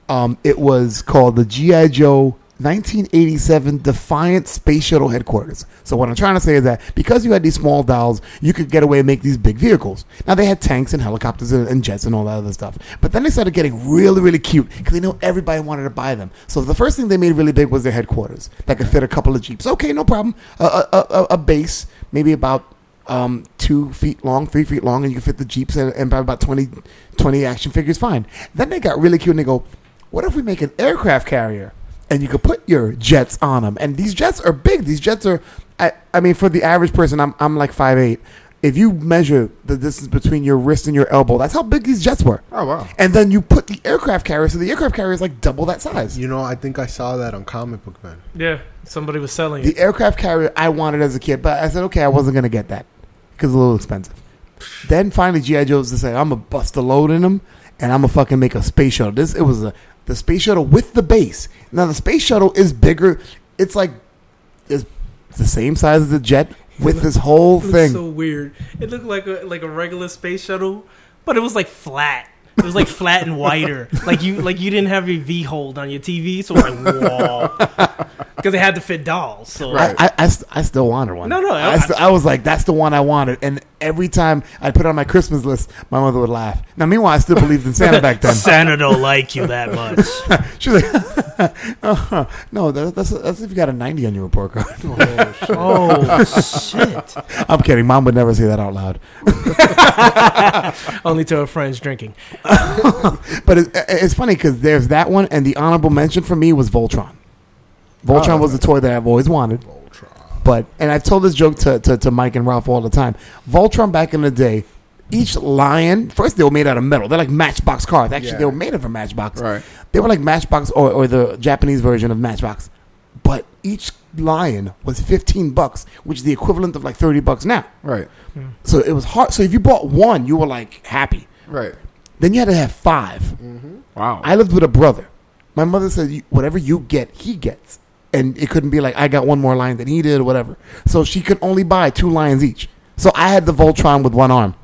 [SPEAKER 2] Um, it was called the GI Joe 1987 Defiant Space Shuttle Headquarters. So what I'm trying to say is that because you had these small dolls, you could get away and make these big vehicles. Now they had tanks and helicopters and, and jets and all that other stuff. But then they started getting really really cute because they know everybody wanted to buy them. So the first thing they made really big was their headquarters that could fit a couple of jeeps. Okay, no problem. A, a, a, a- a base, maybe about um, two feet long, three feet long, and you can fit the Jeeps and, and probably about 20, 20 action figures fine. Then they got really cute and they go, what if we make an aircraft carrier? And you could put your jets on them. And these jets are big. These jets are, I, I mean, for the average person, I'm, I'm like 5'8. If you measure the distance between your wrist and your elbow, that's how big these jets were.
[SPEAKER 3] (laughs) Oh, wow.
[SPEAKER 2] And then you put the aircraft carrier, so the aircraft carrier is like double that size.
[SPEAKER 4] You know, I think I saw that on Comic Book Man.
[SPEAKER 5] Yeah, somebody was selling
[SPEAKER 2] The
[SPEAKER 5] it.
[SPEAKER 2] aircraft carrier I wanted as a kid, but I said, okay, I wasn't going to get that because it's a little expensive. Then finally, G.I. Joe's decided, I'm going to bust a load in them and I'm going to fucking make a space shuttle. This It was a, the space shuttle with the base. Now, the space shuttle is bigger. It's like it's the same size as the jet with this whole
[SPEAKER 5] It looked
[SPEAKER 2] thing.
[SPEAKER 5] so weird. It looked like a, like a regular space shuttle, but it was like flat. It was like flat and wider. Like you like you didn't have your V hold on your TV, so it was like whoa.
[SPEAKER 3] (laughs)
[SPEAKER 5] Because it had to fit dolls. So
[SPEAKER 2] I, I- I st- I still wanted one.
[SPEAKER 5] No, no,
[SPEAKER 2] I,
[SPEAKER 5] I-
[SPEAKER 2] st- I was like, that's the one I wanted. And every time I put it on my Christmas list, my mother would laugh. Now, meanwhile, I still believed in Santa back then.
[SPEAKER 5] Santa don't like you that much.
[SPEAKER 2] She's like, (laughs) uh-huh. no, that, that's that's if you got a ninety on your report
[SPEAKER 4] (laughs)
[SPEAKER 2] card. (laughs)
[SPEAKER 5] (laughs) Oh shit!
[SPEAKER 2] I'm kidding. Mom would never say that out loud.
[SPEAKER 5] Only to her friends drinking.
[SPEAKER 2] But it, it's funny because there's that one, and the honorable mention for me was Voltron. Voltron was a toy that I've always wanted. But and I've told this joke to, to, to Mike and Ralph all the time. Voltron back in the day, each lion first they were made out of metal. They're like matchbox cars. Actually,
[SPEAKER 4] Yeah.
[SPEAKER 2] they were made of a matchbox.
[SPEAKER 3] Right.
[SPEAKER 2] They were like matchbox or, or the Japanese version of matchbox. But each lion was fifteen bucks, which is the equivalent of like thirty bucks now.
[SPEAKER 3] Right,
[SPEAKER 2] So it was hard. So if you bought one, you were like happy.
[SPEAKER 3] right.
[SPEAKER 2] Then you had to have five.
[SPEAKER 3] Wow.
[SPEAKER 2] I lived with a brother. My mother said, "You- whatever you get, he gets. And it couldn't be like, I got one more lion than he did or whatever. So she could only buy two lions each. So I had the Voltron with one arm.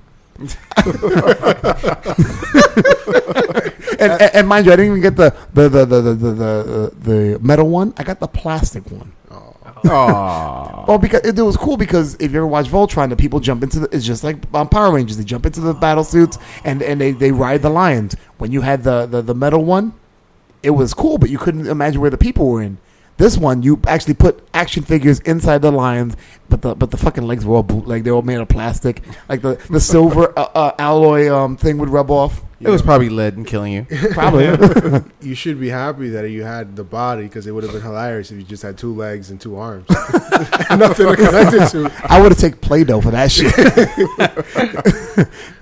[SPEAKER 2] and, and, and mind you, I didn't even get the the the the the, the, the, the metal one. I got the plastic one.
[SPEAKER 3] Aw.
[SPEAKER 2] Well, Oh, because it, it was cool because if you ever watch Voltron, the people jump into the. It's just like um, Power Rangers. They jump into the battle suits and, and they, they ride the lions. When you had the, the, the metal one, it was cool, but you couldn't imagine where the people were in. This one, you actually put action figures inside the lions, but the but the fucking legs were all bootleg. They were all made of plastic. Like the, the silver uh, uh, alloy um, thing would rub off.
[SPEAKER 3] It was probably lead and killing you. (laughs)
[SPEAKER 2] Probably.
[SPEAKER 4] You should be happy that you had the body because it would have been hilarious if you just had two legs and two arms. (laughs)
[SPEAKER 3] (laughs)
[SPEAKER 4] Nothing to connect it to.
[SPEAKER 2] I would have taken Play Doh for that shit.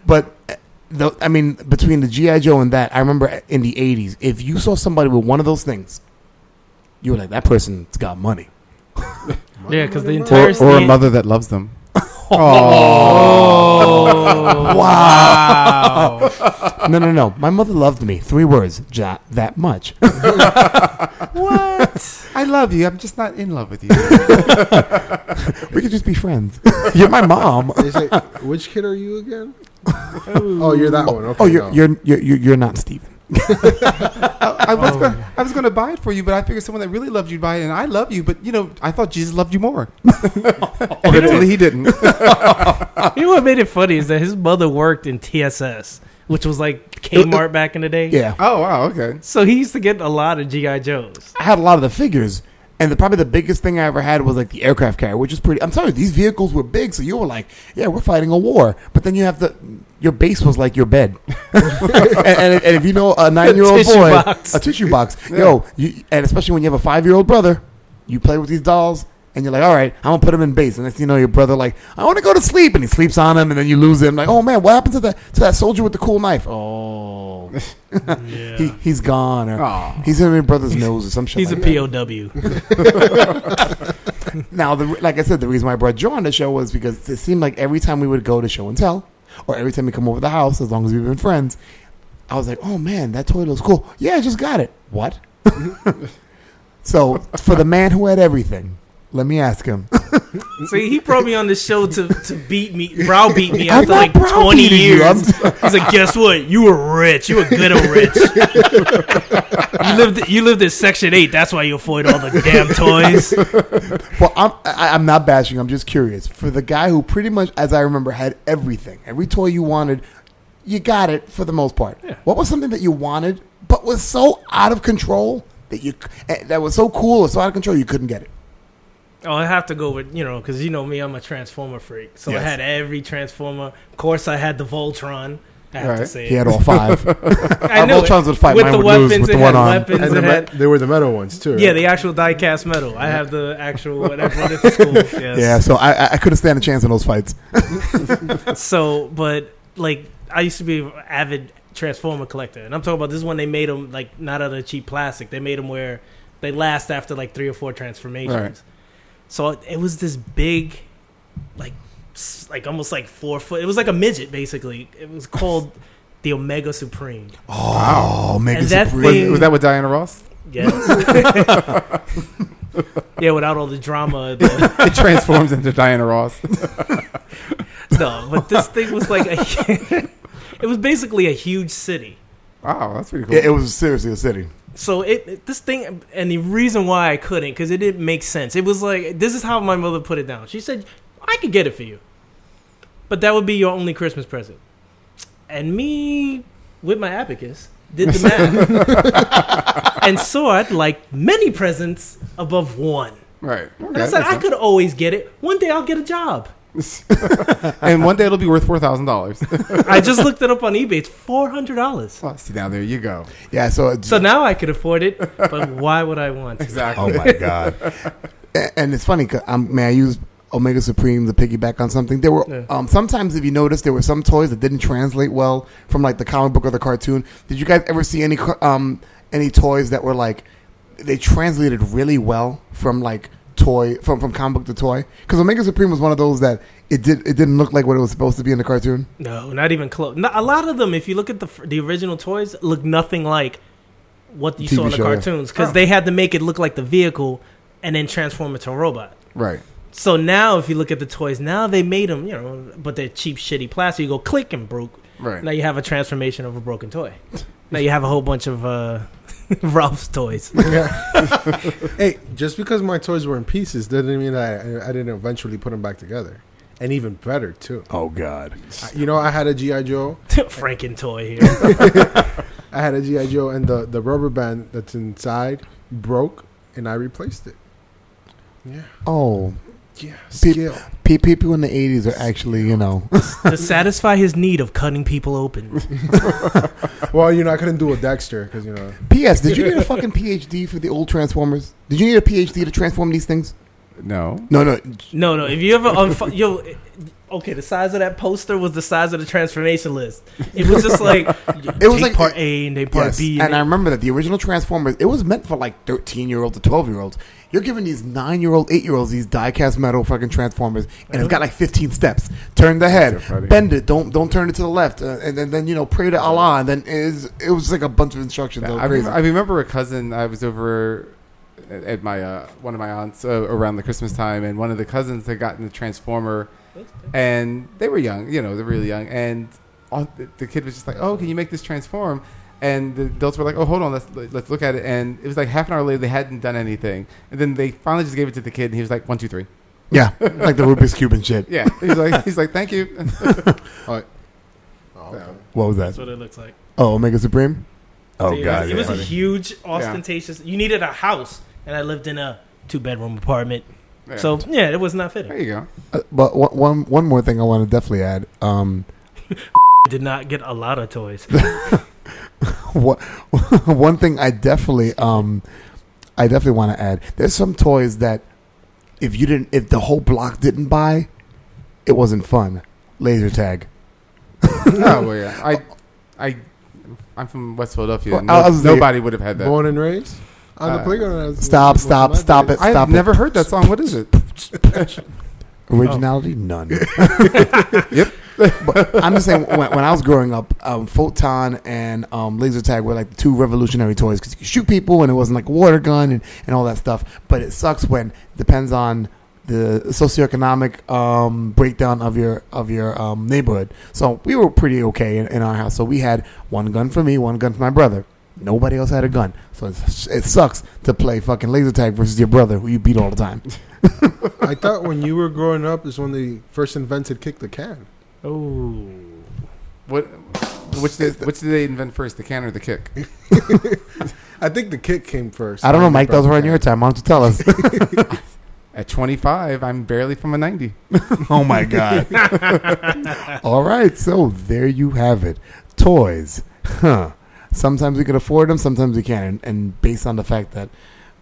[SPEAKER 2] but, uh, the, I mean, between the G.I. Joe and that, I remember in the 80s, if you saw somebody with one of those things, you were like, that person's got money.
[SPEAKER 5] Yeah, because the
[SPEAKER 3] Or,
[SPEAKER 5] entire
[SPEAKER 3] or a
[SPEAKER 5] state-
[SPEAKER 3] mother that loves them. Oh,
[SPEAKER 5] Oh
[SPEAKER 3] (laughs)
[SPEAKER 5] wow!
[SPEAKER 2] no, no, no. My mother loved me. Three words. Ja, that much. (laughs)
[SPEAKER 3] what? I love you. I'm just not in love with you.
[SPEAKER 2] we could just be friends. (laughs) You're my mom.
[SPEAKER 4] They say, which kid are you
[SPEAKER 3] (laughs)
[SPEAKER 4] again? oh, you're that one. Okay,
[SPEAKER 2] Oh, you're,
[SPEAKER 4] no.
[SPEAKER 2] you're, you're, you're, you're not Steven.
[SPEAKER 3] I was gonna, I was going to buy it for you, but I figured someone that really loved you would buy it, and I love you, but you know, I thought Jesus loved you more. (laughs) Evidently, he didn't.
[SPEAKER 5] you know what made it funny is that his mother worked in TSS, which was like Kmart back in the day.
[SPEAKER 2] Uh, Yeah.
[SPEAKER 3] (laughs) Oh wow, okay.
[SPEAKER 5] So he used to get a lot of GI Joes.
[SPEAKER 2] I had a lot of the figures, and the, probably the biggest thing I ever had was like the aircraft carrier, which is pretty. I'm sorry, these vehicles were big, so you were like, "Yeah, we're fighting a war." But then you have the your base was like your bed,
[SPEAKER 5] (laughs)
[SPEAKER 2] and, and, and if you know a nine year old
[SPEAKER 5] tissue
[SPEAKER 2] boy,
[SPEAKER 5] box.
[SPEAKER 2] a tissue box,
[SPEAKER 5] (laughs)
[SPEAKER 2] yo, you, and especially when you have a five year old brother, you play with these dolls. And you're like, all right, I'm gonna put him in base, and next thing you know, your brother like, I want to go to sleep, and he sleeps on him, and then you lose him. Like, oh man, what happened to that to that soldier with the cool knife?
[SPEAKER 5] (laughs)
[SPEAKER 2] Oh, he, he's gone, or
[SPEAKER 3] Aw.
[SPEAKER 2] (laughs) he's in my brother's nose or some shit.
[SPEAKER 5] He's a
[SPEAKER 2] like that.
[SPEAKER 5] POW.
[SPEAKER 2] Now, the, like I said, the reason why I brought Joe on the show was because it seemed like every time we would go to show and tell, or every time we come over to the house, as long as we've been friends, I was like, "Oh man, that toy looks cool." Yeah, I just got it. What? (laughs) so for the man who had everything, let me ask him. (laughs)
[SPEAKER 5] See, he brought me on the show to, to beat me, browbeat me
[SPEAKER 2] I'm
[SPEAKER 5] after
[SPEAKER 2] not
[SPEAKER 5] like 20
[SPEAKER 2] browbeating you,
[SPEAKER 5] years. (laughs) He's like, guess what? You were rich. You were good
[SPEAKER 2] (laughs)
[SPEAKER 5] and rich. you lived you lived in Section 8. That's why you avoid all the damn toys.
[SPEAKER 2] Well, I'm I, I'm not bashing. I'm just curious. For the guy who pretty much, as I remember, had everything, every toy you wanted, you got it for the most part. What was something that you wanted but was so out of control that you c- eh, that was so cool or so out of control you couldn't get it?
[SPEAKER 5] Oh, I have to go with, you know, because you know me, I'm a Transformer freak. So I
[SPEAKER 2] Yes.
[SPEAKER 5] had every Transformer. Of course, I had the Voltron. I have to
[SPEAKER 4] Right.
[SPEAKER 5] say
[SPEAKER 2] He
[SPEAKER 5] it.
[SPEAKER 2] had all (laughs) five.
[SPEAKER 5] I
[SPEAKER 2] our
[SPEAKER 5] knew it.
[SPEAKER 2] Voltrons would fight, mine would lose with the
[SPEAKER 5] it
[SPEAKER 2] one
[SPEAKER 5] had
[SPEAKER 2] arm.
[SPEAKER 5] Weapons,
[SPEAKER 4] And
[SPEAKER 5] it
[SPEAKER 4] the me-
[SPEAKER 5] had,
[SPEAKER 4] they were the metal ones too.
[SPEAKER 5] yeah, the actual die-cast metal. I have the actual whatever I did
[SPEAKER 4] (laughs)
[SPEAKER 5] to school. Yes.
[SPEAKER 2] Yeah, so I I- I couldn't stand a chance in those fights.
[SPEAKER 5] So, but like, I used to be an avid Transformer collector, and I'm talking about this one. They made them like not out of cheap plastic. They made them where they last after like three or four transformations.
[SPEAKER 2] Right.
[SPEAKER 5] So it was this big, like, s- like almost like four foot. It was like a midget basically. It was called the Omega Supreme.
[SPEAKER 2] Oh, Mega
[SPEAKER 5] And that
[SPEAKER 2] Supreme.
[SPEAKER 5] thing-
[SPEAKER 3] Was that with Diana Ross?
[SPEAKER 5] Yeah. (laughs) yeah, without all the drama. The,
[SPEAKER 3] It transforms into Diana Ross.
[SPEAKER 5] (laughs)
[SPEAKER 3] (laughs)
[SPEAKER 5] No, but this thing was like a, (laughs) it was basically a huge city.
[SPEAKER 3] Wow, that's pretty cool.
[SPEAKER 2] Yeah, it was seriously a city.
[SPEAKER 5] So it, it- this thing and the reason why I couldn't because it didn't make sense. It was like this is how my mother put it down. She said I could get it for you, but that would be your only Christmas present. And me with my abacus did the math and so I'd like many presents above one.
[SPEAKER 3] right. Okay,
[SPEAKER 5] And I said
[SPEAKER 3] that's
[SPEAKER 5] I could always get it. One day I'll get a job.
[SPEAKER 3] not- and one day it'll be worth four thousand dollars. (laughs)
[SPEAKER 5] I
[SPEAKER 2] (laughs)
[SPEAKER 5] just looked it up on eBay. It's four hundred dollars.
[SPEAKER 3] See now, there you go.
[SPEAKER 2] Yeah, so it's,
[SPEAKER 5] So now I could afford it, but why would I want to?
[SPEAKER 3] Exactly.
[SPEAKER 2] oh my god. A- and it's funny. Cause I'm, may I use Omega Supreme to piggyback on something? There were
[SPEAKER 5] Yeah.
[SPEAKER 2] um, sometimes if you notice there were some toys that didn't translate well from like the comic book or the cartoon. Did you guys ever see any co- um any toys that were like they translated really well from like toy from from comic book to toy? Because Omega Supreme was one of those that it did it didn't look like what it was supposed to be in the cartoon.
[SPEAKER 5] No, not even close. No, a lot of them, if you look at the f- the original toys, look nothing like what you
[SPEAKER 2] TV
[SPEAKER 5] saw in the
[SPEAKER 2] show, yeah. Oh.
[SPEAKER 5] cartoons because they had to make it look like the vehicle and then transform it to a robot.
[SPEAKER 3] Right.
[SPEAKER 5] So now, if you look at the toys, now they made them, you know, but they're cheap, shitty plastic. You go click and broke.
[SPEAKER 3] Right.
[SPEAKER 5] Now you have a transformation of a broken toy. now you have a whole bunch of uh, (laughs) Ralph's toys.
[SPEAKER 4] Hey, just because my toys were in pieces doesn't mean that I, I didn't eventually put them back together, and even better too.
[SPEAKER 2] Oh God!
[SPEAKER 4] I- you know, I had a GI Joe.
[SPEAKER 5] (laughs) Franken toy here.
[SPEAKER 4] I had a GI Joe, and the the rubber band that's inside broke, and I replaced it. Yeah,
[SPEAKER 2] Oh,
[SPEAKER 4] yeah,
[SPEAKER 2] Peep-
[SPEAKER 4] skill.
[SPEAKER 2] pe- people in the '80s are actually you know.
[SPEAKER 5] to satisfy his need of cutting people open.
[SPEAKER 4] Well, you know, I couldn't do a Dexter because you know.
[SPEAKER 2] P.S. Did you
[SPEAKER 3] (laughs)
[SPEAKER 2] need a fucking PhD for the old Transformers? Did you need a PhD to transform these things?
[SPEAKER 3] No.
[SPEAKER 2] No, no.
[SPEAKER 5] No, no. If you ever unf- yo, okay, the size of that poster was the size of the transformation list. It was just like it
[SPEAKER 2] was like-
[SPEAKER 5] part A and then part
[SPEAKER 2] Yes.
[SPEAKER 5] B.
[SPEAKER 2] And I
[SPEAKER 5] And,
[SPEAKER 2] remember that the original Transformers, it was meant for like 13 year olds to 12 year olds. You're giving these 9 year old, 8 year olds these die cast metal fucking Transformers, and it's got like 15 steps. Turn the head,
[SPEAKER 3] so funny.
[SPEAKER 2] bend it, don't don't turn it to the left, uh, and then, then, you know, pray to Allah. And then it was, it was like a bunch of instructions. That was
[SPEAKER 3] I,
[SPEAKER 2] crazy.
[SPEAKER 3] rem- I remember a cousin. I was over at, at my uh, one of my aunts uh, around the Christmas time, and one of the cousins had gotten the transformer, and they were young. You know, they're really young, and all, the- the kid was just like, "Oh, can you make this transform?" And the adults were like, "Oh, hold on, let's let's look at it." And it was like half an hour later, they hadn't done anything, and then they finally just gave it to the kid, and he was like, "One, two, three.
[SPEAKER 2] yeah,
[SPEAKER 3] (laughs)
[SPEAKER 2] like the Rubik's Cube and shit.
[SPEAKER 3] Yeah, he's like, (laughs) he's like, "Thank you."
[SPEAKER 4] Oh, okay.
[SPEAKER 2] What was
[SPEAKER 5] that's
[SPEAKER 2] that?
[SPEAKER 5] what it looks like.
[SPEAKER 2] Oh, Omega Supreme? Oh,
[SPEAKER 5] it
[SPEAKER 2] God.
[SPEAKER 5] was,
[SPEAKER 2] yeah.
[SPEAKER 5] it was a huge, ostentatious. You needed a house, and I lived in a two-bedroom apartment.
[SPEAKER 3] Yeah.
[SPEAKER 5] So yeah, it was not
[SPEAKER 3] there
[SPEAKER 5] fitting.
[SPEAKER 3] you go.
[SPEAKER 2] Uh, but one- one, one more thing I want to definitely add. Um,
[SPEAKER 5] Did not get a lot
[SPEAKER 2] (laughs)
[SPEAKER 5] of toys.
[SPEAKER 2] what (laughs) one thing I definitely um I definitely want to add. There's some toys that if you didn't if the whole block didn't buy, it wasn't fun. Laser tag.
[SPEAKER 3] oh well, yeah. I, I, I'm from West Philadelphia.
[SPEAKER 2] Well,
[SPEAKER 3] No-
[SPEAKER 2] I was-
[SPEAKER 3] nobody would have had that.
[SPEAKER 4] Born and raised on
[SPEAKER 3] Uh,
[SPEAKER 4] the playground. as-
[SPEAKER 2] Stop,
[SPEAKER 4] was
[SPEAKER 2] stop,
[SPEAKER 4] my
[SPEAKER 2] stop
[SPEAKER 4] days.
[SPEAKER 2] it. Stop
[SPEAKER 3] I've never heard that song. What is it?
[SPEAKER 2] Originality, none. yep. But I'm just saying, when, when I was growing up, um, photon and um, laser tag were like the two revolutionary toys because you could shoot people and it wasn't like a water gun and, and all that stuff. But it sucks when depends on the socioeconomic um, breakdown of your of your um, neighborhood. So we were pretty okay in, in our house. So we had one gun for me, one gun for my brother. Nobody else had a gun, so it's, it sucks to play fucking laser tag versus your brother who you beat all the time.
[SPEAKER 4] I thought when you were growing up is when they first invented kick the can.
[SPEAKER 5] Oh.
[SPEAKER 3] What? Which did, which did they invent first, the can or the kick?
[SPEAKER 4] I think the kick came first.
[SPEAKER 2] I don't know, Mike. That was
[SPEAKER 4] Probably
[SPEAKER 2] around your time. Why don't you tell us?
[SPEAKER 3] At 25, I'm barely from a 90.
[SPEAKER 2] (laughs) oh my god! All right, so there you have it. Toys, huh? Sometimes we can afford them, sometimes we can't, and, and based on the fact that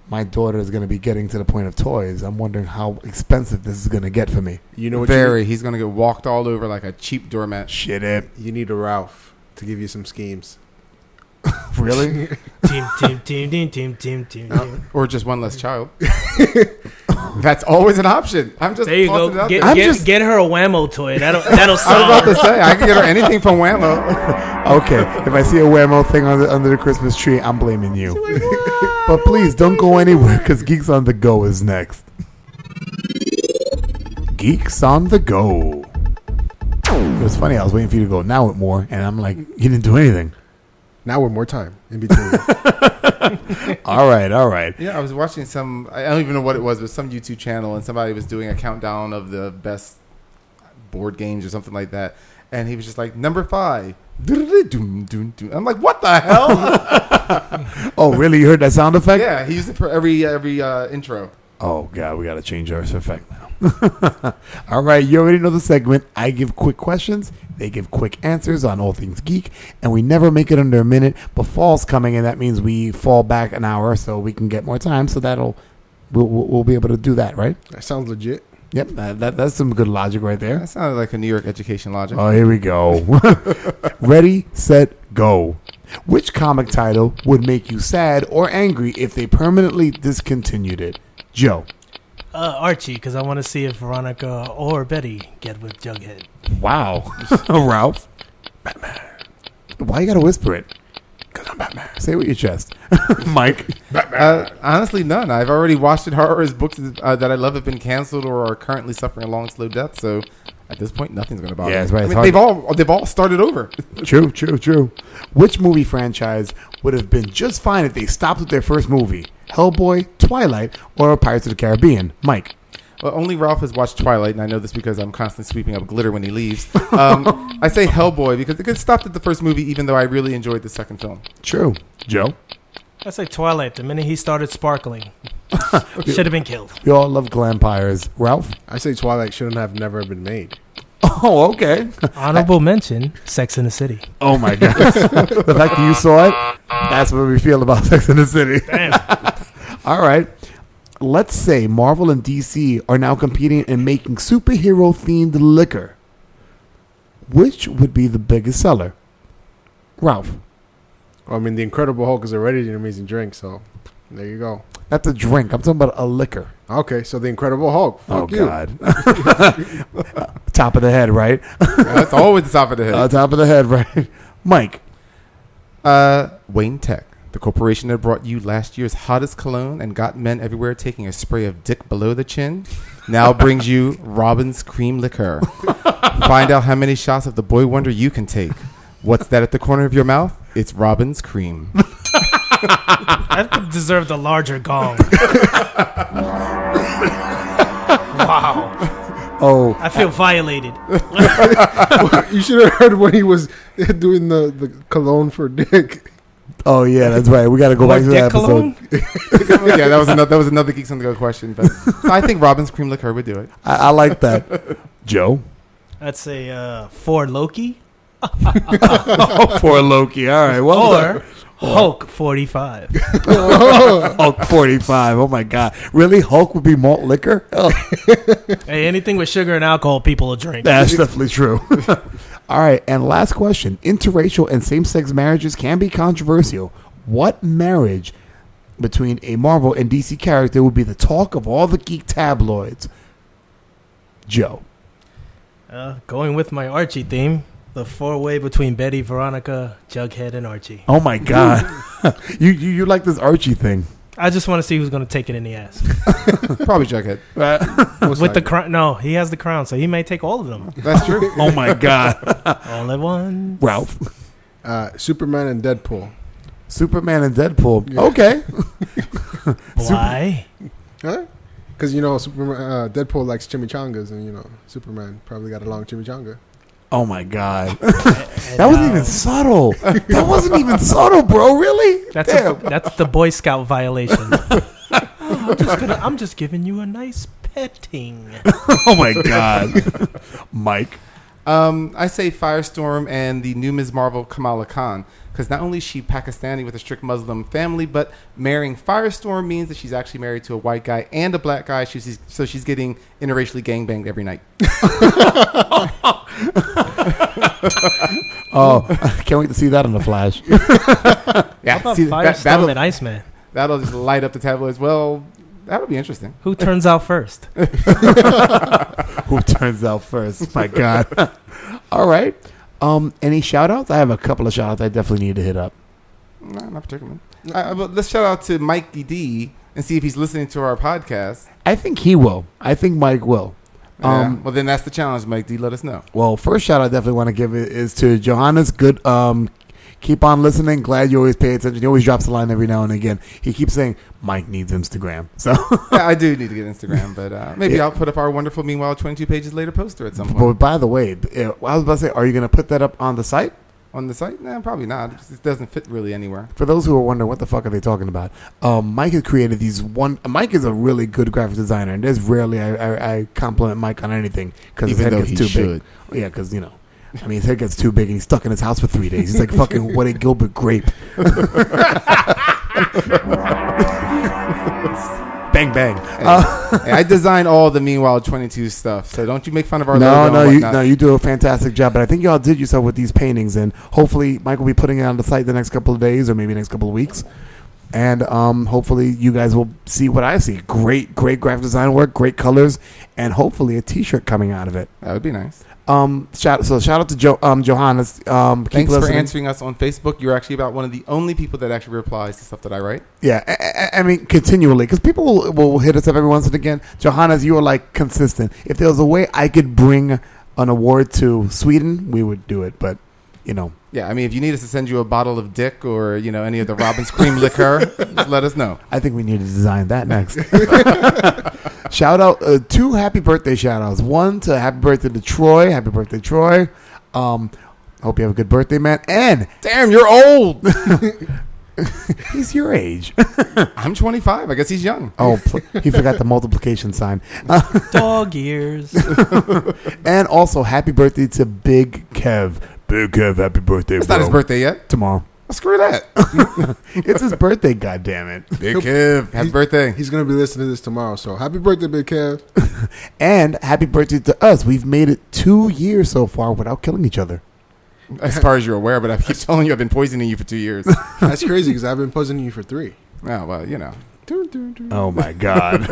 [SPEAKER 2] my daughter is going to be getting to the point of toys, I'm wondering how expensive this is going to get for me.
[SPEAKER 4] You know what?
[SPEAKER 3] Very. He's going to get walked all over like a cheap doormat.
[SPEAKER 2] Shit, it
[SPEAKER 4] You need, you need a Ralph to give you some schemes.
[SPEAKER 2] really?
[SPEAKER 5] Team, team, team, team, team, team, team. team.
[SPEAKER 3] Or just one less child. (laughs) That's always an option. I'm just
[SPEAKER 5] There you
[SPEAKER 3] tossing it
[SPEAKER 5] go.
[SPEAKER 3] out
[SPEAKER 5] Get,
[SPEAKER 3] there.
[SPEAKER 2] I'm
[SPEAKER 5] get,
[SPEAKER 2] just-
[SPEAKER 5] get her a Whammo
[SPEAKER 2] (laughs)
[SPEAKER 5] toy. That'll that'll
[SPEAKER 3] I was about
[SPEAKER 5] solve.
[SPEAKER 3] to say, I can get her anything from Whammo.
[SPEAKER 2] okay, if I see a whammo thing under, under the Christmas tree, I'm blaming you. (laughs) but please don't go anywhere because Geeks on the Go is next. Geeks on the Go. It was funny. I was waiting for you to go now with more, and I'm like, you didn't do anything.
[SPEAKER 4] Now we're more time
[SPEAKER 2] (laughs)
[SPEAKER 4] in between.
[SPEAKER 2] All right, all right.
[SPEAKER 3] Yeah, I was watching some. I don't even know what it was, but some YouTube channel, and somebody was doing a countdown of the best board games or something like that. And he was just like, number five. Doom, doom, doom. I'm
[SPEAKER 2] (laughs)
[SPEAKER 3] like, what the hell?
[SPEAKER 2] Oh, really? You heard that sound effect?
[SPEAKER 3] yeah, he used it for every every uh, intro.
[SPEAKER 2] Oh God, we gotta change our effect now. (laughs) all right, you already know the segment. I give quick questions, they give quick answers on all things geek, and we never make it under a minute. But fall's coming, and that means we fall back an hour, so we can get more time. So that'll we'll, we'll we'll be able to do that, right?
[SPEAKER 4] that sounds legit.
[SPEAKER 2] Yep, that, that that's some good logic right there.
[SPEAKER 3] That sounded like a New York education logic.
[SPEAKER 2] Oh, here we go. (laughs) Ready, set, go. Which comic title would make you sad or angry if they permanently discontinued it? Joe.
[SPEAKER 5] Uh, Archie, because I want to see if Veronica or Betty get with Jughead.
[SPEAKER 2] Wow. (laughs) Oh, Ralph. Batman. Why you gotta whisper it? Because I'm Batman. Say it with your chest. (laughs) Mike.
[SPEAKER 3] Uh, honestly, none. I've already watched it. Horrors books uh, that I love have been canceled or are currently suffering a long, slow death. So at this point, nothing's going to bother.
[SPEAKER 2] Yeah,
[SPEAKER 3] me.
[SPEAKER 2] that's right.
[SPEAKER 3] I
[SPEAKER 2] It's
[SPEAKER 3] mean,
[SPEAKER 2] hard
[SPEAKER 3] they've
[SPEAKER 2] to-
[SPEAKER 3] all they've all started over.
[SPEAKER 2] True, true, true. Which movie franchise would have been just fine if they stopped with their first movie? Hellboy, Twilight, or Pirates of the Caribbean? Mike.
[SPEAKER 3] Well, only Ralph has watched Twilight, and I know this because I'm constantly sweeping up glitter when he leaves. Um, I say Hellboy because it could stopped at the first movie, even though I really enjoyed the second film.
[SPEAKER 2] True. Joe.
[SPEAKER 5] I say Twilight. The minute he started
[SPEAKER 2] (laughs)
[SPEAKER 5] sparkling, should have been killed.
[SPEAKER 2] We all love glampires. Ralph?
[SPEAKER 4] I say Twilight shouldn't have never been made.
[SPEAKER 2] (laughs) Oh, okay.
[SPEAKER 5] Honorable mention: Sex in the City.
[SPEAKER 2] Oh my gosh. the fact that you saw it, that's what we feel about (laughs) Sex in the City. (laughs) All right. Let's say Marvel and DC are now competing in making superhero themed liquor. Which would be the biggest seller? Ralph.
[SPEAKER 4] Well, I mean, the Incredible Hulk is already an amazing drink, so there you go.
[SPEAKER 2] That's a drink. I'm talking about a liquor. Oh,
[SPEAKER 4] Okay, so the Incredible Hulk. Fuck you.
[SPEAKER 2] (laughs) top of the head, right?
[SPEAKER 3] That's always the top of
[SPEAKER 2] (laughs)
[SPEAKER 3] the
[SPEAKER 2] Uh,
[SPEAKER 3] head.
[SPEAKER 2] top of the head, right? Mike.
[SPEAKER 3] Uh, Wayne Tech, the corporation that brought you last year's hottest cologne and got men everywhere taking a spray of dick below the chin, now brings you Robin's Cream Liqueur. Find out how many shots of the Boy Wonder you can take. What's that at the corner of your mouth? It's Robin's Cream.
[SPEAKER 5] That deserved a
[SPEAKER 2] (laughs)
[SPEAKER 5] larger gong. wow,
[SPEAKER 2] Oh,
[SPEAKER 5] I feel violated.
[SPEAKER 4] (laughs) You should have heard when he was (laughs) doing the, the cologne for Dick. (laughs)
[SPEAKER 2] oh yeah, that's right. We got to go
[SPEAKER 5] More
[SPEAKER 2] back to that
[SPEAKER 5] dick
[SPEAKER 2] episode.
[SPEAKER 5] cologne.
[SPEAKER 3] (laughs) yeah, that was another that was another Geeks on the Go question. But so I think Robin's Cream Liqueur would do it.
[SPEAKER 2] I, I like
[SPEAKER 4] (laughs)
[SPEAKER 2] that. Joe?
[SPEAKER 5] I'd say uh, for Loki
[SPEAKER 2] Oh, for Loki. All right. Well,
[SPEAKER 5] or Hulk
[SPEAKER 2] (laughs)
[SPEAKER 5] forty five.
[SPEAKER 2] Hulk 45. Oh, my God. Really? Hulk would be malt liquor? (laughs) Oh,
[SPEAKER 5] hey, anything with sugar and alcohol, people will drink.
[SPEAKER 2] that's definitely true. (laughs) All right. And last question interracial and same sex marriages can be controversial. What marriage between a Marvel and DC character would be the talk of all the geek tabloids? Joe.
[SPEAKER 5] Uh, going with my Archie theme, the four way between Betty, Veronica, Jughead, and Archie.
[SPEAKER 2] Oh my God, (laughs) you, you you like this Archie (laughs) thing?
[SPEAKER 5] I just want to see who's going to take it in
[SPEAKER 2] (laughs)
[SPEAKER 5] the ass
[SPEAKER 3] Probably Jughead.
[SPEAKER 2] Oh,
[SPEAKER 4] Most
[SPEAKER 5] with the
[SPEAKER 4] likely.
[SPEAKER 5] crown. No, he has the crown, so he may take all
[SPEAKER 2] (laughs)
[SPEAKER 5] of them
[SPEAKER 3] That's true.
[SPEAKER 2] Oh my God,
[SPEAKER 5] all at
[SPEAKER 2] (laughs)
[SPEAKER 5] once.
[SPEAKER 2] Ralph.
[SPEAKER 4] uh, Superman and Deadpool.
[SPEAKER 2] Superman and Deadpool. Okay,
[SPEAKER 5] Why?
[SPEAKER 4] Huh? Because you know, Superman, uh, Deadpool likes chimichangas, and you know, Superman probably got a long chimichanga.
[SPEAKER 2] Oh my god. That wasn't even subtle. That wasn't even subtle, bro. Really? (laughs)
[SPEAKER 5] That's a-
[SPEAKER 2] Damn.
[SPEAKER 5] that's the Boy Scout violation.
[SPEAKER 2] (laughs)
[SPEAKER 5] I'm, just gonna- I'm just giving you a nice
[SPEAKER 2] (laughs)
[SPEAKER 5] petting.
[SPEAKER 2] oh my god. (laughs) Mike.
[SPEAKER 3] Um, I say Firestorm and the new Ms. Marvel Kamala Khan because not only is she Pakistani with a strict Muslim family, but marrying Firestorm means that she's actually married to a white guy and a black guy. She's so she's getting interracially gangbanged every night.
[SPEAKER 2] Oh, (laughs) I can't wait to see that on the flash.
[SPEAKER 5] (laughs)
[SPEAKER 3] Yeah,
[SPEAKER 5] How about
[SPEAKER 3] see, that,
[SPEAKER 5] Firestorm
[SPEAKER 3] that'll,
[SPEAKER 5] and Iceman? that'll
[SPEAKER 3] that'll just light up the tabloids. Well, that'll be interesting.
[SPEAKER 5] Who turns out
[SPEAKER 2] (laughs)
[SPEAKER 5] first?
[SPEAKER 2] (laughs) Who turns out first? My god. (laughs) All right. Um, any shout outs? I have a couple of shout outs I definitely need to hit up.
[SPEAKER 3] No, not particularly. Uh, but let's shout out to Mikey D and see if he's listening to our podcast.
[SPEAKER 2] I think he will. I think Mike will. Um,
[SPEAKER 3] Um, well, then that's the challenge, Mike D. Let us know.
[SPEAKER 2] Well, first shout I definitely want to give it is to Johannes. Good. Um, keep on listening. Glad you always pay attention. He always drops a line every now and again. He keeps saying Mike needs Instagram. (laughs) So,
[SPEAKER 3] Yeah, I do need to get Instagram, but uh, maybe
[SPEAKER 2] Yeah.
[SPEAKER 3] I'll put up our wonderful Meanwhile 22 Pages Later poster at some point.
[SPEAKER 2] but by the way, eh, I was about to say, are you going to put that up on the site?
[SPEAKER 3] On the site? Nah, probably not. It doesn't fit really anywhere.
[SPEAKER 2] For those who are wondering, what the fuck are they talking about? Um, Mike has created these one. Mike is a really good graphic designer, and there's rarely I, I, I compliment Mike on anything because his
[SPEAKER 3] Even
[SPEAKER 2] head
[SPEAKER 3] though
[SPEAKER 2] gets
[SPEAKER 3] he
[SPEAKER 2] too
[SPEAKER 3] should.
[SPEAKER 2] big. Yeah, because you know, I mean, his head gets too big, and he's stuck in his house for three days. He's like fucking (laughs) what a Gilbert grape. bang bang.
[SPEAKER 3] Hey, I design all the Meanwhile 22 stuff, so don't you make fun of our
[SPEAKER 2] No,
[SPEAKER 3] logo
[SPEAKER 2] no,
[SPEAKER 3] and
[SPEAKER 2] you,
[SPEAKER 3] whatnot.
[SPEAKER 2] no, you do a fantastic job. But I think y'all did yourself with these paintings, and hopefully Mike will be putting it on the site the next couple of days or maybe next couple of weeks. And um, hopefully you guys will see what I see. Great, great graphic design work, great colors, and hopefully a T-shirt coming out of it.
[SPEAKER 3] That would be nice.
[SPEAKER 2] Um, shout so shout out to jo- um, Johannes. Um, keep
[SPEAKER 3] Thanks for
[SPEAKER 2] listening.
[SPEAKER 3] answering us on Facebook. You're actually about one of the only people that actually replies to stuff that I write.
[SPEAKER 2] Yeah, I, I- I mean continually because people will, will hit us up every once and again. Johannes, you are like consistent. If there was a way I could bring an award to Sweden, we would do it. But you know,
[SPEAKER 3] Yeah, I mean, if you need us to send you a bottle of Dick or you know any of the
[SPEAKER 2] (laughs)
[SPEAKER 3] Robin's Cream liquor, just let us know.
[SPEAKER 2] I think we need to design
[SPEAKER 3] (laughs)
[SPEAKER 2] that next. (laughs) shout out uh, two happy birthday shout outs. One to happy birthday to Troy. Happy birthday, Troy. Um, hope you have a good birthday, man. And
[SPEAKER 3] Damn, you're old.
[SPEAKER 2] (laughs)
[SPEAKER 3] (laughs)
[SPEAKER 2] he's your age.
[SPEAKER 3] I'm 25. I guess he's young.
[SPEAKER 2] Oh, pl- he forgot the multiplication sign. Uh, (laughs)
[SPEAKER 5] Dog ears.
[SPEAKER 2] And also, happy birthday to Big Kev. Big Kev, happy birthday.
[SPEAKER 3] It's not his
[SPEAKER 2] bro.
[SPEAKER 3] birthday yet. (laughs)
[SPEAKER 2] Tomorrow.
[SPEAKER 3] Screw that.
[SPEAKER 2] It's his birthday, God damn it.
[SPEAKER 3] Big Kev, (laughs) happy
[SPEAKER 4] He's-
[SPEAKER 3] birthday.
[SPEAKER 4] He's gonna be listening to this tomorrow, so happy birthday, Big Kev!
[SPEAKER 2] And happy birthday to us. We've made it two years so far without killing each other.
[SPEAKER 3] As far as you're aware, but I keep (laughs) telling you, I've been poisoning you for two years. oh
[SPEAKER 4] That's crazy because I've been puzzling you for three.
[SPEAKER 3] well, you know.
[SPEAKER 2] Oh my god!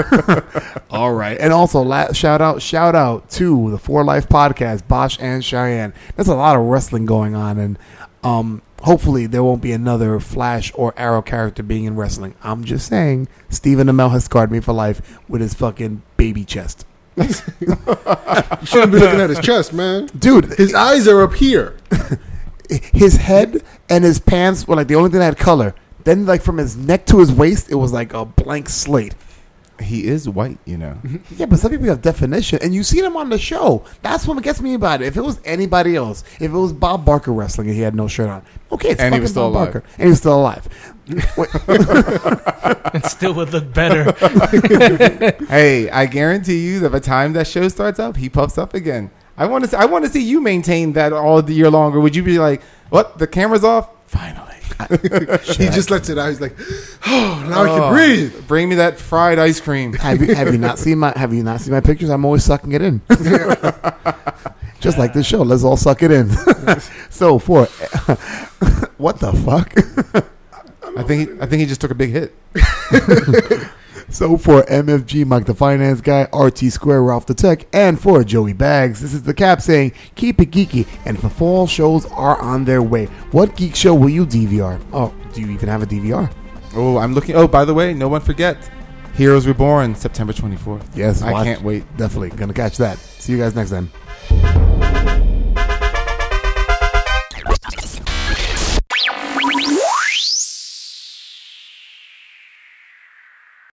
[SPEAKER 2] (laughs) All right, and also la- shout out, shout out to the Four Life Podcast, Bosch and Cheyenne. There's a lot of wrestling going on, and um, hopefully there won't be another Flash or Arrow character being in wrestling. I'm just saying, Stephen Amell has scarred me for life with his fucking baby chest,
[SPEAKER 4] You shouldn't be looking at his chest, man.
[SPEAKER 2] dude.
[SPEAKER 4] His eyes are up here.
[SPEAKER 2] His head and his pants were like the only thing that had color. Then, like from his neck to his waist, it was like a blank slate.
[SPEAKER 3] He is white, you know.
[SPEAKER 2] Yeah, but some people have definition, and you see them on the show. That's what gets me about it. If it was anybody else, if it was Bob Barker wrestling and he had no shirt on, okay, it's
[SPEAKER 3] And he
[SPEAKER 2] fucking
[SPEAKER 3] was still
[SPEAKER 2] Bob
[SPEAKER 3] alive.
[SPEAKER 2] Barker, and he was still alive.
[SPEAKER 3] (laughs)
[SPEAKER 2] (laughs)
[SPEAKER 5] It still would look better.
[SPEAKER 3] (laughs) hey, I guarantee you that by the time that show starts up, he puffs up again. I want to. See, I want to see you maintain that all the year longer. Would you be like, what? The camera's off. Finally,
[SPEAKER 4] He just lets it out. He's like, oh, now I
[SPEAKER 3] Oh,
[SPEAKER 4] can breathe.
[SPEAKER 3] Bring me that fried ice cream. (laughs)
[SPEAKER 2] have you have you not seen my have you not seen my pictures? I'm always sucking it in,
[SPEAKER 3] (laughs)
[SPEAKER 2] just like this show. Let's all suck it in. (laughs) so for (laughs) what the fuck?
[SPEAKER 3] I think. I think he just took a big hit.
[SPEAKER 2] So for MFG, Mike the Finance Guy, RT Square, Ralph the Tech, and for Joey Bags, this is the cap saying, keep it geeky, and the fall shows are on their way. What geek show will you DVR? Oh, do you even have a DVR?
[SPEAKER 3] Oh, I'm looking. Oh, by the way, no one forget Heroes Reborn, September 24th.
[SPEAKER 2] Yes,
[SPEAKER 3] I
[SPEAKER 2] watch-
[SPEAKER 3] can't wait.
[SPEAKER 2] Definitely gonna catch that. See you guys next time.